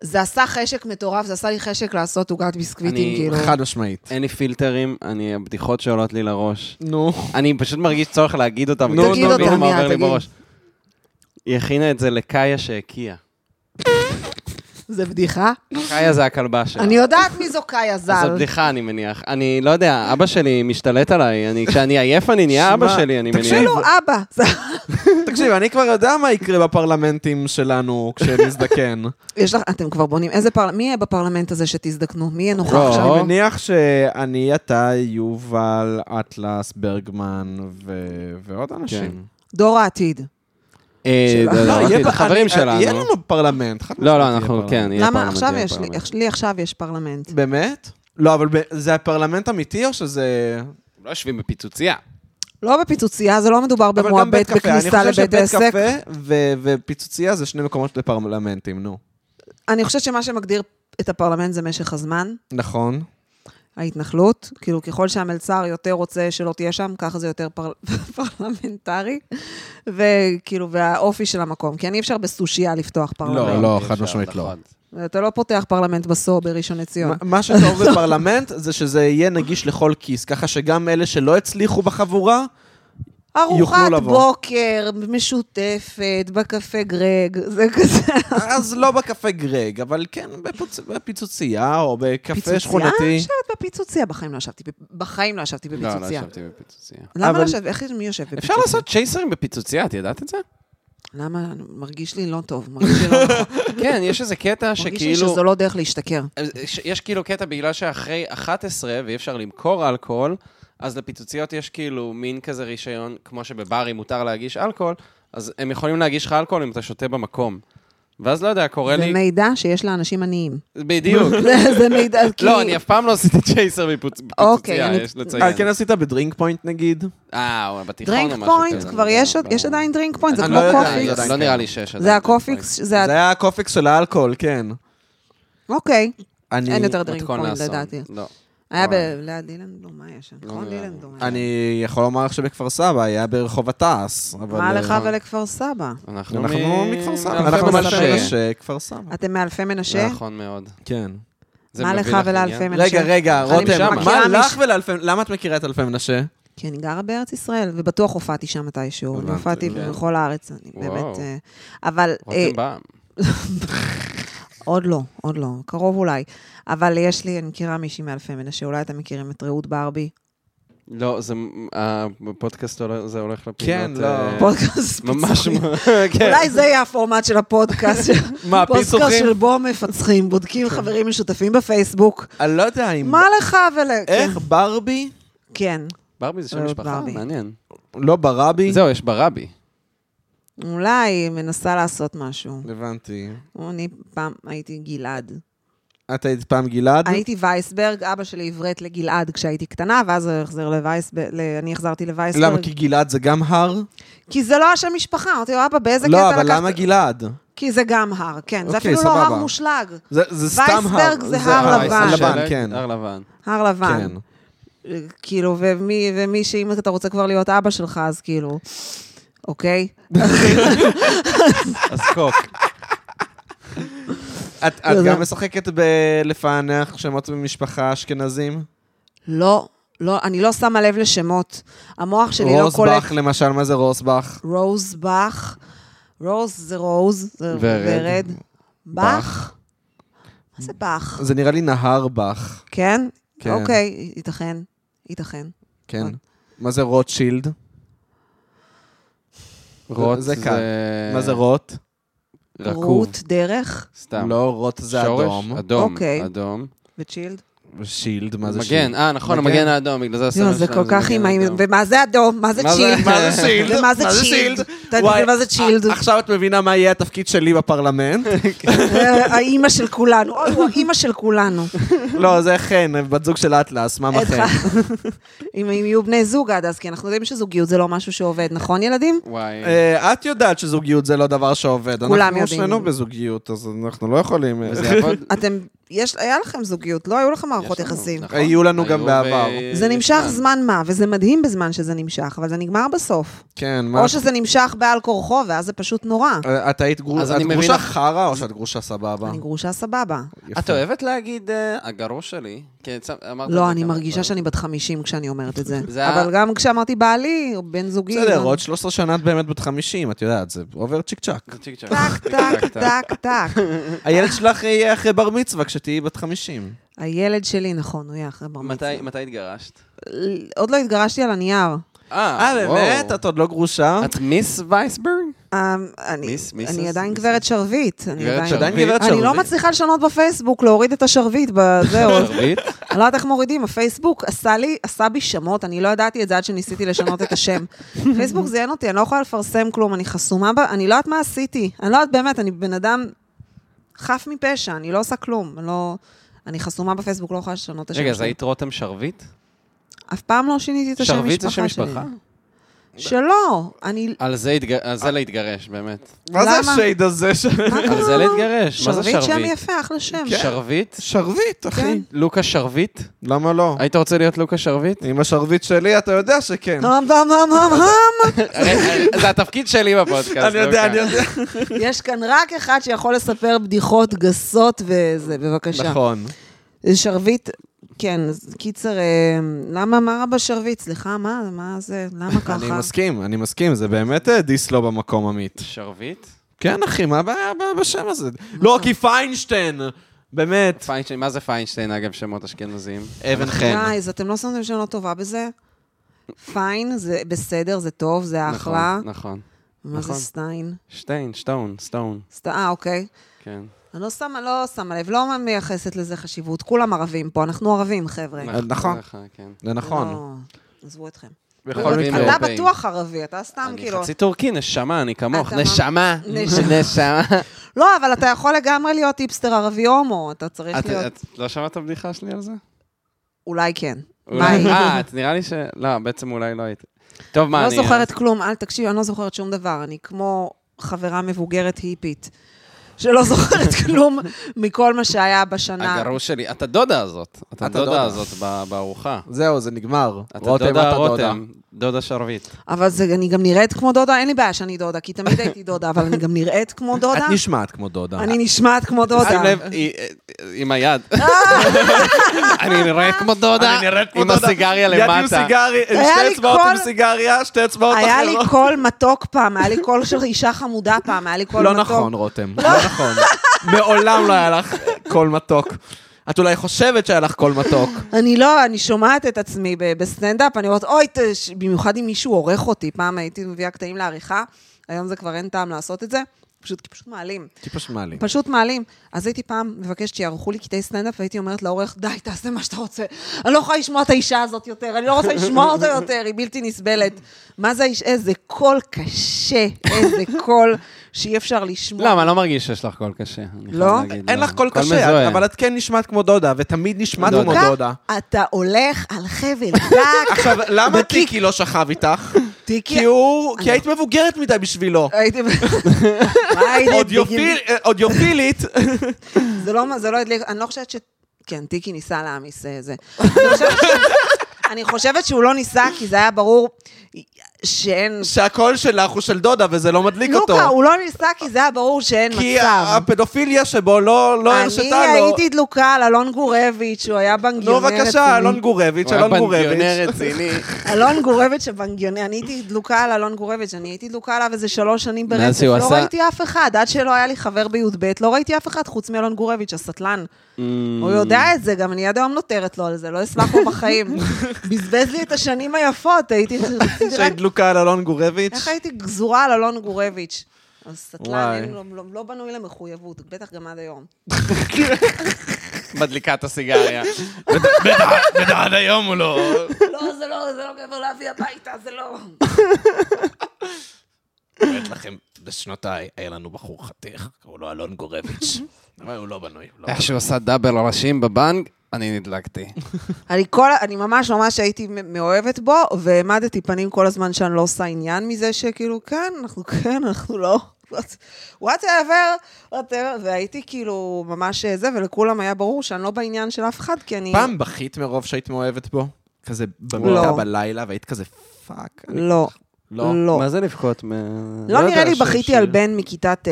[SPEAKER 2] זה עשה חשק מטורף, זה עשה לי חשק לעשות עוגת ביסקוויטים,
[SPEAKER 3] אני-
[SPEAKER 2] כאילו.
[SPEAKER 1] חד משמעית.
[SPEAKER 3] אין לי פילטרים, אני, הבדיחות שעולות לי לראש.
[SPEAKER 1] נו.
[SPEAKER 3] אני פשוט מרגיש צורך להגיד אותם.
[SPEAKER 1] נו,
[SPEAKER 3] כי אני
[SPEAKER 1] נו,
[SPEAKER 3] לא מבין
[SPEAKER 2] נו.
[SPEAKER 3] מה עובר לי
[SPEAKER 2] תגיד.
[SPEAKER 3] בראש. היא הכינה את זה לקאיה שהקיאה.
[SPEAKER 2] זה בדיחה?
[SPEAKER 3] קאיה זה הכלבה שלה.
[SPEAKER 2] אני יודעת מי זו קאיה
[SPEAKER 3] זו
[SPEAKER 2] ז"ל.
[SPEAKER 3] בדיחה, אני מניח. אני לא יודע, אבא שלי משתלט עליי. אני- כשאני עייף, אני נהיה אבא
[SPEAKER 1] שמע,
[SPEAKER 3] שלי, אני מניח.
[SPEAKER 1] תקשיב.
[SPEAKER 2] אפילו אבא.
[SPEAKER 1] תקשיב, אני כבר יודע מה יקרה בפרלמנטים שלנו כשנזדקן.
[SPEAKER 2] יש לך, אתם כבר בונים, איזה פרלמנט, מי יהיה בפרלמנט הזה שתזדקנו? מי יהיה נוכח
[SPEAKER 3] לא.
[SPEAKER 2] שם?
[SPEAKER 1] אני מניח שאני, אתה, יובל, אטלס, ברגמן ו- ועוד אנשים.
[SPEAKER 2] דור העתיד.
[SPEAKER 3] כן. אה,
[SPEAKER 2] שלא.
[SPEAKER 3] לא,
[SPEAKER 1] לא,
[SPEAKER 3] לא,
[SPEAKER 1] יהיה
[SPEAKER 3] אמרתי,
[SPEAKER 1] פ-
[SPEAKER 3] חברים
[SPEAKER 1] אני- אה, יהיה
[SPEAKER 3] שלנו.
[SPEAKER 1] לנו פרלמנט. חד
[SPEAKER 3] לא, לא,
[SPEAKER 1] משמעית יהיה
[SPEAKER 3] אנחנו,
[SPEAKER 1] פרלמנט.
[SPEAKER 3] כן, יהיה
[SPEAKER 2] למה
[SPEAKER 3] פרלמנט.
[SPEAKER 2] עכשיו
[SPEAKER 3] יהיה
[SPEAKER 2] יש לי,
[SPEAKER 3] פרלמנט.
[SPEAKER 2] איך- לי עכשיו יש פרלמנט.
[SPEAKER 1] באמת? לא, אבל ב- זה הפרלמנט אמיתי או שזה...
[SPEAKER 3] לא יושבים בפיצוצייה.
[SPEAKER 2] לא בפיצוצייה, זה לא מדובר במועבט בכניסה לבית
[SPEAKER 1] אני
[SPEAKER 2] עסק.
[SPEAKER 1] חושב שבית קפה ו- ופיצוצייה זה שני מקומות לפרלמנטים, נו.
[SPEAKER 2] אני חושבת שמה שמגדיר את הפרלמנט זה משך הזמן,
[SPEAKER 1] נכון.
[SPEAKER 2] ההתנחלות. כאילו, ככל שהמלצר יותר רוצה שלא תהיה שם, ככה זה יותר פר... פרלמנטרי. וכאילו, והאופי של המקום. כי אני אי אפשר בסושייה לפתוח פרלמנט.
[SPEAKER 1] לא,
[SPEAKER 3] אי
[SPEAKER 1] חד
[SPEAKER 3] אפשר,
[SPEAKER 1] משמעית לא.
[SPEAKER 3] נכון.
[SPEAKER 2] אתה לא פותח פרלמנט בסו בראשון לציון.
[SPEAKER 1] מה- מה שטוב בפרלמנט זה שזה יהיה נגיש לכל כיס, ככה שגם אלה שלא הצליחו בחבורה, יוכלו
[SPEAKER 2] ארוחת
[SPEAKER 1] לבוא.
[SPEAKER 2] בוקר משותפת בקפה גרג, זה כזה.
[SPEAKER 1] אז לא בקפה גרג, אבל כן בפוצ- בפיצוצייה או בקפה
[SPEAKER 2] פיצוצייה?
[SPEAKER 1] שכונתי.
[SPEAKER 2] יושבת בפיצוצייה, בחיים לא ישבתי, בפ- בחיים לא ישבתי
[SPEAKER 3] לא, לא
[SPEAKER 2] בפיצוצייה.
[SPEAKER 3] ישבתי בפיצוצייה.
[SPEAKER 2] למה
[SPEAKER 1] אבל-
[SPEAKER 2] לא ישבת? איך מי יושב בפיצוצייה?
[SPEAKER 3] אפשר לעשות צ'ייסרים בפיצוצייה, את ידעת את זה?
[SPEAKER 2] למה? מרגיש לי לא טוב, מרגיש לי לא נכון.
[SPEAKER 3] כן, יש איזה קטע
[SPEAKER 2] מרגיש לי
[SPEAKER 3] שכאילו...
[SPEAKER 2] שזו לא דרך להשתכר.
[SPEAKER 3] ש- יש כאילו קטע בגלל שאחרי 11 ואי אפשר למכור אלכוהול, אז לפיצוציות יש כאילו מין כזה רישיון, כמו שבברים מותר להגיש אלכוהול, אז הם יכולים להגיש לך אלכוהול אם אתה שותה במקום. ואז לא יודע, קורה
[SPEAKER 2] זה
[SPEAKER 3] לי...
[SPEAKER 2] מידע שיש לאנשים עניים.
[SPEAKER 3] בדיוק.
[SPEAKER 2] זה זה מידע, כי...
[SPEAKER 3] לא, אני אף פעם לא עשיתי צ'ייסר מפוצ-
[SPEAKER 2] אוקיי,
[SPEAKER 3] מפוצציה,
[SPEAKER 2] אני-
[SPEAKER 3] יש
[SPEAKER 1] אה,
[SPEAKER 3] לציין.
[SPEAKER 1] כן עשית בדרינק פוינט נגיד?
[SPEAKER 3] אה, בתיכון או משהו
[SPEAKER 2] דרינק
[SPEAKER 3] כזה.
[SPEAKER 2] פוינט, כבר
[SPEAKER 3] לא,
[SPEAKER 2] יש עוד-
[SPEAKER 3] לא.
[SPEAKER 2] יש עדיין דרינק פוינט, זה
[SPEAKER 1] אני
[SPEAKER 2] כמו
[SPEAKER 1] לא יודע, אני
[SPEAKER 2] קופיקס.
[SPEAKER 1] עדיין-
[SPEAKER 3] לא נראה לי שיש עדיין
[SPEAKER 2] זה
[SPEAKER 3] דרינק
[SPEAKER 2] הקופיקס, זה ה...
[SPEAKER 1] זה היה הקופיקס של האלכוהול, כן.
[SPEAKER 2] אוקיי,
[SPEAKER 1] אני-
[SPEAKER 2] אין יותר
[SPEAKER 3] פוינט.
[SPEAKER 2] דרינק
[SPEAKER 3] מתכון
[SPEAKER 2] פוינט
[SPEAKER 3] לאסון.
[SPEAKER 2] לדעתי.
[SPEAKER 3] לא.
[SPEAKER 2] היה ב-
[SPEAKER 3] וואי.
[SPEAKER 2] ליד אילנדום, מה היה שם?
[SPEAKER 3] לא
[SPEAKER 2] נכון
[SPEAKER 3] נראה לי.
[SPEAKER 2] אילנדום. היה.
[SPEAKER 1] אני יכול לומר לך שבכפר סבא היה ברחוב התעש. אבל-
[SPEAKER 2] מה
[SPEAKER 3] אה,
[SPEAKER 2] לך ולכפר סבא?
[SPEAKER 3] אנחנו
[SPEAKER 1] אנחנו
[SPEAKER 3] מ-
[SPEAKER 1] מכפר סבא.
[SPEAKER 3] מאלפי
[SPEAKER 1] אנחנו
[SPEAKER 3] מנשה.
[SPEAKER 1] מנשה, כפר סבא.
[SPEAKER 2] אתם מאלפי מנשה?
[SPEAKER 3] נכון מאוד.
[SPEAKER 1] כן.
[SPEAKER 3] זה
[SPEAKER 2] מה
[SPEAKER 3] מביא
[SPEAKER 2] לך ולאלפי
[SPEAKER 3] עניין?
[SPEAKER 2] מנשה?
[SPEAKER 1] רגע, רגע,
[SPEAKER 2] אני
[SPEAKER 1] רותם,
[SPEAKER 3] שמה.
[SPEAKER 1] מה
[SPEAKER 2] מכירה
[SPEAKER 1] לך
[SPEAKER 2] מישהו-
[SPEAKER 1] ולאלפי... למה את מכירה את אלפי מנשה?
[SPEAKER 2] כי אני גרה בארץ ישראל, ובטוח הופעתי שם מתישהו. אני
[SPEAKER 1] הבנתי,
[SPEAKER 2] הופעתי
[SPEAKER 3] כן.
[SPEAKER 2] בכל הארץ, אני
[SPEAKER 3] וואו.
[SPEAKER 2] באמת... אה, אבל... אה,
[SPEAKER 3] רותם בעם.
[SPEAKER 2] עוד לא, עוד לא, קרוב אולי. אבל יש לי, אני מכירה מישהי מאלפי מנשה, אולי אתם מכירים את רעות ברבי.
[SPEAKER 3] לא, זה... הפודקאסט הולך- זה הולך לפינות...
[SPEAKER 1] כן, לא.
[SPEAKER 3] אה,
[SPEAKER 2] פודקאסט
[SPEAKER 3] ממש...
[SPEAKER 2] פיצוחים.
[SPEAKER 3] כן.
[SPEAKER 2] אולי זה יהיה הפורמט של הפודקאסט.
[SPEAKER 1] מה,
[SPEAKER 2] פודקאסט
[SPEAKER 1] פיצוחים?
[SPEAKER 2] של בו מפצחים,
[SPEAKER 3] כן.
[SPEAKER 2] בודקים חברים משותפים בפייסבוק.
[SPEAKER 1] אני לא יודע אם...
[SPEAKER 2] מה לך ול...
[SPEAKER 1] איך ברבי?
[SPEAKER 2] כן.
[SPEAKER 3] ברבי זה שם
[SPEAKER 2] אהוד
[SPEAKER 3] משפחה,
[SPEAKER 2] ברבי. אה,
[SPEAKER 3] מעניין.
[SPEAKER 1] לא ברבי?
[SPEAKER 3] זהו, יש ברבי.
[SPEAKER 2] אולי היא מנסה לעשות משהו.
[SPEAKER 1] הבנתי.
[SPEAKER 2] אני פעם הייתי גלעד.
[SPEAKER 1] את היית פעם גלעד?
[SPEAKER 2] הייתי וייסברג, אבא שלי עברת לגלעד כשהייתי קטנה, ואז הוא החזיר לווייסברג, ל- אני החזרתי לווייסברג.
[SPEAKER 1] למה? כי גלעד זה גם הר?
[SPEAKER 2] כי זה לא השם משפחה. אמרתי לו, אבא, באיזה קטע
[SPEAKER 1] לא,
[SPEAKER 2] לקחת...
[SPEAKER 1] אבל למה גלעד?
[SPEAKER 2] כי זה גם הר, כן.
[SPEAKER 1] אוקיי,
[SPEAKER 2] זה אפילו לא
[SPEAKER 1] סבבה.
[SPEAKER 2] הר מושלג,
[SPEAKER 1] זה זה סתם הר.
[SPEAKER 2] וייסברג זה הר
[SPEAKER 1] הר
[SPEAKER 2] לבן.
[SPEAKER 1] לבן, כן.
[SPEAKER 3] הר לבן.
[SPEAKER 2] הר לבן.
[SPEAKER 1] כן.
[SPEAKER 2] כאילו, ומי, ומי שאם אתה רוצה כבר להיות אבא שלך, אז כאילו, אוקיי?
[SPEAKER 3] אז קוק.
[SPEAKER 1] את את גם משחקת בלפענח שמות במשפחה אשכנזים?
[SPEAKER 2] לא, לא, אני לא שמה לב לשמות. המוח שלי לא קולט...
[SPEAKER 1] רוסבך, למשל, מה זה רוסבך?
[SPEAKER 2] רוז באך. רוז זה רוז, זה
[SPEAKER 3] ורד.
[SPEAKER 2] ורד.
[SPEAKER 1] באך.
[SPEAKER 2] באך? מה זה באך?
[SPEAKER 1] זה נראה לי נהר בך,
[SPEAKER 2] כן?
[SPEAKER 1] כן.
[SPEAKER 2] אוקיי, ייתכן. ייתכן.
[SPEAKER 1] כן.
[SPEAKER 2] אוי.
[SPEAKER 1] מה זה רוטשילד?
[SPEAKER 3] רוט
[SPEAKER 1] זה
[SPEAKER 3] זה...
[SPEAKER 1] קל.
[SPEAKER 3] אה,
[SPEAKER 1] מה זה רוט?
[SPEAKER 3] רקוב.
[SPEAKER 2] רות דרך
[SPEAKER 3] סתם.
[SPEAKER 1] לא, רוט זה
[SPEAKER 3] שורש?
[SPEAKER 1] אדום.
[SPEAKER 3] אדום.
[SPEAKER 2] אוקיי.
[SPEAKER 3] אדום.
[SPEAKER 2] וצ'ילד.
[SPEAKER 1] שילד, מה זה שילד?
[SPEAKER 3] מגן. אה, נכון,
[SPEAKER 1] מגן.
[SPEAKER 3] המגן האדום, בגלל זה הסמל
[SPEAKER 2] יואו,
[SPEAKER 3] שלהם.
[SPEAKER 2] זה כל כך
[SPEAKER 3] מגן
[SPEAKER 2] אימהי.
[SPEAKER 3] אדום.
[SPEAKER 2] ומה זה אדום? מה זה
[SPEAKER 3] מה זה-
[SPEAKER 2] צ'ילד?
[SPEAKER 1] מה זה שילד?
[SPEAKER 2] ומה זה צ'ילד? אתה יודע מה זה צ'ילד?
[SPEAKER 1] ע- עכשיו את מבינה מה יהיה התפקיד שלי בפרלמנט?
[SPEAKER 2] אה, האימא של כולנו. אוי, הוא האימא של כולנו.
[SPEAKER 1] לא, זה חן, בת זוג של אטלס, מאמא
[SPEAKER 2] אין
[SPEAKER 1] חן.
[SPEAKER 2] לך- אם אם יהיו בני זוג עד אז, כי אנחנו יודעים שזוגיות זה לא משהו שעובד, נכון ילדים?
[SPEAKER 3] וואי.
[SPEAKER 1] אה, את יודעת שזוגיות זה לא דבר שעובד.
[SPEAKER 2] כולם
[SPEAKER 1] אנחנו
[SPEAKER 2] יודעים.
[SPEAKER 1] שנינו בזוגיות, אז אנחנו לא יכולים...
[SPEAKER 3] וזה יעבוד.
[SPEAKER 2] אתם, יש, היה לכם זוגיות, לא היו לכם מערכות
[SPEAKER 3] יש לנו,
[SPEAKER 2] יחסים.
[SPEAKER 3] נכון. אה,
[SPEAKER 1] היו לנו גם
[SPEAKER 3] היו
[SPEAKER 1] בעבר.
[SPEAKER 3] ו-
[SPEAKER 2] זה נמשך
[SPEAKER 3] ישנן.
[SPEAKER 2] זמן מה, וזה מדהים בזמן שזה נמשך, אבל זה נגמר בסוף.
[SPEAKER 1] כן, מה... אה,
[SPEAKER 2] או שזה נמשך בעל כורחו, ואז זה פשוט נורא.
[SPEAKER 1] את היית גרוש-
[SPEAKER 3] אז
[SPEAKER 1] את
[SPEAKER 3] אני מבין
[SPEAKER 1] גרושה
[SPEAKER 3] לך.
[SPEAKER 1] חרא או שאת גרושה סבבה?
[SPEAKER 2] אני גרושה סבבה.
[SPEAKER 1] יפה.
[SPEAKER 3] את אוהבת להגיד, אה, הגרוש שלי? כן, צ- אמרת... את זה
[SPEAKER 2] לא, אני
[SPEAKER 3] כמה
[SPEAKER 2] מרגישה
[SPEAKER 3] פעמים.
[SPEAKER 2] שאני בת 50 כשאני אומרת את זה.
[SPEAKER 3] זה
[SPEAKER 2] אבל
[SPEAKER 3] ה-
[SPEAKER 2] גם כשאמרתי בעלי, או בן זוגי...
[SPEAKER 1] בסדר,
[SPEAKER 2] גם-
[SPEAKER 1] עוד 13 שנה את באמת בת 50, את יודעת, זה עובר צ'יק צ'אק.
[SPEAKER 3] זה צ'יק צ'אק.
[SPEAKER 2] טק, טק, טק, טק.
[SPEAKER 1] הילד שלך יהיה אחרי בר מצווה כשתהיי בת 50.
[SPEAKER 2] הילד שלי, נכון, הוא יהיה אחרי בר מצווה.
[SPEAKER 3] מתי- מתי התגרשת?
[SPEAKER 2] ל- עוד לא התגרשתי על הנייר.
[SPEAKER 1] אה, באמת?
[SPEAKER 3] וואו.
[SPEAKER 1] את עוד לא גרושה?
[SPEAKER 3] את מיס וייסברג?
[SPEAKER 2] אה, אני-
[SPEAKER 3] מיס- מיסס-
[SPEAKER 2] אני עדיין
[SPEAKER 3] מיסס-
[SPEAKER 2] גברת שרביט. אני
[SPEAKER 3] גברת
[SPEAKER 2] עדיין-
[SPEAKER 1] את עדיין
[SPEAKER 3] שרביט?
[SPEAKER 1] גברת
[SPEAKER 2] אני לא
[SPEAKER 1] שרביט.
[SPEAKER 2] מצליחה לשנות בפייסבוק, להוריד את השרביט, בזהו.
[SPEAKER 3] שרביט?
[SPEAKER 2] אני לא יודעת איך מורידים, הפייסבוק עשה לי, עשה בי שמות, אני לא ידעתי את זה עד שניסיתי לשנות את השם. פייסבוק זיין אותי, אני לא יכולה לפרסם כלום, אני חסומה ב... אני לא יודעת מה עשיתי. אני לא יודעת באמת, אני בן אדם חף מפשע, אני לא עושה כלום. אני לא... אני חסומה בפייסבוק, לא יכולה לשנות את השם
[SPEAKER 3] רגע, אז
[SPEAKER 2] שלי.
[SPEAKER 3] היית רותם שרביט?
[SPEAKER 2] אף פעם לא שיניתי את השם משפחה שלי.
[SPEAKER 3] שרביט זה שם משפחה?
[SPEAKER 2] שלא, אני...
[SPEAKER 3] על זה התג- על זה להתגרש, באמת.
[SPEAKER 1] מה זה
[SPEAKER 2] למה?
[SPEAKER 1] השייד הזה ש...
[SPEAKER 2] מה
[SPEAKER 3] אה. על זה
[SPEAKER 2] קרה?
[SPEAKER 3] להתגרש, מה זה
[SPEAKER 2] שרביט שם
[SPEAKER 3] שרביט? כן.
[SPEAKER 2] יפה, אחלה שם.
[SPEAKER 1] כן.
[SPEAKER 3] שרביט?
[SPEAKER 1] שרביט,
[SPEAKER 2] כן.
[SPEAKER 1] אחי.
[SPEAKER 3] לוקה שרביט?
[SPEAKER 1] למה לא?
[SPEAKER 3] היית רוצה להיות לוקה שרביט?
[SPEAKER 1] עם השרביט שלי, אתה יודע שכן.
[SPEAKER 2] המ, המ, המ, המ, המ.
[SPEAKER 3] אה, זה התפקיד שלי בפודקאסט,
[SPEAKER 1] אני יודע,
[SPEAKER 3] לוקה.
[SPEAKER 1] אני יודע.
[SPEAKER 2] יש כאן רק אחד שיכול לספר בדיחות גסות וזה, בבקשה.
[SPEAKER 1] נכון.
[SPEAKER 2] שרביט, כן, אז קיצר, אה, למה, מה רע בשרביט? סליחה, מה, מה זה, למה
[SPEAKER 1] אני
[SPEAKER 2] ככה?
[SPEAKER 1] מסכים, אני מסכים, זה באמת אה, דיס לא במקום עמית.
[SPEAKER 3] שרביט?
[SPEAKER 1] כן, אחי, מה הבעיה ב- בשם הזה?
[SPEAKER 2] נכון.
[SPEAKER 1] לא, כי פיינשטיין, באמת.
[SPEAKER 3] פיינשטיין, מה זה פיינשטיין, אגב, שמות נכון, אשכנזיים?
[SPEAKER 1] אבן
[SPEAKER 3] כן.
[SPEAKER 1] חן.
[SPEAKER 2] די, אז אתם לא שמתם שאני לא טובה בזה? פיין, זה בסדר, זה טוב, זה
[SPEAKER 3] נכון,
[SPEAKER 2] אחלה.
[SPEAKER 3] נכון.
[SPEAKER 2] מה זה
[SPEAKER 3] נכון.
[SPEAKER 2] סטיין?
[SPEAKER 3] שטיין, שטון, סטון,
[SPEAKER 2] סט- אה, אוקיי.
[SPEAKER 3] כן.
[SPEAKER 2] אני לא שמה, לא שמה לב, לא מייחסת לזה אה, חשיבות. כולם ערבים פה, אנחנו ערבים, חבר'ה.
[SPEAKER 1] נכון.
[SPEAKER 3] נכון, כן.
[SPEAKER 1] זה נכון.
[SPEAKER 2] לא, עזבו אתכם.
[SPEAKER 3] בכל מקרה.
[SPEAKER 2] אתה
[SPEAKER 3] אירופאים.
[SPEAKER 2] בטוח ערבי, אתה סתם
[SPEAKER 3] אני
[SPEAKER 2] כאילו...
[SPEAKER 3] חצי טורקי, נשמה, אני כמוך.
[SPEAKER 2] אתה מה?
[SPEAKER 3] נשמה.
[SPEAKER 2] נשמה.
[SPEAKER 3] נשמה.
[SPEAKER 2] לא, אבל אתה יכול לגמרי להיות היפסטר ערבי הומו, אתה צריך
[SPEAKER 3] את-
[SPEAKER 2] להיות...
[SPEAKER 3] את לא שמעת את הבדיחה שלי על זה?
[SPEAKER 2] אולי כן.
[SPEAKER 3] אולי-
[SPEAKER 2] ביי.
[SPEAKER 3] אה, את נראה לי ש... לא, בעצם אולי לא הייתי. טוב, מה,
[SPEAKER 2] לא
[SPEAKER 3] אני...
[SPEAKER 2] זוכרת כלום, אל תקשיב, אני לא זוכרת שום דבר. אני כמו חברה מבוגרת היפית, שלא זוכרת כלום מכל מה שהיה בשנה.
[SPEAKER 3] הגרוש שלי, את הדודה הזאת. את הדודה
[SPEAKER 1] הדודה.
[SPEAKER 3] הזאת ב- בארוחה.
[SPEAKER 1] זהו, זה נגמר.
[SPEAKER 3] את
[SPEAKER 1] רותם,
[SPEAKER 3] הדודה
[SPEAKER 1] אתה דודה.
[SPEAKER 3] רותם. דודה שרביט.
[SPEAKER 2] אבל זה, אני גם נראית כמו דודה, אין לי בעיה שאני דודה, כי תמיד הייתי דודה, אבל אני גם נראית כמו
[SPEAKER 1] את
[SPEAKER 2] דודה.
[SPEAKER 1] נשמעת כמו דודה.
[SPEAKER 2] אני נשמעת כמו דודה. אה!
[SPEAKER 3] שים לב, היא- עם היד. אני נראית כמו דודה. עם הסיגריה למטה.
[SPEAKER 2] היה לי כל-
[SPEAKER 1] סיגריה, שתי אצבעות
[SPEAKER 2] היה לי קול מתוק פעם, היה לי קול של אישה חמודה פעם, היה לי קול
[SPEAKER 1] לא
[SPEAKER 2] מתוק.
[SPEAKER 1] נכון, רותם, לא נכון. מעולם לא היה לך קול מתוק. את אולי חושבת שהיה לך קול מתוק.
[SPEAKER 2] אני לא, אני שומעת את עצמי ב- בסטנדאפ, אני אומרת, אוי, ת- ש- במיוחד אם מישהו עורך אותי, פעם הייתי מביאה קטעים לעריכה, היום זה כבר אין טעם לעשות את זה, פשוט, כי פשוט מעלים.
[SPEAKER 1] טיפה שמאלי.
[SPEAKER 2] פשוט מעלים. אז הייתי פעם מבקשת שיערכו לי קטעי סטנדאפ, והייתי אומרת לעורך, די, תעשה מה שאתה רוצה. אני לא יכולה לשמוע את האישה הזאת יותר, אני לא רוצה לשמוע אותה יותר, היא בלתי נסבלת. מה זה האיש? איזה קול קשה, איזה קול שאי אפשר לשמוע.
[SPEAKER 3] למה? אני לא מרגיש שיש לך קול קשה. אני חייב
[SPEAKER 2] לא?
[SPEAKER 3] להגיד,
[SPEAKER 1] אין
[SPEAKER 3] לא.
[SPEAKER 1] לך קול קשה,
[SPEAKER 3] מזוהה.
[SPEAKER 1] אבל את כן נשמעת כמו דודה, ותמיד נשמעת
[SPEAKER 3] דודה.
[SPEAKER 1] כמו
[SPEAKER 2] כך
[SPEAKER 1] דודה.
[SPEAKER 2] אתה הולך על חבל דק,
[SPEAKER 1] עכשיו, למה טיקי לא שכב איתך?
[SPEAKER 2] תיקי.
[SPEAKER 1] כי הוא...
[SPEAKER 2] לא-
[SPEAKER 1] כי היית מבוגרת מדי בשבילו. אה,
[SPEAKER 2] הייתי... וואי,
[SPEAKER 1] עוד
[SPEAKER 2] בגיל-
[SPEAKER 1] יופיל- עוד יופילית.
[SPEAKER 2] זה לא, זה לא הדליק, אני לא חושבת ש... כן, טיקי ניסה להעמיס אה, זה. אני חושבת ש- אני חושבת שהוא לא ניסה, כי זה היה ברור שאין...
[SPEAKER 1] שהקול שלך הוא של דודה, וזה לא מדליק אותו.
[SPEAKER 2] לוקה, הוא לא ניסה, כי זה היה ברור שאין
[SPEAKER 1] כי
[SPEAKER 2] מצב.
[SPEAKER 1] הפדופיליה שבו לא לא הרשתה
[SPEAKER 2] אני
[SPEAKER 1] לו.
[SPEAKER 2] הייתי דלוקה על אלון גורביץ', הוא היה בנגיונר
[SPEAKER 1] נו,
[SPEAKER 2] רציני.
[SPEAKER 1] בבקשה, אלון גורביץ',
[SPEAKER 3] הוא היה
[SPEAKER 1] אלון גורביץ'.
[SPEAKER 3] בנגיונר רציני.
[SPEAKER 2] אלון גורביץ' הבנגיונר, אני הייתי דלוקה על אלון גורביץ', אני הייתי דלוקה עליו איזה שלוש שנים
[SPEAKER 3] מאז
[SPEAKER 2] ברצף,
[SPEAKER 3] שהוא
[SPEAKER 2] לא
[SPEAKER 3] עשה-
[SPEAKER 2] ראיתי אף אחד, עד שלא היה לי חבר בי"ב, לא ראיתי אף אחד חוץ מאלון גורביץ', הסטלן.
[SPEAKER 3] Mm.
[SPEAKER 2] הוא יודע את זה, גם אני עד היום נותרת לו על זה, לא אסלח לו בחיים. בזבז לי את השנים היפות, הייתי... רציתי רק-
[SPEAKER 1] שהיית דלוקה על אלון גורביץ'.
[SPEAKER 2] איך הייתי גזורה על אלון גורביץ'? הסטלן,
[SPEAKER 1] וואי.
[SPEAKER 2] אין- לא- לא- לא בנוי למחויבות, בטח גם עד היום.
[SPEAKER 3] מדליקה את הסיגריה.
[SPEAKER 1] עד היום הוא לא...
[SPEAKER 2] לא, זה לא, זה לא גבר להביא הביתה, זה לא...
[SPEAKER 1] אומרת לכם, בשנותיי היה לנו בחור חתיך, קראו לו אלון גורביץ'. אבל הוא לא בנוי.
[SPEAKER 3] איך שהוא עשה דאבל ראשים בבנק, אני נדלקתי.
[SPEAKER 2] אני כל, אני ממש ממש הייתי מ- מאוהבת בו, והעמדתי פנים כל הזמן שאני לא עושה עניין מזה שכאילו, כן, אנחנו כן, אנחנו לא. וואטאבר, וואטאבר, והייתי כאילו ממש זה, ולכולם היה ברור שאני לא בעניין של אף אחד, כי אני...
[SPEAKER 1] פעם בכית מרוב שהיית מאוהבת בו? כזה במיטה
[SPEAKER 2] לא.
[SPEAKER 1] בלילה, והיית כזה פאק. אני-
[SPEAKER 2] לא, לא.
[SPEAKER 3] מה זה לבכות? מ-
[SPEAKER 2] לא
[SPEAKER 3] יודע,
[SPEAKER 2] נראה לי
[SPEAKER 3] ש- ש-
[SPEAKER 2] בכיתי על בן מכיתה ט'.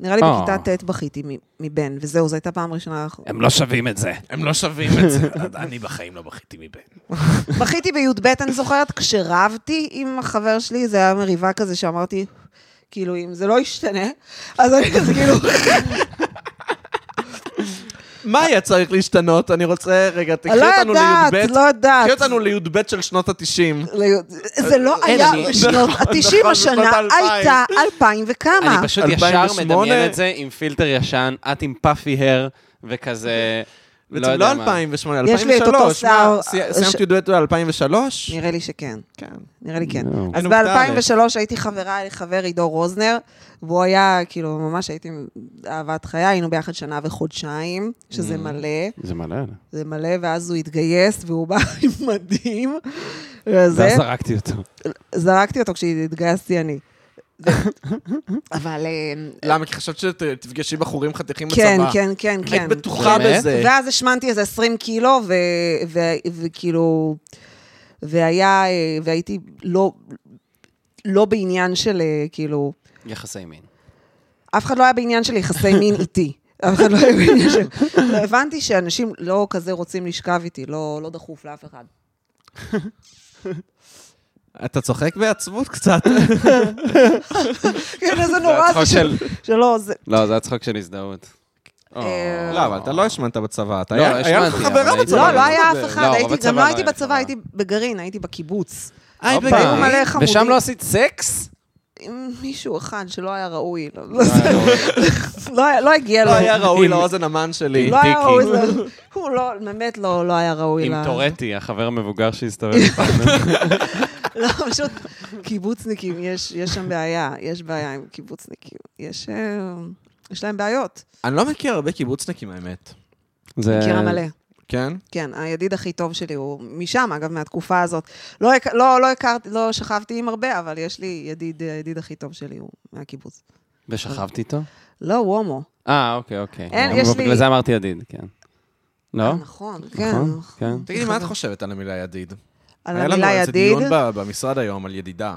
[SPEAKER 2] נראה לי
[SPEAKER 3] אה.
[SPEAKER 2] בכיתה ט' בכיתי מ- מבן, וזהו, זו הייתה פעם ראשונה.
[SPEAKER 3] הם לא שווים את זה.
[SPEAKER 1] הם לא שווים את זה. אני בחיים לא בכיתי מבן.
[SPEAKER 2] בכיתי בי"ב, אני זוכרת, כשרבתי עם החבר שלי, זה היה מריבה כזה שאמרתי, כאילו, אם זה לא ישתנה, אז אני כזה כאילו...
[SPEAKER 1] מה היה צריך להשתנות? אני רוצה, רגע,
[SPEAKER 2] לא
[SPEAKER 1] תקחי אותנו
[SPEAKER 2] יודעת,
[SPEAKER 1] לי"ב.
[SPEAKER 2] לא יודעת.
[SPEAKER 1] קחי אותנו לי"ב של שנות ה-90.
[SPEAKER 2] זה לא היה
[SPEAKER 1] אני-
[SPEAKER 2] בשנות
[SPEAKER 1] נכון,
[SPEAKER 2] ה-90
[SPEAKER 1] נכון,
[SPEAKER 2] השנה,
[SPEAKER 1] בשנות האלפיים.
[SPEAKER 2] הייתה אלפיים וכמה.
[SPEAKER 3] אני פשוט ישר
[SPEAKER 1] 2008?
[SPEAKER 3] מדמיין את זה עם פילטר ישן, את עם פאפי הר וכזה... לא
[SPEAKER 1] בעצם
[SPEAKER 3] יודע
[SPEAKER 1] לא
[SPEAKER 3] מה.
[SPEAKER 1] 2008,
[SPEAKER 2] יש לי את אותו
[SPEAKER 1] 2003. מה,
[SPEAKER 2] שיער-
[SPEAKER 1] סי-
[SPEAKER 2] ש-
[SPEAKER 1] סיימת י"ב ב-2003?
[SPEAKER 2] נראה לי שכן.
[SPEAKER 1] כן.
[SPEAKER 2] נראה לי כן.
[SPEAKER 3] לא.
[SPEAKER 2] אז
[SPEAKER 1] אני מופתע
[SPEAKER 2] ב-2003 הייתי חברה לחבר עידו רוזנר, והוא היה, כאילו, ממש הייתי אהבת חיי, היינו ביחד שנה וחודשיים, שזה
[SPEAKER 1] Mm.
[SPEAKER 2] מלא,
[SPEAKER 3] זה מלא.
[SPEAKER 2] זה מלא, ואז הוא התגייס, והוא בא עם מדים. וזה,
[SPEAKER 3] ואז זרקתי אותו.
[SPEAKER 2] זרקתי אותו כשהתגייסתי אני. אבל... אה,
[SPEAKER 1] למה? כי חשבת שתפגשי בחורים חתיכים בצבא.
[SPEAKER 2] כן, כן, כן, כן.
[SPEAKER 1] היית בטוחה
[SPEAKER 3] באמת?
[SPEAKER 1] בזה.
[SPEAKER 2] ואז השמנתי איזה 20 קילו, ו- ו- וכאילו... והיה, אה, והייתי לא, לא בעניין של, אה, כאילו...
[SPEAKER 3] יחסי מין.
[SPEAKER 2] אף אחד לא היה בעניין של יחסי מין איתי. אף אחד לא היה בעניין של... לא, הבנתי שאנשים לא כזה רוצים לשכב איתי, לא, לא דחוף לאף אחד.
[SPEAKER 1] אתה צוחק בעצבות קצת.
[SPEAKER 4] לא
[SPEAKER 2] כן, איזה
[SPEAKER 3] זה
[SPEAKER 2] נורא
[SPEAKER 3] הצחוק
[SPEAKER 2] זה של...
[SPEAKER 3] של-
[SPEAKER 2] שלא, זה...
[SPEAKER 3] לא, זה היה צחוק של הזדהות.
[SPEAKER 2] אה,
[SPEAKER 1] לא, אבל אתה לא השמנת בצבא. אתה
[SPEAKER 3] לא,
[SPEAKER 1] היה
[SPEAKER 3] לא
[SPEAKER 1] היה לך
[SPEAKER 3] השמנתי,
[SPEAKER 1] חברה
[SPEAKER 3] אבל הייתי-
[SPEAKER 1] בצבא.
[SPEAKER 2] לא, לא
[SPEAKER 1] מה
[SPEAKER 2] היה
[SPEAKER 1] אתה
[SPEAKER 2] אף
[SPEAKER 1] מדבר?
[SPEAKER 2] אחד,
[SPEAKER 3] לא,
[SPEAKER 2] הייתי,
[SPEAKER 3] בצבא
[SPEAKER 2] גם לא
[SPEAKER 3] לא
[SPEAKER 2] הייתי
[SPEAKER 3] היה
[SPEAKER 2] בצבא,
[SPEAKER 3] חברה.
[SPEAKER 2] הייתי בגרעין, הייתי בקיבוץ.
[SPEAKER 1] אה,
[SPEAKER 3] הופה.
[SPEAKER 1] בגלל-
[SPEAKER 2] היו מלא חמודים.
[SPEAKER 3] ושם לא עשית סקס?
[SPEAKER 2] עם מישהו אחד שלא היה ראוי. לא-
[SPEAKER 3] אה,
[SPEAKER 2] לא- לא היה- לא הגיע לו.
[SPEAKER 1] לא היה ראוי
[SPEAKER 3] עם-
[SPEAKER 1] לאוזן המן שלי.
[SPEAKER 2] לא היה
[SPEAKER 3] טיקי.
[SPEAKER 2] ראוי, זה- הוא לא, באמת לא לא היה ראוי.
[SPEAKER 3] עם
[SPEAKER 2] ל-
[SPEAKER 3] טורטי, החבר המבוגר שהסתובב איתנו.
[SPEAKER 2] לא, פשוט קיבוצניקים, יש יש שם בעיה, יש בעיה עם קיבוצניקים. יש... אה, יש להם בעיות.
[SPEAKER 4] אני לא מכיר הרבה קיבוצניקים, האמת.
[SPEAKER 3] זה...
[SPEAKER 2] מכירה מלא.
[SPEAKER 4] כן?
[SPEAKER 2] כן, הידיד הכי טוב שלי הוא משם, אגב, מהתקופה הזאת. לא, הכ- לא, לא הכרתי, לא שכבתי עם הרבה, אבל יש לי ידיד, הידיד הכי טוב שלי הוא מהקיבוץ.
[SPEAKER 3] ושכבת איתו?
[SPEAKER 2] לא, הוא הומו.
[SPEAKER 3] אה, אוקיי, אוקיי.
[SPEAKER 2] אין,
[SPEAKER 3] אבל
[SPEAKER 2] יש לי-
[SPEAKER 3] בגלל זה אמרתי ידיד, כן. לא?
[SPEAKER 2] אה, נכון, כן.
[SPEAKER 3] נכון, כן.
[SPEAKER 4] תגידי, מה את חושבת על המילה ידיד?
[SPEAKER 2] על המילה
[SPEAKER 4] היה לנו על זה
[SPEAKER 2] ידיד.
[SPEAKER 4] דיון ב- במשרד היום על ידידה.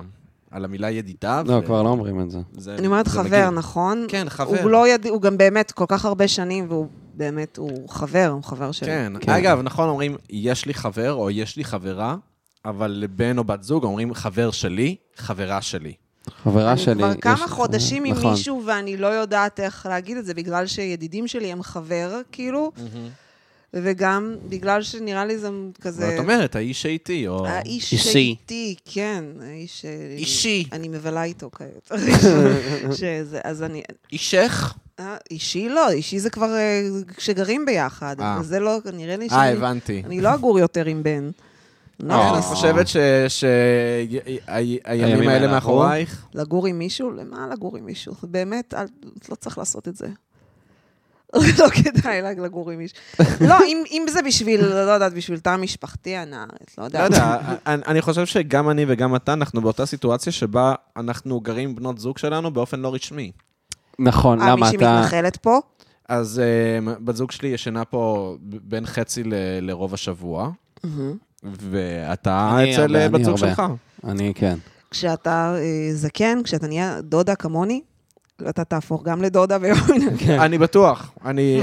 [SPEAKER 4] על המילה ידידה.
[SPEAKER 3] לא,
[SPEAKER 4] ו-
[SPEAKER 3] כבר לא אומרים את זה.
[SPEAKER 4] זה-
[SPEAKER 2] אני אומרת
[SPEAKER 4] זה
[SPEAKER 2] חבר,
[SPEAKER 4] מגעיל.
[SPEAKER 2] נכון?
[SPEAKER 4] כן, חבר.
[SPEAKER 2] הוא לא יד... הוא גם באמת כל כך הרבה שנים, והוא באמת, הוא חבר, הוא חבר שלי.
[SPEAKER 4] כן.
[SPEAKER 3] כן.
[SPEAKER 4] אגב, נכון, אומרים, יש לי חבר או יש לי חברה, אבל לבן או בת זוג אומרים, חבר שלי, חברה שלי.
[SPEAKER 3] חברה
[SPEAKER 2] אני
[SPEAKER 3] שלי...
[SPEAKER 2] כבר
[SPEAKER 3] יש-
[SPEAKER 2] כמה חודשים עם
[SPEAKER 3] נכון.
[SPEAKER 2] מישהו, ואני לא יודעת איך להגיד את זה, בגלל שידידים שלי הם חבר, כאילו, וגם בגלל שנראה לי זה כזה...
[SPEAKER 4] ואת אומרת, האיש שאיתי, או...
[SPEAKER 2] האיש
[SPEAKER 3] אישי.
[SPEAKER 2] שאיתי, כן, האיש... ש-
[SPEAKER 4] אישי.
[SPEAKER 2] אני מבלה איתו כעת. שזה, אז אני...
[SPEAKER 4] אישך?
[SPEAKER 2] אה, אישי לא, אישי זה כבר אה, כשגרים ביחד.
[SPEAKER 4] אה.
[SPEAKER 2] אז זה לא, נראה לי
[SPEAKER 4] אה,
[SPEAKER 2] שאני...
[SPEAKER 4] הבנתי. אה,
[SPEAKER 2] אני לא אגור יותר עם בן. לא,
[SPEAKER 4] כן, את
[SPEAKER 3] אה.
[SPEAKER 4] חושבת שהימים
[SPEAKER 3] האלה
[SPEAKER 4] האלה
[SPEAKER 3] עברו?
[SPEAKER 4] מאחורייך?
[SPEAKER 2] לגור עם מישהו? למה לגור עם מישהו? באמת, אל, לא צריך לעשות את זה. לא כדאי לך לגור עם מישהו. לא, אם, אם זה בשביל, לא יודעת, בשביל תא משפחתי הנערת, לא
[SPEAKER 4] לא
[SPEAKER 2] יודעת.
[SPEAKER 4] יודע, אני אני חושב שגם אני וגם אתה, אנחנו באותה סיטואציה שבה אנחנו גרים עם בנות זוג שלנו באופן לא רשמי.
[SPEAKER 3] נכון,
[SPEAKER 2] אה,
[SPEAKER 3] למה
[SPEAKER 2] מישהי
[SPEAKER 3] אתה...
[SPEAKER 2] מתנחלת פה?
[SPEAKER 4] אז אה, בת זוג שלי ישנה פה ב- בין חצי ל- לרוב השבוע, Mm-hmm. ואתה
[SPEAKER 3] אני הרבה,
[SPEAKER 4] אצל אה, בת
[SPEAKER 3] אני
[SPEAKER 4] זוג
[SPEAKER 3] הרבה.
[SPEAKER 4] שלך.
[SPEAKER 3] אני, כן.
[SPEAKER 2] כשאתה אה, זקן, כשאתה נהיה דודה כמוני, אתה תהפוך גם לדודה ויום
[SPEAKER 4] אני בטוח, אני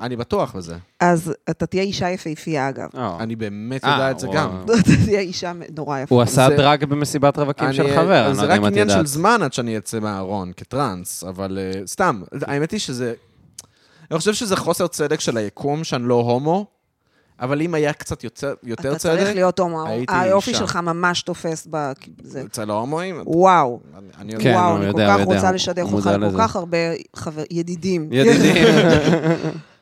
[SPEAKER 4] אני בטוח בזה.
[SPEAKER 2] אז אתה תהיה אישה יפהפייה, אגב.
[SPEAKER 3] אה,
[SPEAKER 4] אני באמת
[SPEAKER 3] אה,
[SPEAKER 4] יודע את זה
[SPEAKER 3] וואו.
[SPEAKER 4] גם.
[SPEAKER 2] אתה תהיה אישה נורא יפה.
[SPEAKER 3] הוא עשה
[SPEAKER 4] זה-
[SPEAKER 3] דרג במסיבת רווקים של
[SPEAKER 4] אני- אה,
[SPEAKER 3] חבר, אני לא
[SPEAKER 4] זה
[SPEAKER 3] יודע
[SPEAKER 4] רק
[SPEAKER 3] אם את
[SPEAKER 4] עניין של
[SPEAKER 3] יודעת.
[SPEAKER 4] זמן עד שאני אצא מהארון כטראנס, אבל אה, סתם, האמת היא שזה... אני חושב שזה חוסר צדק של היקום שאני לא הומו, אבל אם היה קצת יותר יותר
[SPEAKER 2] אתה צריך
[SPEAKER 4] צדק
[SPEAKER 2] להיות הומו.
[SPEAKER 4] הייתי
[SPEAKER 2] היופי
[SPEAKER 4] אישה. אה,
[SPEAKER 2] שלך ממש תופס ב... זה.
[SPEAKER 4] אצל ההומואים,
[SPEAKER 2] וואו.
[SPEAKER 4] אני- אני
[SPEAKER 3] כן,
[SPEAKER 4] יודע.
[SPEAKER 2] וואו,
[SPEAKER 3] הוא
[SPEAKER 2] אני
[SPEAKER 3] יודע,
[SPEAKER 2] כל כך
[SPEAKER 3] הוא יודע,
[SPEAKER 2] רוצה
[SPEAKER 3] הוא-
[SPEAKER 2] לשדך
[SPEAKER 3] הוא
[SPEAKER 2] אותך
[SPEAKER 3] מודע
[SPEAKER 2] לכל
[SPEAKER 3] לזה.
[SPEAKER 2] כך הרבה חבר... ידידים.
[SPEAKER 3] ידידי.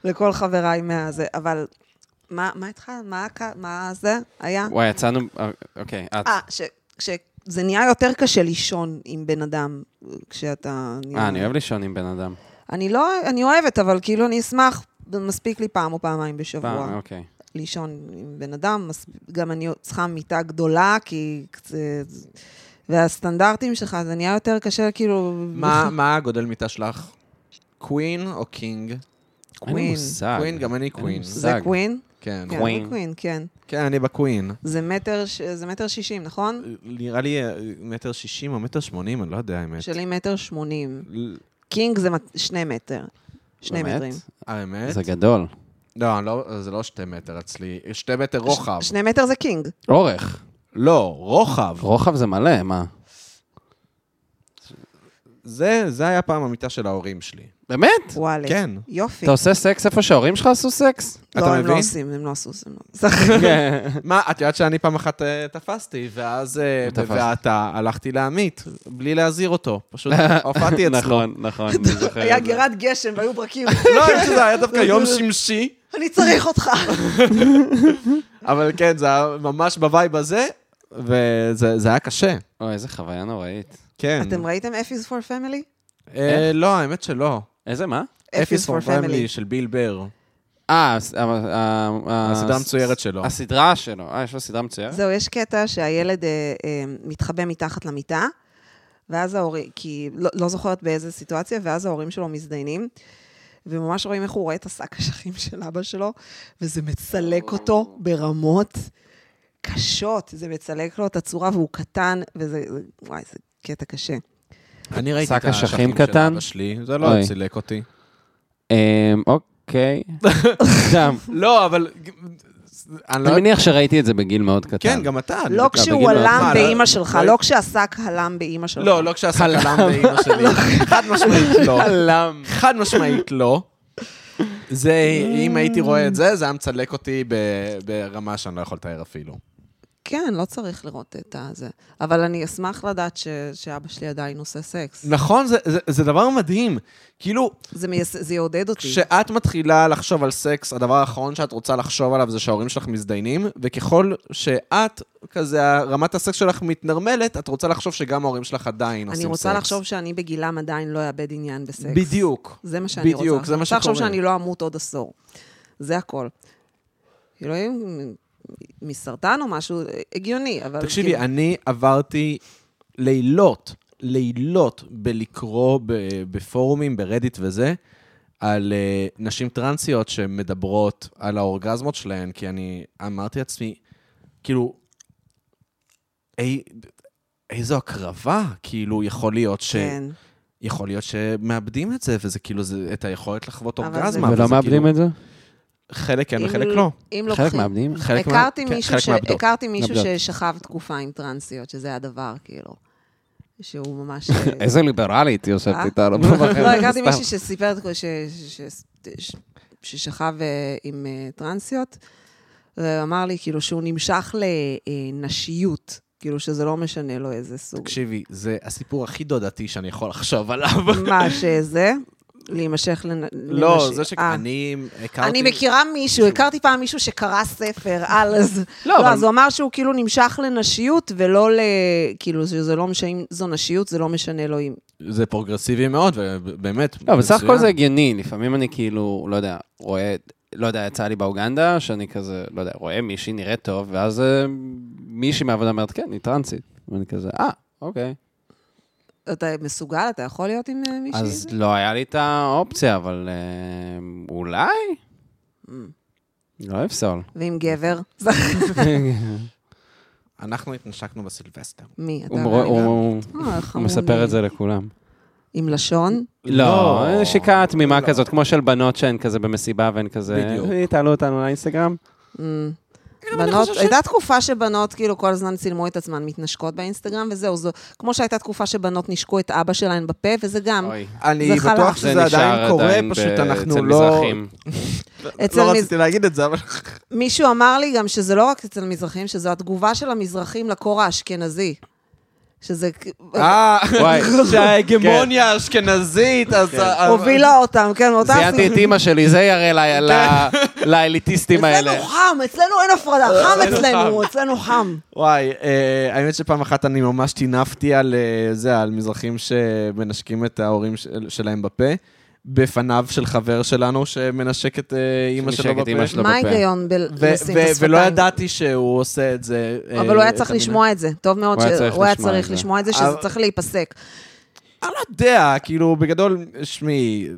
[SPEAKER 2] לכל חבריי מהזה. אבל מה מה התחלת? מה הק- מה זה היה?
[SPEAKER 3] וואי, יצאנו... אוקיי, את.
[SPEAKER 2] אה, ש- כשזה נהיה יותר קשה לישון עם בן אדם, כשאתה... נהיה-
[SPEAKER 3] אה, אני אוהב לישון עם בן אדם.
[SPEAKER 2] אני לא, אני אוהבת, אבל כאילו אני אשמח, מספיק לי פעם או פעמיים בשבוע
[SPEAKER 3] פעם, אוקיי.
[SPEAKER 2] לישון עם בן אדם, מס- גם אני צריכה מיטה גדולה, כי זה... זה- והסטנדרטים שלך, זה נהיה יותר קשה, כאילו...
[SPEAKER 4] מה- מה הגודל מיטה שלך? קווין או קינג?
[SPEAKER 3] אה, אין לי
[SPEAKER 2] קווין.
[SPEAKER 3] מושג.
[SPEAKER 4] קווין, גם אני קווין.
[SPEAKER 3] מושג.
[SPEAKER 2] זה
[SPEAKER 3] זג.
[SPEAKER 2] קווין?
[SPEAKER 4] כן.
[SPEAKER 2] כן,
[SPEAKER 3] קווין.
[SPEAKER 2] זה קווין, כן.
[SPEAKER 4] כן, אני בקווין.
[SPEAKER 2] זה מטר, ש- זה מטר שישים, נכון?
[SPEAKER 4] נראה לי אה, מטר שישים או מטר שמונים, אני לא יודע האמת.
[SPEAKER 2] שלי מטר שמונים.
[SPEAKER 4] ל-
[SPEAKER 2] קינג זה מת- שני מטר. שני
[SPEAKER 3] באמת?
[SPEAKER 2] מטרים.
[SPEAKER 4] האמת?
[SPEAKER 3] זה גדול.
[SPEAKER 4] לא, אני לא- זה לא שתי מטר אצלי, שתי מטר רוחב.
[SPEAKER 2] שני מטר זה קינג.
[SPEAKER 3] אורך.
[SPEAKER 4] לא, רוחב.
[SPEAKER 3] רוחב זה מלא, מה?
[SPEAKER 4] זה, זה היה פעם המיטה של ההורים שלי.
[SPEAKER 3] באמת?
[SPEAKER 2] וואלה.
[SPEAKER 4] כן.
[SPEAKER 2] יופי.
[SPEAKER 3] אתה עושה סקס איפה שההורים שלך עשו סקס?
[SPEAKER 4] אתה
[SPEAKER 2] לא, הם
[SPEAKER 4] מבין?
[SPEAKER 2] לא עושים, הם לא עשו, הם לא...
[SPEAKER 4] מה, את יודעת שאני פעם אחת אה, תפסתי, ואז אה,
[SPEAKER 3] תפסת.
[SPEAKER 4] בבעתה הלכתי להמית, בלי להזהיר אותו. פשוט הופעתי אצלו.
[SPEAKER 3] נכון, נכון, אני
[SPEAKER 4] אה,
[SPEAKER 3] זוכר.
[SPEAKER 2] היה
[SPEAKER 3] את זה.
[SPEAKER 2] גירת גשם והיו ברקים.
[SPEAKER 4] לא, אני חושב שזה היה דווקא יום שמשי,
[SPEAKER 2] אני צריך אותך.
[SPEAKER 4] אבל כן, זה היה ממש בווייב הזה, וזה זה היה קשה.
[SPEAKER 3] אוי, איזה חוויה נוראית.
[SPEAKER 4] כן.
[SPEAKER 2] אתם ראיתם F is for family?
[SPEAKER 4] אה, לא, האמת שלא.
[SPEAKER 3] איזה, מה?
[SPEAKER 4] F is for family של ביל בר.
[SPEAKER 3] אה, הס- ה- ה- ה- הס-
[SPEAKER 4] הסדרה המצוירת שלו.
[SPEAKER 3] הסדרה שלו. אה, יש לו סדרה מצוירת?
[SPEAKER 2] זהו, יש קטע שהילד אה, אה, מתחבא מתחת למיטה, ואז ההורים, כי לא, לא זוכרת באיזה סיטואציה, ואז ההורים שלו מזדיינים, וממש רואים איך הוא רואה את השק אשכים של אבא שלו, וזה מצלק אותו ברמות קשות, זה מצלק לו את הצורה, והוא קטן, וזה, זה, וואי, זה קטע קשה.
[SPEAKER 4] אני ראיתי
[SPEAKER 3] שק
[SPEAKER 4] את האשכים
[SPEAKER 3] אשכים
[SPEAKER 4] של
[SPEAKER 3] קטן?
[SPEAKER 4] אבא שלי, זה לא
[SPEAKER 3] אוי.
[SPEAKER 4] צילק אותי.
[SPEAKER 3] אמ, אוקיי. גם.
[SPEAKER 4] לא, אבל... אני לא...
[SPEAKER 3] אני מניח שראיתי את זה בגיל מאוד קטן.
[SPEAKER 4] כן, גם אתה. אני
[SPEAKER 2] לא
[SPEAKER 4] בטוח.
[SPEAKER 2] כשהוא
[SPEAKER 3] בגיל מאוד-
[SPEAKER 2] הלם
[SPEAKER 4] מה, לא-
[SPEAKER 2] באימא שלך,
[SPEAKER 4] לא-
[SPEAKER 2] לא כשהשק הלם באימא שלך.
[SPEAKER 4] לא, לא כשעשה קלם באימא שלי. חד משמעית לא.
[SPEAKER 3] חלם.
[SPEAKER 4] חד משמעית לא. זה, אם הייתי רואה את זה, זה היה מצלק אותי ב- ברמה שאני לא יכול לתאר אפילו.
[SPEAKER 2] כן, לא צריך לראות את הזה. אבל אני אשמח לדעת ש, שאבא שלי עדיין עושה סקס.
[SPEAKER 4] נכון, זה, זה, זה דבר מדהים. כאילו,
[SPEAKER 2] זה, מייס... זה יעודד אותי.
[SPEAKER 4] כשאת מתחילה לחשוב על סקס, הדבר האחרון שאת רוצה לחשוב עליו זה שההורים שלך מזדיינים, וככל שאת, כזה, רמת הסקס שלך מתנרמלת, את רוצה לחשוב שגם ההורים שלך עדיין
[SPEAKER 2] אני
[SPEAKER 4] עושים סקס.
[SPEAKER 2] רוצה לחשוב שאני בגילם עדיין לא אאבד עניין בסקס.
[SPEAKER 4] בדיוק.
[SPEAKER 2] זה מה שאני רוצה.
[SPEAKER 4] בדיוק, זה מה
[SPEAKER 2] אני רוצה לחשוב
[SPEAKER 4] שקורה.
[SPEAKER 2] שאני לא אמות עוד עשור. זה הכל. אלוהים, מסרטן או משהו, הגיוני, אבל... כאילו,
[SPEAKER 4] תקשיבי, אני עברתי לילות, לילות בלקרוא ב- בפורומים, ברדיט וזה, על אה, נשים טרנסיות שמדברות על האורגזמות שלהן, כי אני אמרתי לעצמי, כאילו, אי, איזו הקרבה, כאילו, יכול להיות ש...
[SPEAKER 2] כן.
[SPEAKER 4] יכול להיות שמאבדים את זה, וזה כאילו, זה, את היכולת לחוות
[SPEAKER 2] אבל
[SPEAKER 4] אורגזמה.
[SPEAKER 2] זה-
[SPEAKER 4] וזה
[SPEAKER 3] ולא מאבדים
[SPEAKER 4] כאילו,
[SPEAKER 3] את זה?
[SPEAKER 4] חלק כן
[SPEAKER 2] אם-
[SPEAKER 4] וחלק לא.
[SPEAKER 2] אם
[SPEAKER 3] חלק
[SPEAKER 2] לוקחים...
[SPEAKER 3] מאבדים?
[SPEAKER 4] חלק מה-
[SPEAKER 2] הכרתי
[SPEAKER 4] כן,
[SPEAKER 2] מישהו,
[SPEAKER 4] חלק
[SPEAKER 2] ש...
[SPEAKER 4] מאבדות.
[SPEAKER 2] הכרתי מישהו
[SPEAKER 3] מאבדות.
[SPEAKER 2] ששכב תקופה עם טרנסיות, שזה הדבר, כאילו. שהוא ממש...
[SPEAKER 3] איזה ליברלית היא יושבת
[SPEAKER 2] אה?
[SPEAKER 3] איתה, לא
[SPEAKER 2] לא,
[SPEAKER 3] בחדר,
[SPEAKER 2] הכרתי
[SPEAKER 3] סתם.
[SPEAKER 2] מישהי שסיפרת ש- ש- ש- ששכב אה, עם אה, טרנסיות, ואמר לי כאילו שהוא נמשך לנשיות, כאילו שזה לא משנה לו איזה סוג.
[SPEAKER 4] תקשיבי, זה הסיפור הכי דודתי שאני יכול לחשוב עליו.
[SPEAKER 2] מה שזה, להימשך לנשיות. אה,
[SPEAKER 4] לא, זה שאני הכרתי...
[SPEAKER 2] אני מכירה מישהו, הכרתי פעם מישהו שקרא ספר על אז...
[SPEAKER 3] לא,
[SPEAKER 2] לא,
[SPEAKER 3] אבל-
[SPEAKER 2] אז הוא אמר שהוא כאילו נמשך לנשיות ולא ל... כאילו, שזה לא משנה אם זו נשיות, זה לא משנה לו אם...
[SPEAKER 4] זה פרוגרסיבי מאוד, ובאמת.
[SPEAKER 3] לא, אבל סך הכל
[SPEAKER 4] מצוין.
[SPEAKER 3] זה הגיוני, לפעמים אני כאילו, לא יודע, רואה, לא יודע, יצא לי באוגנדה, שאני כזה, לא יודע, רואה מישהי נראית טוב, ואז אה, מישהי מהעבודה אומרת, כן, היא טרנסית. ואני כזה, אה, אוקיי.
[SPEAKER 2] אתה מסוגל, אתה יכול להיות עם אה, מישהי?
[SPEAKER 3] אז לא היה לי את האופציה, אבל אה, אולי?
[SPEAKER 4] Mm.
[SPEAKER 3] לא אפסול.
[SPEAKER 2] ועם גבר?
[SPEAKER 4] לא, אנחנו התנשקנו בסילבסטר.
[SPEAKER 2] מי? אתה
[SPEAKER 3] הוא מורה-
[SPEAKER 2] והאיבר?
[SPEAKER 3] הוא-
[SPEAKER 2] אה,
[SPEAKER 3] הוא
[SPEAKER 2] חמוד
[SPEAKER 3] מספר
[SPEAKER 2] מאוד.
[SPEAKER 3] את זה לכולם.
[SPEAKER 2] עם לשון?
[SPEAKER 3] לא, שיקה תמימה
[SPEAKER 4] לא.
[SPEAKER 3] כזאת, כמו של בנות שהן כזה במסיבה והן כזה,
[SPEAKER 4] בדיוק.
[SPEAKER 3] "אה, תעלו אותנו לאינסטגרם.
[SPEAKER 2] Mm.
[SPEAKER 4] כאילו,
[SPEAKER 2] בנות, הייתה תקופה שבנות כאילו כל הזמן צילמו את עצמן מתנשקות באינסטגרם וזהו, זו, כמו שהייתה תקופה שבנות נשקו את אבא שלהן בפה, וזה גם,
[SPEAKER 3] אוי,
[SPEAKER 4] אני
[SPEAKER 2] זה חלק.
[SPEAKER 4] בטוח
[SPEAKER 2] זה
[SPEAKER 4] שזה עדיין קורה,
[SPEAKER 3] עדיין
[SPEAKER 4] פשוט
[SPEAKER 3] ב-
[SPEAKER 4] אנחנו
[SPEAKER 3] אצל
[SPEAKER 4] לא...
[SPEAKER 3] מזרחים.
[SPEAKER 2] אצל
[SPEAKER 4] לא
[SPEAKER 2] מז-
[SPEAKER 4] רציתי להגיד את זה, אבל...
[SPEAKER 2] מישהו אמר לי גם שזה לא רק אצל מזרחים, שזו התגובה של המזרחים לקור האשכנזי. שזה
[SPEAKER 4] אה,
[SPEAKER 3] וואי.
[SPEAKER 4] שההגמוניה
[SPEAKER 3] כן.
[SPEAKER 4] האשכנזית, אז... ה-
[SPEAKER 2] הובילה אותם, כן, מאותה...
[SPEAKER 3] זיינתי את אימא שלי, זה יראה ל- ל- לאליטיסטים האלה.
[SPEAKER 2] אצלנו חם, אצלנו אין הפרדה,
[SPEAKER 4] אה,
[SPEAKER 2] חם אצלנו, אצלנו חם.
[SPEAKER 4] וואי, אה, האמת שפעם אחת אני ממש טינפתי על אה, זה, על מזרחים שמנשקים את ההורים של- שלהם בפה, בפניו של חבר שלנו שמנשק את אה, אימא
[SPEAKER 3] שנשק
[SPEAKER 4] שלו
[SPEAKER 3] את אימא
[SPEAKER 4] בפה.
[SPEAKER 3] שלו. לא
[SPEAKER 2] מה
[SPEAKER 3] בפה.
[SPEAKER 2] ההיגיון
[SPEAKER 4] ו-
[SPEAKER 2] בלשים את
[SPEAKER 4] ו-
[SPEAKER 2] השפתיים?
[SPEAKER 4] ולא ידעתי שהוא עושה את זה. אה,
[SPEAKER 2] אבל הוא היה
[SPEAKER 4] את
[SPEAKER 2] צריך
[SPEAKER 4] המין-
[SPEAKER 2] לשמוע את זה. טוב מאוד
[SPEAKER 3] הוא היה צריך
[SPEAKER 2] שהוא היה
[SPEAKER 3] לשמוע את
[SPEAKER 2] צריך
[SPEAKER 3] זה.
[SPEAKER 2] לשמוע את זה,
[SPEAKER 4] אבל-
[SPEAKER 2] שזה צריך להיפסק.
[SPEAKER 4] אני לא יודע, כאילו, בגדול, שמי,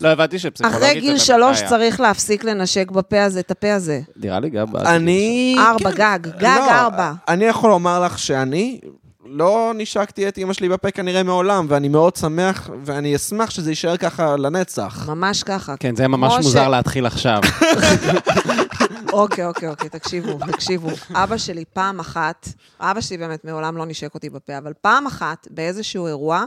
[SPEAKER 3] לא, הבנתי שפסיכולוגית...
[SPEAKER 2] אחרי גיל
[SPEAKER 3] זה
[SPEAKER 2] שלוש
[SPEAKER 3] בעיה.
[SPEAKER 2] צריך להפסיק לנשק בפה הזה, את הפה הזה.
[SPEAKER 3] נראה לי גם... בעיה.
[SPEAKER 4] אני...
[SPEAKER 2] ארבע,
[SPEAKER 4] כן.
[SPEAKER 2] גג, גג
[SPEAKER 4] לא,
[SPEAKER 2] ארבע.
[SPEAKER 4] אני יכול לומר לך שאני לא נשקתי את אימא שלי בפה כנראה מעולם, ואני מאוד שמח, ואני אשמח שזה יישאר ככה לנצח.
[SPEAKER 2] ממש ככה.
[SPEAKER 3] כן, זה ממש
[SPEAKER 2] כמו
[SPEAKER 3] מוזר
[SPEAKER 2] ש-
[SPEAKER 3] להתחיל עכשיו.
[SPEAKER 2] אוקיי, אוקיי, אוקיי, תקשיבו, תקשיבו. אבא שלי פעם אחת, אבא שלי באמת מעולם לא נשק אותי בפה, אבל פעם אחת, באיזשהו אירוע,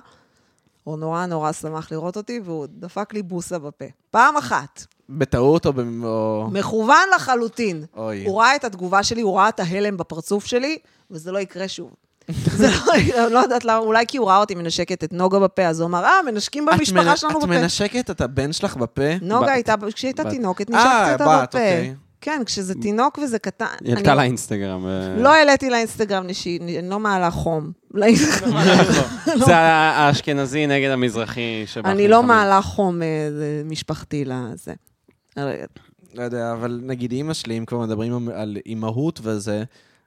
[SPEAKER 2] הוא נורא נורא שמח לראות אותי, והוא דפק לי בוסה בפה. פעם אחת.
[SPEAKER 4] בטעות או במ... או-
[SPEAKER 2] מכוון לחלוטין.
[SPEAKER 4] אוי.
[SPEAKER 2] הוא ראה את התגובה שלי, הוא ראה את ההלם בפרצוף שלי, וזה לא יקרה שוב. זה לא, אני לא יודעת למה, אולי כי הוא ראה אותי מנשקת את נוגה בפה, אז הוא אמר, אה, מנשקים במשפחה
[SPEAKER 4] מנ-
[SPEAKER 2] שלנו
[SPEAKER 4] את
[SPEAKER 2] בפה.
[SPEAKER 4] מנשקת את הבן שלך בפה?
[SPEAKER 2] נוגה
[SPEAKER 3] בת.
[SPEAKER 2] הייתה, כשהיא הייתה
[SPEAKER 3] בת.
[SPEAKER 2] תינוקת,
[SPEAKER 4] אה,
[SPEAKER 2] נשקתי אותה
[SPEAKER 4] בת,
[SPEAKER 2] בפה.
[SPEAKER 4] אוקיי.
[SPEAKER 2] כן, כשזה תינוק וזה קטן.
[SPEAKER 3] היא העלתה
[SPEAKER 2] אני
[SPEAKER 3] לאינסטגרם. אה,
[SPEAKER 2] לא העליתי לאינסטגרם נשי, אני לא מעלה חום.
[SPEAKER 3] זה האשכנזי נגד המזרחי שבא.
[SPEAKER 2] אני לא מעלה חום אה, זה משפחתי לזה. הרי-
[SPEAKER 4] לא יודע, אבל נגיד אימא שלי, אם כבר מדברים על אימהות וזה,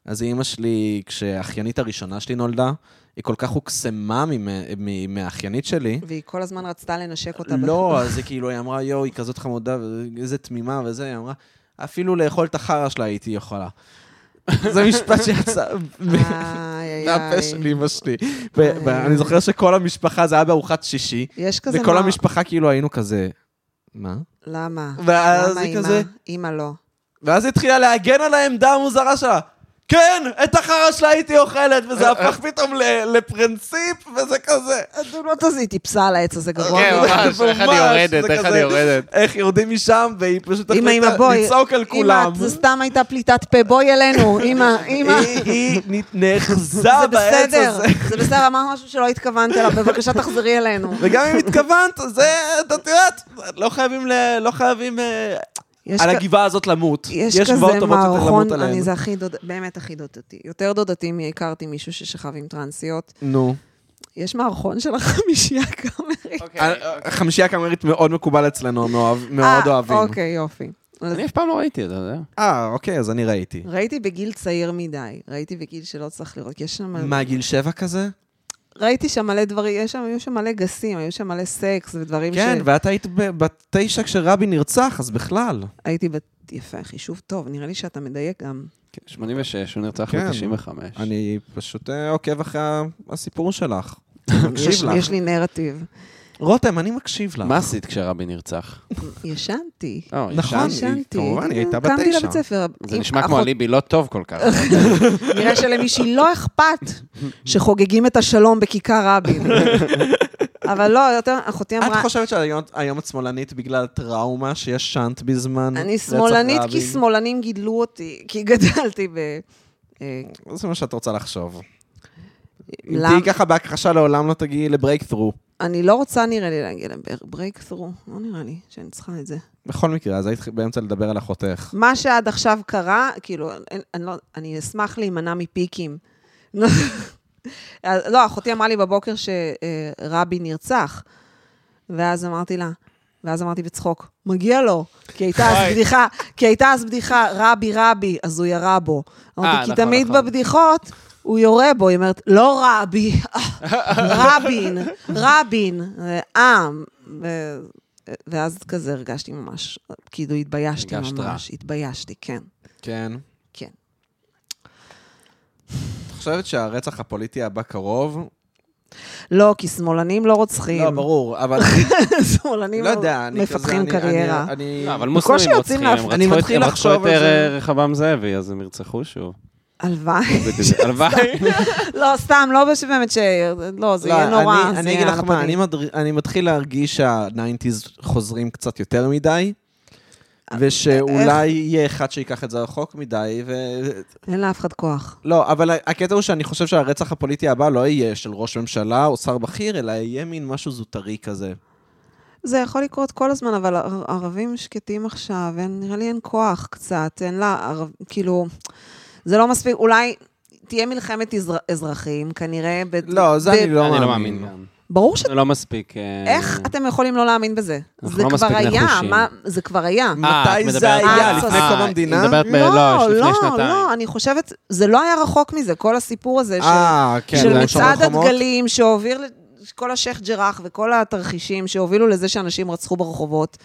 [SPEAKER 4] אז אימא שלי, כשהאחיינית הראשונה שלי נולדה, היא כל כך הוקסמה ממ- מ- מהאחיינית שלי.
[SPEAKER 2] והיא כל הזמן רצתה לנשק אותה.
[SPEAKER 4] לא, אז היא כאילו, היא אמרה, יואו, היא כזאת חמודה, איזה תמימה וזה, היא אמרה, אפילו לאכול את החרא שלה הייתי יכולה. זה משפט שיצא
[SPEAKER 2] בפה. איי, איי,
[SPEAKER 4] מהפה
[SPEAKER 2] איי.
[SPEAKER 4] של אימא שלי. ו- ואני זוכר שכל המשפחה, זה היה בארוחת שישי,
[SPEAKER 2] יש כזה...
[SPEAKER 4] וכל
[SPEAKER 2] מה-
[SPEAKER 4] המשפחה כאילו היינו כזה, מה?
[SPEAKER 2] למה?
[SPEAKER 4] ואז
[SPEAKER 2] למה
[SPEAKER 4] היא
[SPEAKER 2] אימא?
[SPEAKER 4] כזה-
[SPEAKER 2] אימא לא.
[SPEAKER 4] ואז היא התחילה להגן על העמדה המוזרה שלה. כן, את החרא שלה הייתי אוכלת, וזה
[SPEAKER 2] אה,
[SPEAKER 4] הפך פתאום ל- לפרינציפ, וזה כזה.
[SPEAKER 2] אז הוא לא תזיז, היא טיפסה על העץ הזה גבוה.
[SPEAKER 4] אוקיי,
[SPEAKER 3] כן,
[SPEAKER 2] מאוד.
[SPEAKER 3] ממש, איך אני יורדת,
[SPEAKER 4] זה
[SPEAKER 3] איך
[SPEAKER 4] כזה,
[SPEAKER 3] אני יורדת.
[SPEAKER 4] איך יורדים משם, והיא פשוט
[SPEAKER 2] אמא, אמא,
[SPEAKER 4] החליטה
[SPEAKER 2] בואי.
[SPEAKER 4] לצעוק על כולם.
[SPEAKER 2] אמא, זו סתם הייתה פליטת פה, בואי אלינו. אמא, אמא.
[SPEAKER 4] היא היא נת- נאחזה
[SPEAKER 2] זה
[SPEAKER 4] בעץ
[SPEAKER 2] בסדר,
[SPEAKER 4] הזה.
[SPEAKER 2] זה בסדר, אמרת משהו שלא התכוונת אליו, בבקשה תחזרי אלינו.
[SPEAKER 4] וגם אם התכוונת, זה, את יודעת, לא חייבים, ל- לא חייבים אה,
[SPEAKER 2] יש
[SPEAKER 4] על
[SPEAKER 2] כ-
[SPEAKER 4] הגבעה הזאת למות.
[SPEAKER 2] יש
[SPEAKER 4] גבעות
[SPEAKER 2] כזה
[SPEAKER 4] טובות יותר למות
[SPEAKER 2] מערכון,
[SPEAKER 4] עליהן.
[SPEAKER 2] אני זה הכי דוד... באמת הכי דודתי. יותר דודתי מהכרתי מישהו ששכב עם טרנסיות.
[SPEAKER 4] נו.
[SPEAKER 2] יש מערכון של החמישייה הקאמרית.
[SPEAKER 4] אוקיי. אה, חמישייה קאמרית מאוד מקובל אצלנו, מאוהב- מאוד
[SPEAKER 2] אה,
[SPEAKER 4] אוהבים.
[SPEAKER 2] אוקיי, יופי. אז
[SPEAKER 3] אני אף פעם לא ראיתי את זה, אתה יודע.
[SPEAKER 4] אה, אוקיי, אז אני ראיתי.
[SPEAKER 2] ראיתי בגיל צעיר מדי, ראיתי בגיל שלא צריך לראות, כי יש שם...
[SPEAKER 4] מה, גיל שבע כזה?
[SPEAKER 2] ראיתי שם מלא דברים, יש שם, היו שם מלא גסים, היו שם מלא סקס ודברים
[SPEAKER 4] כן,
[SPEAKER 2] ש...
[SPEAKER 4] ואת היית ב- בת תשע כשרבין נרצח, אז בכלל.
[SPEAKER 2] הייתי בת... יפה, חישוב טוב, נראה לי שאתה מדייק גם.
[SPEAKER 3] 86, הוא נרצח
[SPEAKER 4] כן.
[SPEAKER 3] ב-95.
[SPEAKER 4] אני פשוט אה, עוקב אחרי הסיפור שלך.
[SPEAKER 2] יש-
[SPEAKER 4] מקשיב לך.
[SPEAKER 2] יש לי נרטיב.
[SPEAKER 4] רותם, אני מקשיב לך.
[SPEAKER 3] מה עשית כשרבין נרצח?
[SPEAKER 2] ישנתי.
[SPEAKER 3] אה,
[SPEAKER 4] נכון.
[SPEAKER 3] ישנת?
[SPEAKER 2] ישנתי.
[SPEAKER 4] כמובן, היא הייתה בת
[SPEAKER 2] קמתי
[SPEAKER 4] תשע.
[SPEAKER 2] לבית ספר.
[SPEAKER 3] זה
[SPEAKER 2] עם
[SPEAKER 3] נשמע כמו
[SPEAKER 2] אחות-
[SPEAKER 3] אליבי לא טוב כל כך.
[SPEAKER 2] נראה שלמישהי לא אכפת שחוגגים את השלום בכיכר רבין. אבל לא, יותר, אחותי
[SPEAKER 4] את
[SPEAKER 2] אמרה,
[SPEAKER 4] חושבת שהיום היום את שמאלנית בגלל טראומה שישנת בזמן
[SPEAKER 2] אני
[SPEAKER 4] רצח
[SPEAKER 2] שמאלנית כי
[SPEAKER 4] רבין"?
[SPEAKER 2] שמאלנים גידלו אותי, כי גדלתי ב... אה,
[SPEAKER 4] זה מה שאת רוצה לחשוב. אם
[SPEAKER 2] למ-
[SPEAKER 4] תהיי ככה בהכחשה לעולם לא תגיעי לברייקת'רו.
[SPEAKER 2] אני לא רוצה, נראה לי, להגיע לברייק-ת'רו, לא נראה לי שאני צריכה את זה.
[SPEAKER 4] בכל מקרה, אז היית באמצע לדבר על אחותך.
[SPEAKER 2] מה שעד עכשיו קרה, כאילו, אין- אני, לא, אני אשמח להימנע מפיקים. אז- לא, אחותי אמרה לי בבוקר שרבין נרצח, ואז אמרתי לה, ואז אמרתי בצחוק, מגיע לו, כי הייתה אז בדיחה, כי הייתה אז בדיחה, רבי רבי, אז הוא ירה בו. אמרתי, כי
[SPEAKER 3] נכון,
[SPEAKER 2] תמיד
[SPEAKER 3] נכון.
[SPEAKER 2] בבדיחות הוא יורה בו, היא אומרת, לא רבי, רבין, רבין, אה, ו- ואז כזה הרגשתי ממש, כאילו התביישתי
[SPEAKER 3] הרגשת רע.
[SPEAKER 2] ממש, התביישתי, כן.
[SPEAKER 4] כן.
[SPEAKER 2] כן.
[SPEAKER 4] את חושבת שהרצח הפוליטי הבא קרוב?
[SPEAKER 2] לא, כי שמאלנים לא רוצחים.
[SPEAKER 4] לא, ברור, אבל
[SPEAKER 2] שמאלנים
[SPEAKER 4] לא יודע, אני כזה...
[SPEAKER 2] מפתחים
[SPEAKER 4] אני-
[SPEAKER 2] קריירה.
[SPEAKER 4] אני- אני...
[SPEAKER 3] לא, אבל
[SPEAKER 2] בקושי
[SPEAKER 3] מוסלמים
[SPEAKER 2] יוצאים
[SPEAKER 3] רוצחים,
[SPEAKER 2] להפ-
[SPEAKER 3] הם רצחו
[SPEAKER 4] אני
[SPEAKER 3] את-
[SPEAKER 4] מתחיל
[SPEAKER 3] הם רצחו
[SPEAKER 4] לחשוב
[SPEAKER 3] את
[SPEAKER 4] על זה.
[SPEAKER 3] אה, רחבעם זאבי, אז הם ירצחו שוב.
[SPEAKER 2] הלוואי.
[SPEAKER 3] הלוואי.
[SPEAKER 2] לא, סתם, לא בש- באמת ש... לא, זה
[SPEAKER 4] לא,
[SPEAKER 2] יהיה נורא.
[SPEAKER 4] אני,
[SPEAKER 2] זה
[SPEAKER 4] אני
[SPEAKER 2] יהיה
[SPEAKER 4] אגיד
[SPEAKER 2] על
[SPEAKER 4] לך מה,
[SPEAKER 2] הפנים.
[SPEAKER 4] אני, מדר... אני מתחיל להרגיש שהניינטיז חוזרים קצת יותר מדי, ושאולי יהיה אחד שייקח את זה רחוק מדי, ו...
[SPEAKER 2] אין לאף אחד כוח.
[SPEAKER 4] לא, אבל הקטע הוא שאני חושב שהרצח הפוליטי הבא לא יהיה של ראש ממשלה או שר בכיר, אלא יהיה מין משהו זוטרי כזה.
[SPEAKER 2] זה יכול לקרות כל הזמן, אבל ער- ערבים שקטים עכשיו, אין- נראה לי אין כוח קצת, אין לה, ערב- כאילו, זה לא מספיק, אולי תהיה מלחמת אזר- אזרחים, כנראה. ב-
[SPEAKER 4] לא, זה
[SPEAKER 2] ב-
[SPEAKER 4] אני לא
[SPEAKER 3] אני לא
[SPEAKER 4] מאמין.
[SPEAKER 3] מאמין גם.
[SPEAKER 2] ברור ש...
[SPEAKER 3] זה לא מספיק... אה,
[SPEAKER 2] איך אתם יכולים לא להאמין בזה?
[SPEAKER 3] אנחנו
[SPEAKER 2] זה
[SPEAKER 3] לא
[SPEAKER 2] כבר
[SPEAKER 3] מספיק
[SPEAKER 2] היה,
[SPEAKER 3] נחושים.
[SPEAKER 2] מה- זה כבר היה.
[SPEAKER 3] אה,
[SPEAKER 4] מתי
[SPEAKER 3] את
[SPEAKER 4] זה
[SPEAKER 3] מדברת-
[SPEAKER 4] היה?
[SPEAKER 3] אה,
[SPEAKER 4] לפני קום
[SPEAKER 3] אה,
[SPEAKER 4] המדינה?
[SPEAKER 3] היא מדברת ב...
[SPEAKER 2] לא,
[SPEAKER 3] לא, לפני
[SPEAKER 2] לא,
[SPEAKER 3] שנתיים.
[SPEAKER 2] לא, אני חושבת, זה לא היה רחוק מזה, כל הסיפור הזה של-
[SPEAKER 4] אה, כן,
[SPEAKER 2] של
[SPEAKER 4] זה היה שומר
[SPEAKER 2] מצעד
[SPEAKER 4] חומות?
[SPEAKER 2] הדגלים שהוביל, כל השייח' ג'ראח וכל התרחישים שהובילו לזה שאנשים רצחו ברחובות.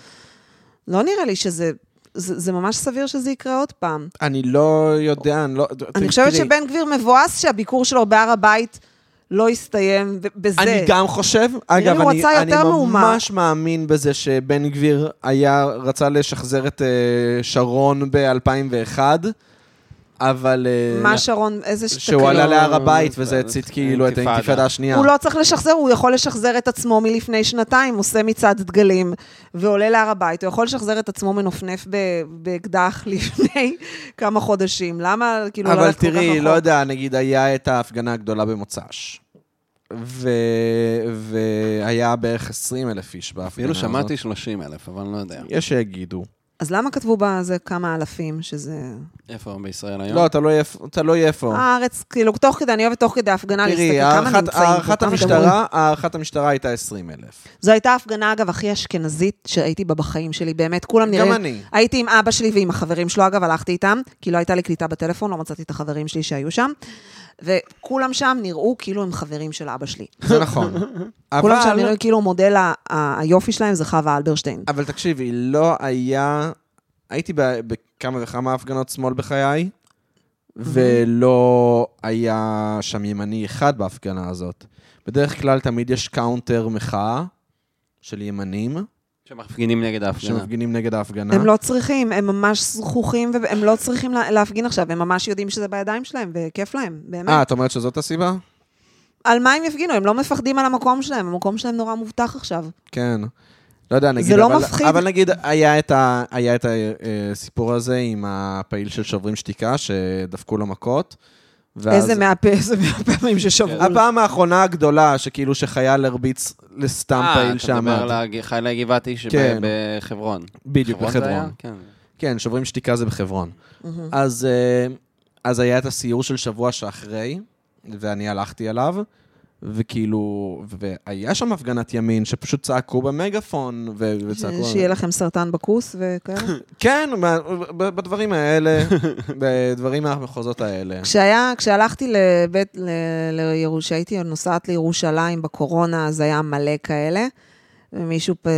[SPEAKER 2] לא נראה לי שזה, זה זה ממש סביר שזה יקרה עוד פעם.
[SPEAKER 4] אני לא יודע, אני לא...
[SPEAKER 2] אני חושבת
[SPEAKER 4] תראי,
[SPEAKER 2] שבן גביר מבואס שהביקור שלו בהר הבית לא הסתיים ב- בזה.
[SPEAKER 4] אני גם חושב, אגב,
[SPEAKER 2] הוא
[SPEAKER 4] אני,
[SPEAKER 2] רצה
[SPEAKER 4] אני
[SPEAKER 2] יותר מהומה.
[SPEAKER 4] ממש מאמין בזה שבן גביר היה, רצה לשחזר את אה, שרון ב-2001, אבל... אה,
[SPEAKER 2] מה שרון, איזה
[SPEAKER 4] שהוא עלה
[SPEAKER 2] שתקלות.
[SPEAKER 4] להר הבית וזה הצית כאילו את
[SPEAKER 3] אה, אינתיפאדה.
[SPEAKER 4] האינתיפאדה השנייה.
[SPEAKER 2] הוא לא צריך לשחזר, הוא יכול לשחזר את עצמו מלפני שנתיים, עושה מצעד דגלים ועולה להר הבית, הוא יכול לשחזר את עצמו מנופנף ב- באקדח לפני כמה חודשים. למה כאילו
[SPEAKER 4] אבל
[SPEAKER 2] ללכת כל כך
[SPEAKER 4] תראי, לא
[SPEAKER 2] רחוק?
[SPEAKER 4] יודע, נגיד היה את ההפגנה הגדולה במוצ"ש. ו... והיה בערך 20 אלף איש בהפגנה
[SPEAKER 3] אפילו
[SPEAKER 4] הזאת.
[SPEAKER 3] שמעתי 30 אלף, אבל אני לא יודע.
[SPEAKER 4] יש שיגידו.
[SPEAKER 2] אז למה כתבו בזה כמה אלפים שזה...
[SPEAKER 3] איפה הם בישראל היום?
[SPEAKER 4] לא, תלוי איפה- תלוי איפה.
[SPEAKER 2] הארץ, כאילו, תוך כדי, אני אוהבת תוך כדי ההפגנה להסתכל
[SPEAKER 4] תראי,
[SPEAKER 2] כמה
[SPEAKER 4] הערכת-
[SPEAKER 2] נמצאים פה,
[SPEAKER 4] הערכת
[SPEAKER 2] כמה מדברים.
[SPEAKER 4] המשטרה, הערכת המשטרה הייתה 20 אלף.
[SPEAKER 2] זו הייתה ההפגנה, אגב, הכי אשכנזית שהייתי בה בחיים שלי, באמת, כולם נראים...
[SPEAKER 4] גם אני.
[SPEAKER 2] הייתי עם אבא שלי ועם החברים שלו, אגב, הלכתי איתם, כי לא הייתה לי קליטה בטלפון, לא מצאתי את החברים שלי שהיו שם, וכולם שם נראו כאילו הם חברים של אבא שלי.
[SPEAKER 4] זה נכון.
[SPEAKER 2] כולם שם
[SPEAKER 4] אבל-
[SPEAKER 2] נראו כאילו מודל ה- ה- היופי שלהם זה חווה אלברשטיין.
[SPEAKER 4] אבל תקשיבי, לא היה... הייתי ב- בכמה וכמה הפגנות שמאל בחיי, ולא היה שם ימני אחד בהפגנה הזאת. בדרך כלל תמיד יש קאונטר מחאה של ימנים,
[SPEAKER 3] שמפגינים נגד ההפגנה.
[SPEAKER 4] שמפגינים נגד ההפגנה.
[SPEAKER 2] הם לא צריכים, הם ממש זכוכים, והם לא צריכים לה- להפגין עכשיו, הם ממש יודעים שזה בידיים שלהם, וכיף להם,
[SPEAKER 4] אה,
[SPEAKER 2] באמת.
[SPEAKER 4] את אומרת שזאת הסיבה?
[SPEAKER 2] על מה הם יפגינו? הם לא מפחדים על המקום שלהם, המקום שלהם נורא מובטח עכשיו.
[SPEAKER 4] כן. לא יודע, נגיד...
[SPEAKER 2] לא
[SPEAKER 4] אבל-
[SPEAKER 2] מפחיד.
[SPEAKER 4] אבל נגיד, היה את ה- היה את הסיפור הזה עם הפעיל של שוברים שתיקה, שדפקו לו מכות. ואז-
[SPEAKER 2] איזה מאה פ- איזה מאה פעמים
[SPEAKER 3] כן.
[SPEAKER 2] ששברו.
[SPEAKER 4] הפעם האחרונה הגדולה, שכאילו שחייל הרביץ לסתם
[SPEAKER 3] אה,
[SPEAKER 4] פעיל
[SPEAKER 3] אתה מדבר
[SPEAKER 4] שאמר.
[SPEAKER 3] על הג- חיילי גבעתי
[SPEAKER 4] כן.
[SPEAKER 3] שבחברון.
[SPEAKER 4] בדיוק,
[SPEAKER 3] חברון זה
[SPEAKER 4] בחברון.
[SPEAKER 3] היה? כן.
[SPEAKER 4] כן, שוברים שתיקה זה בחברון. אז, אה, אז היה את הסיור של שבוע שאחרי, ואני הלכתי עליו, וכאילו, והיה שם הפגנת ימין, שפשוט צעקו במגפון, ו- וצעקו...
[SPEAKER 2] שיהיה לכם סרטן בכוס וכאלה.
[SPEAKER 4] כן, מה- ב- בדברים האלה, בדברים מהמחוזות האלה.
[SPEAKER 2] כן. כשהיה, כשהלכתי לבית, ל- לירוש- כשהייתי נוסעת לירושלים בקורונה, אז היה מלא כאלה, ומישהו פ...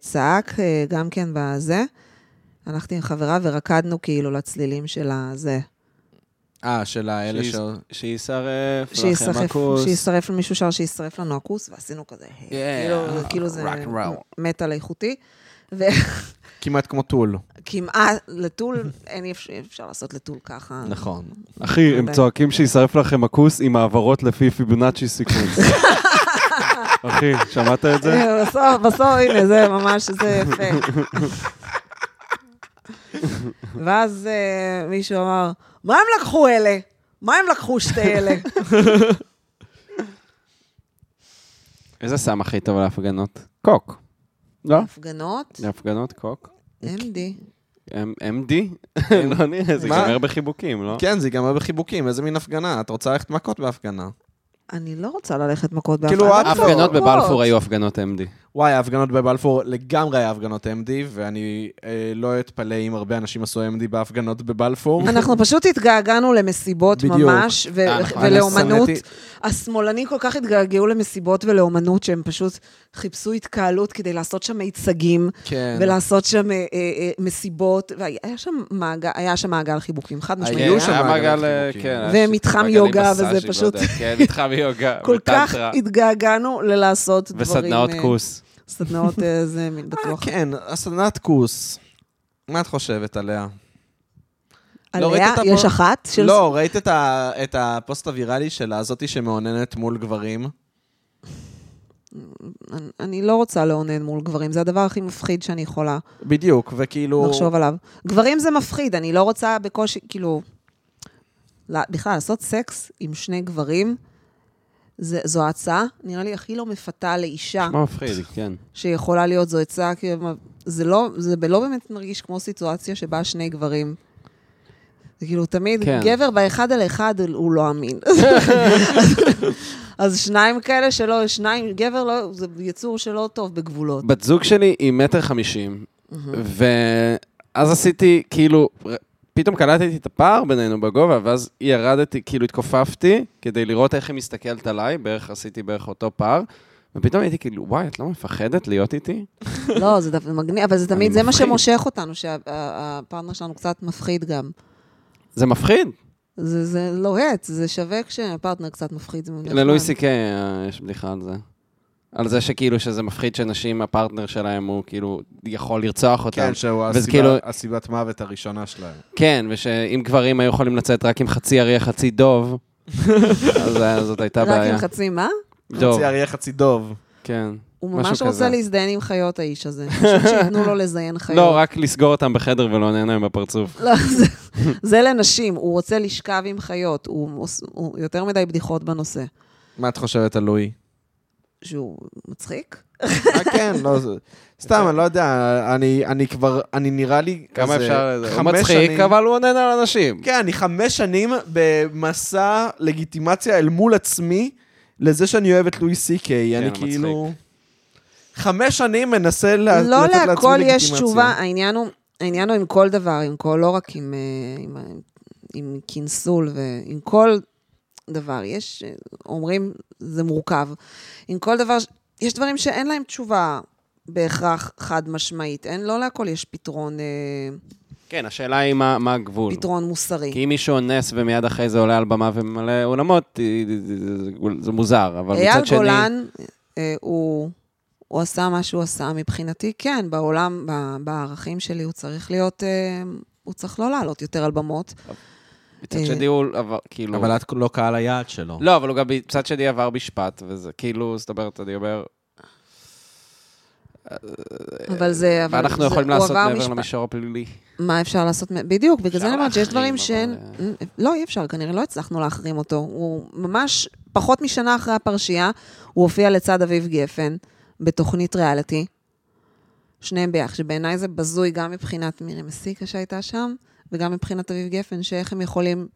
[SPEAKER 2] צעק, אה, גם כן בזה. הלכתי עם חברה ורקדנו כאילו לצלילים של הזה.
[SPEAKER 4] אה, של האלה ש...
[SPEAKER 3] שיש- שישרף
[SPEAKER 2] שישרף,
[SPEAKER 3] לכם הכוס.
[SPEAKER 2] שישרף למישהו שר, שישרף לנו הכוס, ועשינו כזה, "היי", כאילו, כאילו זה
[SPEAKER 4] rock and roll.
[SPEAKER 2] מטאל איכותי.
[SPEAKER 4] כמעט כמו טול.
[SPEAKER 2] וכמעט, לטול, אין אי אפשר, אפשר לעשות לטול ככה.
[SPEAKER 4] נכון.
[SPEAKER 5] אחי, הם
[SPEAKER 2] ב-
[SPEAKER 5] צועקים שישרף לכם הכוס עם העברות לפי פיבונאצ'י סיקוונס. אחי, שמעת את זה?
[SPEAKER 2] בסוף, בסוף, הנה, זה ממש, זה יפה. ואז אה, מישהו אמר, מה הם לקחו אלה? מה הם לקחו שתי אלה?
[SPEAKER 3] איזה סם הכי טוב להפגנות? קוק. לא?
[SPEAKER 2] הפגנות?
[SPEAKER 3] להפגנות קוק.
[SPEAKER 2] MD.
[SPEAKER 3] M- MD?
[SPEAKER 5] כן.
[SPEAKER 3] לא נראה, זה
[SPEAKER 4] מה?
[SPEAKER 3] ייגמר בחיבוקים, לא?
[SPEAKER 4] כן, זה ייגמר בחיבוקים, איזה מין הפגנה? את רוצה ללכת מכות בהפגנה.
[SPEAKER 2] אני לא רוצה ללכת מכות באף
[SPEAKER 4] כאילו,
[SPEAKER 2] אחד.
[SPEAKER 4] את-
[SPEAKER 3] ההפגנות
[SPEAKER 2] מכות.
[SPEAKER 3] בבלפור היו הפגנות אמ MD.
[SPEAKER 4] וואי, ההפגנות בבלפור לגמרי היה הפגנות MD, ואני אה, לא אתפלא אם הרבה אנשים עשו MD בהפגנות בבלפור.
[SPEAKER 2] אנחנו פשוט התגעגענו למסיבות
[SPEAKER 4] בדיוק.
[SPEAKER 2] ממש, ו-
[SPEAKER 3] אה, נכון.
[SPEAKER 2] ולאומנות.
[SPEAKER 4] אני שנאתי-
[SPEAKER 2] השמאלנים כל כך התגעגעו למסיבות ולאומנות, שהם פשוט חיפשו התקהלות כדי לעשות שם מיצגים,
[SPEAKER 4] כן.
[SPEAKER 2] ולעשות שם אה, אה, מסיבות, והיה שם מעגל, היה שם מעגל חיבוקים, חד משמעית.
[SPEAKER 4] היו
[SPEAKER 3] כן,
[SPEAKER 4] שם
[SPEAKER 3] היה
[SPEAKER 4] מעגלים
[SPEAKER 3] מעגל, אה,
[SPEAKER 4] חיבוקים.
[SPEAKER 3] כן,
[SPEAKER 2] ומתחם
[SPEAKER 3] היה ש- מעגלים
[SPEAKER 2] יוגה,
[SPEAKER 3] בסאז'י,
[SPEAKER 2] וזה
[SPEAKER 3] לא
[SPEAKER 2] פשוט-
[SPEAKER 3] יודע, כן, מתחם יוגה,
[SPEAKER 2] כל כך
[SPEAKER 3] וטנטרה,
[SPEAKER 2] התגעגענו ללעשות דברים...
[SPEAKER 3] וסדנאות
[SPEAKER 2] אה,
[SPEAKER 3] כוס.
[SPEAKER 2] סדנאות אה, זה מין
[SPEAKER 4] אה,
[SPEAKER 2] בטוח.
[SPEAKER 4] כן, הסדנת כוס. מה את חושבת עליה? לא ראית
[SPEAKER 2] עליה
[SPEAKER 4] את
[SPEAKER 2] יש
[SPEAKER 4] הפו-
[SPEAKER 2] אחת? של-
[SPEAKER 4] לא, ראית את ה- את הפוסט הוויראלי שלה, זאתי שמאוננת מול גברים?
[SPEAKER 2] אני- אני לא רוצה לאונן מול גברים, זה הדבר הכי מפחיד שאני יכולה
[SPEAKER 4] בדיוק, וכאילו...
[SPEAKER 2] לחשוב עליו. גברים זה מפחיד, אני לא רוצה בקושי, כאילו... לה- בכלל, לעשות סקס עם שני גברים, זה, זו ההצעה, נראה לי, הכי לא מפתה לאישה.
[SPEAKER 3] מה מפחיד, כן.
[SPEAKER 2] שיכולה להיות זו עצה, כי הם- זה לא, זה ב- לא באמת מרגיש כמו סיטואציה שבה שני גברים. זה כאילו תמיד,
[SPEAKER 3] כן.
[SPEAKER 2] כן. גבר באחד על אחד הוא- הוא לא אמין. אז שניים כאלה שלא, שניים, גבר לא, זה יצור שלא טוב בגבולות.
[SPEAKER 3] בת זוג שלי היא מטר חמישים, ואז עשיתי, כאילו, ר- פתאום קלטתי את הפער בינינו בגובה, ואז ירדתי, כאילו התכופפתי, כדי לראות איך היא מסתכלת עליי, בערך עשיתי בערך אותו פער, ופתאום הייתי כאילו, וואי, את לא מפחדת להיות איתי?
[SPEAKER 2] לא, זה דווקא מגניב, אבל זה תמיד,
[SPEAKER 3] אני
[SPEAKER 2] זה מה
[SPEAKER 3] מפחיד.
[SPEAKER 2] שמושך אותנו, שהפרטנר שלנו קצת מפחיד גם.
[SPEAKER 3] זה מפחיד.
[SPEAKER 2] זה, זה לוהט, זה שווה כשהפרטנר קצת מפחיד. זה נחמד.
[SPEAKER 3] ללואי סי קיי אה, יש בדיחה על זה. על זה שכאילו שזה מפחיד שנשים, הפרטנר שלהם הוא כאילו יכול לרצוח אותם.
[SPEAKER 4] כן, שהוא
[SPEAKER 3] וזה
[SPEAKER 4] הסיבה-
[SPEAKER 3] כאילו-
[SPEAKER 4] הסיבת מוות הראשונה שלהם.
[SPEAKER 3] כן, ושאם גברים היו יכולים לצאת רק עם חצי אריה, חצי דוב, אז אה, זאת הייתה
[SPEAKER 2] רק
[SPEAKER 3] בעיה.
[SPEAKER 2] עם חצי, מה?
[SPEAKER 3] דוב,
[SPEAKER 4] חצי אריה, חצי דוב.
[SPEAKER 3] כן.
[SPEAKER 2] הוא
[SPEAKER 3] משהו
[SPEAKER 2] ממש
[SPEAKER 3] כזה.
[SPEAKER 2] רוצה להזדיין עם חיות, האיש הזה. פשוט שייתנו לו לזיין חיות.
[SPEAKER 3] לא, רק לסגור אותם בחדר ולעונן להם בפרצוף.
[SPEAKER 2] לא, זה, זה לנשים, הוא רוצה לשכב עם חיות, הוא, עוש- הוא יותר מדי בדיחות בנושא.
[SPEAKER 4] מה את חושבת על לואי?
[SPEAKER 2] שהוא מצחיק?
[SPEAKER 4] אה, כן, לא, זה- סתם, אני לא יודע, אני- אני כבר, אני נראה לי...
[SPEAKER 3] כמה
[SPEAKER 4] איזה
[SPEAKER 3] אפשר... לזה? הוא
[SPEAKER 4] חמש
[SPEAKER 3] מצחיק,
[SPEAKER 4] שנים-
[SPEAKER 3] אבל הוא עונן על אנשים.
[SPEAKER 4] כן, אני חמש שנים במסע לגיטימציה אל מול עצמי, לזה שאני אוהב את לואי סי קיי. אני
[SPEAKER 3] המצחיק.
[SPEAKER 4] כאילו... חמש שנים מנסה לה- לתת
[SPEAKER 2] לא
[SPEAKER 4] לעצמי לגיטימציה.
[SPEAKER 2] להכל יש תשובה, העניין הוא, העניין הוא עם כל דבר, עם כל, לא רק עם, אה, עם, ה- עם קינסול ועם כל דבר. יש, אה, אומרים, זה מורכב. עם כל דבר, ש- יש דברים שאין להם תשובה בהכרח חד משמעית. אין, לא להכל יש פתרון, אה,
[SPEAKER 3] כן, השאלה היא מה מה הגבול.
[SPEAKER 2] פתרון מוסרי.
[SPEAKER 3] כי אם מישהו אונס ומיד אחרי זה עולה על במה וממלא אולמות, אה, זה- זה- זה- זה מוזר, אבל מצד שני...
[SPEAKER 2] אייל גולן אה, הוא, הוא הוא עשה מה שהוא עשה. מבחינתי, כן, בעולם, ב- בערכים שלי, הוא צריך להיות, אה, הוא צריך לא לעלות יותר על במות.
[SPEAKER 3] מצד
[SPEAKER 2] אה.
[SPEAKER 3] שני הוא עבר, כאילו...
[SPEAKER 4] אבל את לא קהל היעד שלו.
[SPEAKER 3] לא, אבל הוא גם מצד שני עבר משפט, וזה כאילו, זאת אומרת, אני אומר,
[SPEAKER 2] אבל זה... אבל
[SPEAKER 3] ואנחנו
[SPEAKER 2] זה-
[SPEAKER 3] אה, יכולים
[SPEAKER 2] הוא
[SPEAKER 3] לעשות
[SPEAKER 2] עבר
[SPEAKER 3] מעבר
[SPEAKER 2] משפט.
[SPEAKER 3] למישור הפלילי.
[SPEAKER 2] מה אפשר לעשות? מ- בדיוק, בגלל זה אני אומרת שיש
[SPEAKER 3] להחרים,
[SPEAKER 2] דברים
[SPEAKER 3] אבל-
[SPEAKER 2] שאין... לא, אי אפשר, כנראה לא הצלחנו להחרים אותו. הוא ממש, פחות משנה אחרי הפרשייה, הוא הופיע לצד אביב גפן בתוכנית ריאליטי, שניהם ביחד, שבעיניי זה בזוי גם מבחינת מירי מסיקה שהייתה שם, וגם מבחינת אביב גפן, שאיך הם יכולים...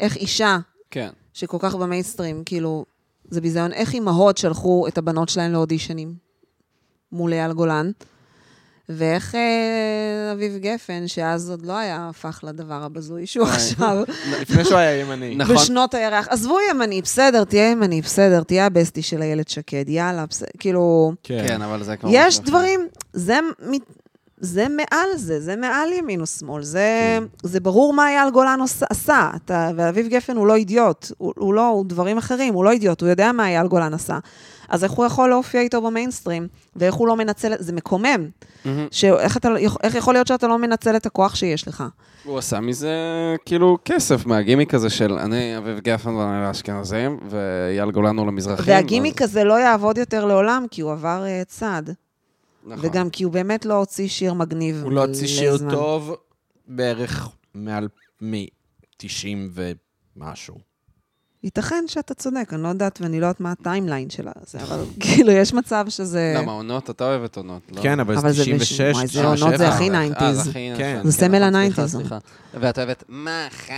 [SPEAKER 2] איך אישה
[SPEAKER 3] כן.
[SPEAKER 2] שכל כך במיינסטרים, כאילו, זה ביזיון. איך אימהות שלחו את הבנות שלהן לאודישנים מול אייל גולן, ואיך אה, אביב גפן, שאז עוד לא היה הפך לדבר הבזוי שהוא עכשיו,
[SPEAKER 4] לפני שהוא היה ימני.
[SPEAKER 3] נכון.
[SPEAKER 2] בשנות הירח. עזבו ימני, בסדר, תהיה ימני, בסדר, תהיה הבסטי של איילת שקד, יאללה, בסדר, כאילו...
[SPEAKER 3] כן, אבל זה כבר...
[SPEAKER 2] יש
[SPEAKER 3] משהו אחר.
[SPEAKER 2] דברים, זה, מ- זה מעל זה, זה מעל ימין ושמאל,
[SPEAKER 4] כן.
[SPEAKER 2] זה, זה ברור מה אייל גולן עוש- עשה, אתה, ואביב גפן הוא לא אידיוט, הוא, הוא לא, הוא דברים אחרים, הוא לא אידיוט, הוא יודע מה אייל גולן עשה. אז איך הוא יכול להופיע איתו במיינסטרים, ואיך הוא לא מנצל, את- זה מקומם.
[SPEAKER 3] מהמם.
[SPEAKER 2] שאיך אתה, לא- איך יכול להיות שאתה לא מנצל את הכוח שיש לך?
[SPEAKER 3] הוא עשה מזה כאילו כסף מהגימיק הזה של אני, אביב גפן ואני לאשכנזים, ואייל גולן הוא למזרחים.
[SPEAKER 2] והגימיק הזה לא יעבוד יותר לעולם, כי הוא עבר אה, צד,
[SPEAKER 3] נכון.
[SPEAKER 2] וגם כי הוא באמת לא הוציא שיר מגניב.
[SPEAKER 4] הוא לא הוציא שיר
[SPEAKER 2] לזמן.
[SPEAKER 4] טוב בערך מעל מ-90 ומשהו.
[SPEAKER 2] ייתכן שאתה צודק, אני לא יודעת ואני לא יודעת מה הטיימליין שלה, זה, אבל כאילו, יש מצב שזה...
[SPEAKER 3] למה עונות? אתה אוהב את עונות, לא?
[SPEAKER 4] כן, אבל
[SPEAKER 2] אבל
[SPEAKER 4] זה
[SPEAKER 2] זה
[SPEAKER 4] 96,
[SPEAKER 2] בש- וואי, זה עונות, זה
[SPEAKER 4] 97.
[SPEAKER 2] הכי
[SPEAKER 3] אה,
[SPEAKER 2] 90s.
[SPEAKER 3] זה הכי-
[SPEAKER 4] כן.
[SPEAKER 3] נכון,
[SPEAKER 2] זה סמל
[SPEAKER 3] נכון,
[SPEAKER 2] ה- 90s.
[SPEAKER 3] סליחה, סליחה. ואת אוהבת מחר.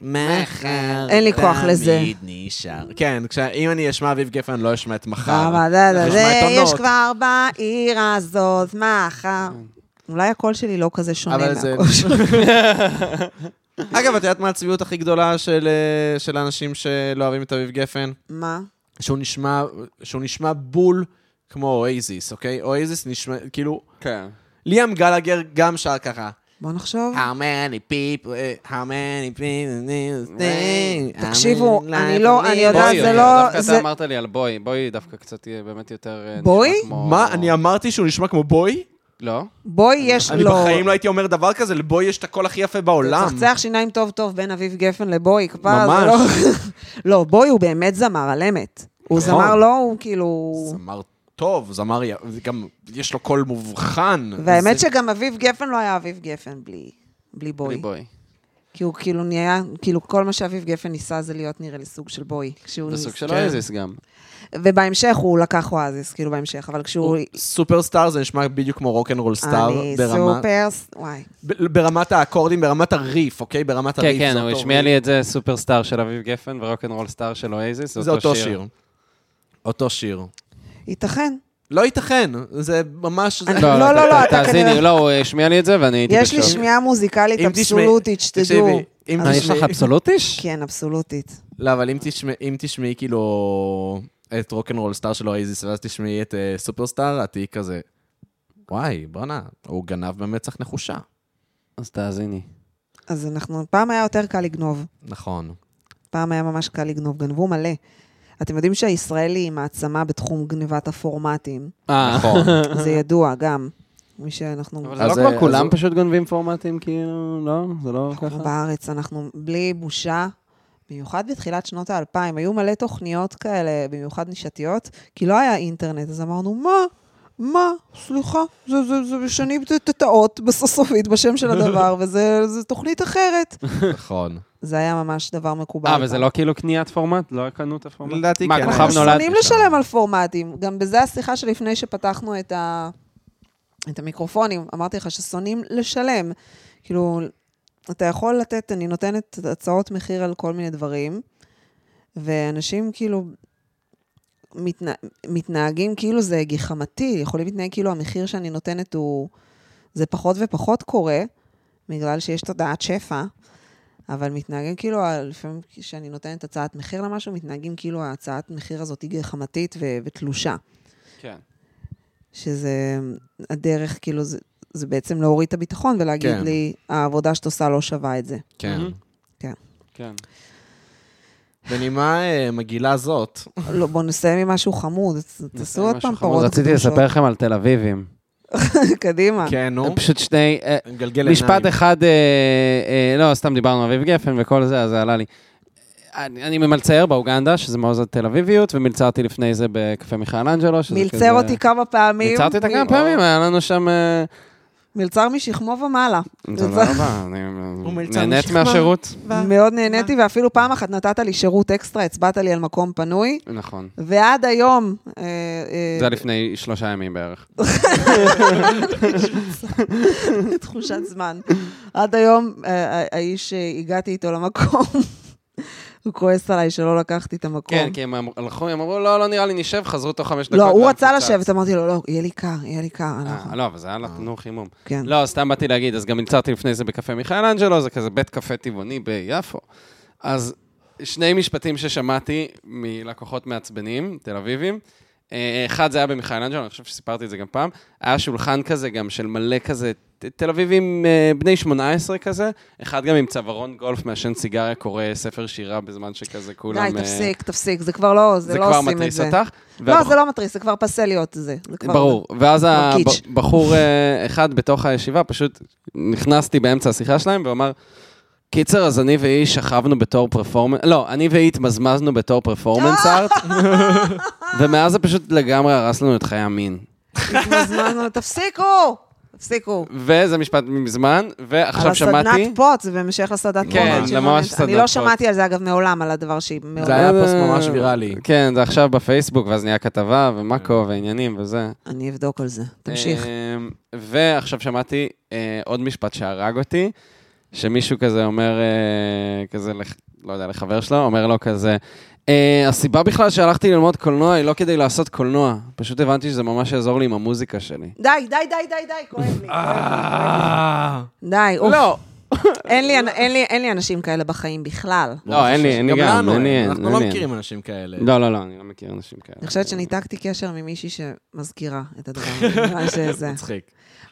[SPEAKER 4] מחר.
[SPEAKER 2] אין לי כוח לזה.
[SPEAKER 4] תמיד נשאר. כן, כש- אם אני אשמע אביב גפן, אני לא אשמע את מחר.
[SPEAKER 2] למה, זה,
[SPEAKER 4] נשמע
[SPEAKER 2] זה,
[SPEAKER 4] את
[SPEAKER 2] זה,
[SPEAKER 4] עונות.
[SPEAKER 2] יש כבר בעיר הזאת, מה אחר? אולי הקול שלי לא כזה שונה
[SPEAKER 4] אבל זה-
[SPEAKER 2] מהקול שלך.
[SPEAKER 4] אגב, את יודעת מה הצביעות הכי גדולה של, אה, של האנשים שלא אוהבים את אביב גפן?
[SPEAKER 2] מה?
[SPEAKER 4] שהוא נשמע, שהוא נשמע בול כמו אוייזיס, אוקיי? אוייזיס נשמע, כאילו,
[SPEAKER 3] כן.
[SPEAKER 4] ליאם גלגר גם שר ככה.
[SPEAKER 2] בוא נחשוב.
[SPEAKER 4] How many people, אה, how many people need to think.
[SPEAKER 2] תקשיבו,
[SPEAKER 4] I'm in
[SPEAKER 2] אני
[SPEAKER 4] life,
[SPEAKER 2] לא-
[SPEAKER 4] I'm
[SPEAKER 2] אני
[SPEAKER 4] in
[SPEAKER 2] יודעת,
[SPEAKER 4] life.
[SPEAKER 3] בואי,
[SPEAKER 2] זה
[SPEAKER 3] אוקיי,
[SPEAKER 2] לא-
[SPEAKER 3] דווקא אתה
[SPEAKER 2] זה-
[SPEAKER 3] אמרת לי על בואי, בואי דווקא קצת יהיה באמת יותר... אה,
[SPEAKER 2] בואי?
[SPEAKER 3] נשמע כמו-
[SPEAKER 4] מה, אני אמרתי שהוא נשמע כמו בוי?
[SPEAKER 3] לא?
[SPEAKER 2] בואי יש
[SPEAKER 4] אני
[SPEAKER 2] לו...
[SPEAKER 4] בחיים לא הייתי אומר דבר כזה, לבוי יש את הקול הכי יפה בעולם.
[SPEAKER 2] צחצח שיניים טוב טוב בין אביב גפן לבואי, כבר זה
[SPEAKER 4] ממש.
[SPEAKER 2] לא... לא, בואי הוא באמת זמר על אמת. הוא
[SPEAKER 4] נכון.
[SPEAKER 2] זמר לא, הוא כאילו...
[SPEAKER 4] זמר טוב, זמר, י- גם יש לו קול מובחן.
[SPEAKER 2] והאמת
[SPEAKER 4] זה-
[SPEAKER 2] שגם אביב גפן לא היה אביב גפן בלי... בלי בואי.
[SPEAKER 3] בלי בואי.
[SPEAKER 2] כי הוא כאילו נהיה, כאילו כל מה שאביב גפן ניסה זה להיות נראה לי סוג של בואי. כשהוא
[SPEAKER 3] זה
[SPEAKER 2] ניס-
[SPEAKER 3] סוג
[SPEAKER 4] כן.
[SPEAKER 3] של אויזיס גם.
[SPEAKER 2] ובהמשך הוא לקח אואזיס, כאילו בהמשך, אבל כשהוא...
[SPEAKER 4] סופרסטאר זה נשמע בדיוק כמו רוקנרול סטאר,
[SPEAKER 2] אני
[SPEAKER 4] ברמה-
[SPEAKER 2] סופר... וואי.
[SPEAKER 4] ב- ברמת האקורדים, ברמת הריף, אוקיי? ברמת
[SPEAKER 3] כן,
[SPEAKER 4] הריף.
[SPEAKER 3] כן,
[SPEAKER 4] זה
[SPEAKER 3] הוא
[SPEAKER 4] אותו
[SPEAKER 3] השמיע
[SPEAKER 4] ריף.
[SPEAKER 3] לי את זה, סופרסטאר של אביב גפן ורוקנרול סטאר של אוייזיס,
[SPEAKER 4] זה אותו שיר. אותו שיר.
[SPEAKER 2] ייתכן.
[SPEAKER 4] לא ייתכן, זה ממש... זה-
[SPEAKER 2] אני- לא, לא,
[SPEAKER 3] ת-
[SPEAKER 2] לא,
[SPEAKER 3] ת-
[SPEAKER 2] אתה
[SPEAKER 3] תאזיני,
[SPEAKER 2] כנראה-
[SPEAKER 3] לא, הוא השמיע לי את זה ואני הייתי בשוק.
[SPEAKER 2] יש לי שמיעה מוזיקלית
[SPEAKER 4] אם תשמעי-
[SPEAKER 2] אבסולוטית, שתדעו.
[SPEAKER 4] תקשיבי, אם
[SPEAKER 3] אה, יש לך
[SPEAKER 4] תשמעי...
[SPEAKER 3] אבסולוטיש?
[SPEAKER 2] כן, אבסולוטית.
[SPEAKER 4] לא, אבל אם תשמעי- אם תשמעי כאילו את רוקנרול סטאר של אוייזיס, ואז תשמעי את אה, סופרסטאר, את תהיי כזה... וואי, בואנה, הוא גנב במצח נחושה.
[SPEAKER 3] אה. אז תאזיני.
[SPEAKER 2] אז אנחנו, פעם היה יותר קל לגנוב.
[SPEAKER 4] נכון.
[SPEAKER 2] פעם היה ממש קל לגנוב, גנבו מלא. אתם יודעים שהישראלי היא מעצמה בתחום גנבת הפורמטים.
[SPEAKER 3] אה,
[SPEAKER 4] נכון.
[SPEAKER 2] זה ידוע גם. מי שאנחנו...
[SPEAKER 3] אבל זה לא
[SPEAKER 4] אז,
[SPEAKER 3] כמו
[SPEAKER 4] אה,
[SPEAKER 3] כולם
[SPEAKER 4] אז-
[SPEAKER 3] פשוט גונבים פורמטים, כאילו, לא? זה לא
[SPEAKER 2] אנחנו
[SPEAKER 3] ככה?
[SPEAKER 2] בארץ, אנחנו בלי בושה, במיוחד בתחילת שנות האלפיים, היו מלא תוכניות כאלה, במיוחד נישתיות, כי לא היה אינטרנט, אז אמרנו, מה? מה? סליחה, זה, זה, זה משנים את הטאות בסופית בשם של הדבר, וזה זה תוכנית אחרת.
[SPEAKER 4] נכון.
[SPEAKER 2] זה היה ממש דבר מקובל.
[SPEAKER 3] אה, וזה לא כאילו קניית פורמט? לא קנו את הפורמט?
[SPEAKER 4] לדעתי
[SPEAKER 3] מה,
[SPEAKER 4] כן.
[SPEAKER 3] כוכב
[SPEAKER 4] אנחנו
[SPEAKER 3] נולד?
[SPEAKER 2] שונאים לשלם על פורמטים. גם בזה השיחה שלפני שפתחנו את, ה... את המיקרופונים, אמרתי לך ששונאים לשלם. כאילו, אתה יכול לתת, אני נותנת הצעות מחיר על כל מיני דברים, ואנשים כאילו מתנה... מתנהגים כאילו זה גחמתי, יכולים להתנהג כאילו המחיר שאני נותנת הוא... זה פחות ופחות קורה, בגלל שיש תודעת שפע. אבל מתנהגים כאילו, ה- לפעמים כשאני נותנת הצעת מחיר למשהו, מתנהגים כאילו ההצעת מחיר הזאת היא גחמתית ו- ותלושה.
[SPEAKER 3] כן.
[SPEAKER 2] שזה הדרך, כאילו, זה, זה בעצם להוריד את הביטחון ולהגיד
[SPEAKER 4] כן.
[SPEAKER 2] כן. לי, העבודה שאת עושה לא שווה את זה.
[SPEAKER 4] כן.
[SPEAKER 3] מהמם.
[SPEAKER 2] כן.
[SPEAKER 3] כן.
[SPEAKER 4] בנימה אה, מגעילה זאת,
[SPEAKER 2] לא, בואו נסיים עם משהו חמוד. ת- תעשו עוד פעם פרות.
[SPEAKER 3] רציתי
[SPEAKER 2] קדושות.
[SPEAKER 3] לספר לכם על תל אביבים.
[SPEAKER 2] קדימה.
[SPEAKER 4] כן, נו,
[SPEAKER 3] פשוט שני... אה,
[SPEAKER 4] אני מגלגל עיניים.
[SPEAKER 3] משפט אחד, אה, אה, לא, סתם דיברנו על אביב גפן וכל זה, אז זה עלה לי. אני אני ממלצר באוגנדה, שזה מעוז התל אביביות, ומלצרתי לפני זה בקפה מיכאל אנג'לו, שזה כזה...
[SPEAKER 2] מלצר אותי כמה פעמים.
[SPEAKER 3] מלצרתי אותה כמה פעמים, היה לנו שם... אה,
[SPEAKER 2] מלצר משכמו ומעלה.
[SPEAKER 3] תודה רבה, אני
[SPEAKER 4] מלצר
[SPEAKER 3] נהנית
[SPEAKER 4] משכמה.
[SPEAKER 3] מהשירות.
[SPEAKER 2] מאוד נהניתי, ואפילו פעם אחת נתת לי שירות אקסטרה, הצבעת לי על מקום פנוי,
[SPEAKER 3] נכון.
[SPEAKER 2] ועד היום... אה, אה,
[SPEAKER 3] זה היה לפני שלושה ימים בערך.
[SPEAKER 2] תחושת זמן. עד היום אה, אה, האיש שהגעתי איתו למקום, הוא כועס עליי שלא לקחתי את המקום.
[SPEAKER 3] כן, כי הם אמרו- הלכו, הם אמרו, לא, לא נראה לי, נשב, חזרו תוך חמש דקות.
[SPEAKER 2] לא, הוא רצה
[SPEAKER 3] והמפוצץ.
[SPEAKER 2] לשבת, אמרתי לו, לא, יהיה לי קר, יהיה לי קר. אנחנו-
[SPEAKER 3] אה, לא, אבל זה היה לתנור חימום.
[SPEAKER 2] נכון. כן.
[SPEAKER 3] לא, סתם באתי להגיד, אז גם נמצאתי לפני זה בקפה מיכאל אנג'לו, זה כזה בית קפה טבעוני ביפו. אז שני משפטים ששמעתי מלקוחות מעצבנים, תל אביבים. אה, אחד זה היה במיכאל אנג'לו, אני חושב שסיפרתי את זה גם פעם. היה שולחן כזה גם של מלא כזה, ת- תל אביבים אה, בני 18 כזה, אחד גם עם צווארון גולף מעשן סיגריה, קורא ספר שירה בזמן שכזה כולם...
[SPEAKER 2] די,
[SPEAKER 3] אה,
[SPEAKER 2] תפסיק, תפסיק, זה כבר לא, זה
[SPEAKER 3] זה
[SPEAKER 2] לא
[SPEAKER 3] כבר
[SPEAKER 2] עושים את
[SPEAKER 3] מתריס
[SPEAKER 2] זה.
[SPEAKER 3] אותך.
[SPEAKER 2] לא, זה לא מתריס, זה כבר פסליות זה. זה כבר- לא-
[SPEAKER 3] ברור. ואז
[SPEAKER 2] קיץ'.
[SPEAKER 3] הבחור אה, אחד בתוך הישיבה, פשוט נכנסתי באמצע השיחה שלהם והוא אמר, קיצר, אז אני והיא שכבנו בתור פרפורמנס, לא, אני והיא התמזמזנו בתור פרפורמנס ארט, ומאז זה פשוט לגמרי הרס לנו את חיי המין.
[SPEAKER 2] התמזמזנו, תפסיקו! תפסיקו.
[SPEAKER 3] וזה משפט מזמן, ועכשיו
[SPEAKER 2] על
[SPEAKER 3] שמעתי...
[SPEAKER 2] הסדנת פוט, זה בהמשך לסדנת פוט.
[SPEAKER 3] כן,
[SPEAKER 2] של
[SPEAKER 3] ממש
[SPEAKER 2] מומנט.
[SPEAKER 3] סדנת
[SPEAKER 2] אני לא
[SPEAKER 3] פוט.
[SPEAKER 2] שמעתי על זה, אגב, מעולם, על הדבר שהיא... מעולם.
[SPEAKER 4] זה היה פוסט ממש ויראלי. כן.
[SPEAKER 3] כן, זה עכשיו בפייסבוק, ואז נהיה כתבה, ומאקו, ועניינים, וזה.
[SPEAKER 2] אני אבדוק על זה. תמשיך.
[SPEAKER 3] אמ, ועכשיו שמעתי אה, עוד משפט שהרג אותי, שמישהו כזה אומר, אה, כזה, לח- לא יודע, לחבר שלו, אומר לו כזה, אה, הסיבה בכלל שהלכתי ללמוד קולנוע היא לא כדי לעשות קולנוע, פשוט הבנתי שזה ממש יעזור לי עם המוזיקה שלי.
[SPEAKER 2] די, די, די, די, די, כואב לי.
[SPEAKER 3] אה,
[SPEAKER 2] די, אוף.
[SPEAKER 3] לא.
[SPEAKER 2] אין לי- אין לי- אין לי אנשים כאלה בחיים בכלל.
[SPEAKER 3] לא, אין לי, אין לי
[SPEAKER 4] גם
[SPEAKER 3] גם,
[SPEAKER 4] לנו
[SPEAKER 3] אין לי,
[SPEAKER 4] אין,
[SPEAKER 3] אין
[SPEAKER 4] אנחנו
[SPEAKER 3] אין
[SPEAKER 4] לא
[SPEAKER 3] לי.
[SPEAKER 4] מכירים אנשים כאלה.
[SPEAKER 3] לא, לא, לא, אני לא מכיר אנשים כאלה.
[SPEAKER 2] אני חושבת שניתקתי קשר ממישהי שמזכירה את הדבר הזה. מה שזה.
[SPEAKER 4] מצחיק.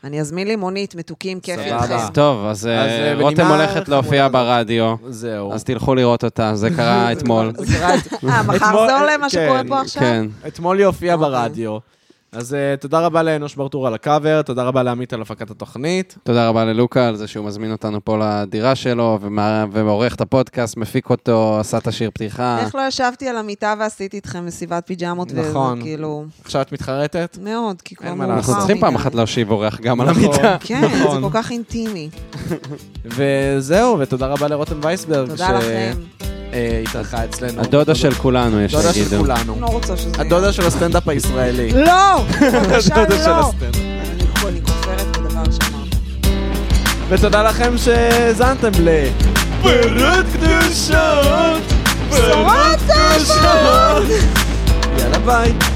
[SPEAKER 2] אני אזמין לי מונית, מתוקים, כיפי
[SPEAKER 4] סבבה.
[SPEAKER 2] לכם.
[SPEAKER 3] אז טוב, אז אה,
[SPEAKER 4] אז, אה,
[SPEAKER 3] רותם
[SPEAKER 4] בנימה
[SPEAKER 3] הולכת להופיע
[SPEAKER 4] חמודה
[SPEAKER 3] ברדיו,
[SPEAKER 4] זהו.
[SPEAKER 3] אז תלכו לראות אותה, זה קרה אתמול.
[SPEAKER 4] זה קרה את-
[SPEAKER 2] אה, מחר
[SPEAKER 4] אתמול-
[SPEAKER 2] זה עולה מה
[SPEAKER 4] כן,
[SPEAKER 2] שקורה פה עכשיו?
[SPEAKER 3] כן.
[SPEAKER 4] אתמול היא הופיעה ברדיו. אז אה, תודה רבה לאנוש ברטור על הקאבר, תודה רבה לעמית על הפקת התוכנית.
[SPEAKER 3] תודה רבה ללוקה על זה שהוא מזמין אותנו פה לדירה שלו, ומה- ועורך את הפודקאסט, מפיק אותו, עשה את השיר פתיחה.
[SPEAKER 2] איך לא ישבתי על המיטה ועשיתי איתכם מסיבת פיג'מות, וזה
[SPEAKER 4] נכון.
[SPEAKER 2] כאילו...
[SPEAKER 4] עכשיו את מתחרטת?
[SPEAKER 2] מאוד, כי כבר
[SPEAKER 4] אין
[SPEAKER 2] מאוחר
[SPEAKER 4] מה
[SPEAKER 2] מדי.
[SPEAKER 4] לעשות.
[SPEAKER 3] אנחנו צריכים פעם אחת להושיב אורח גם על
[SPEAKER 4] לא נכון.
[SPEAKER 3] המיטה.
[SPEAKER 2] כן, זה
[SPEAKER 4] נכון.
[SPEAKER 2] כל כך אינטימי.
[SPEAKER 4] וזהו, ותודה רבה לרותם וייסברג.
[SPEAKER 2] תודה לכם.
[SPEAKER 4] שהתארחה אצלנו.
[SPEAKER 3] הדודה של כולנו, יש
[SPEAKER 4] הדודה של
[SPEAKER 3] שיגידו.
[SPEAKER 4] כולנו.
[SPEAKER 2] אני לא רוצה שזה...
[SPEAKER 4] הדודה של הסטנדאפ הישראלי.
[SPEAKER 2] לא! בבקשה
[SPEAKER 4] הדודה של
[SPEAKER 2] לא!
[SPEAKER 4] הסטנדאפ.
[SPEAKER 2] אני- אני כופרת בדבר שאמרת.
[SPEAKER 4] ותודה לכם שהאזנתם ל... פירות אה, קדושות! פירות קדושות! יאללה ביי.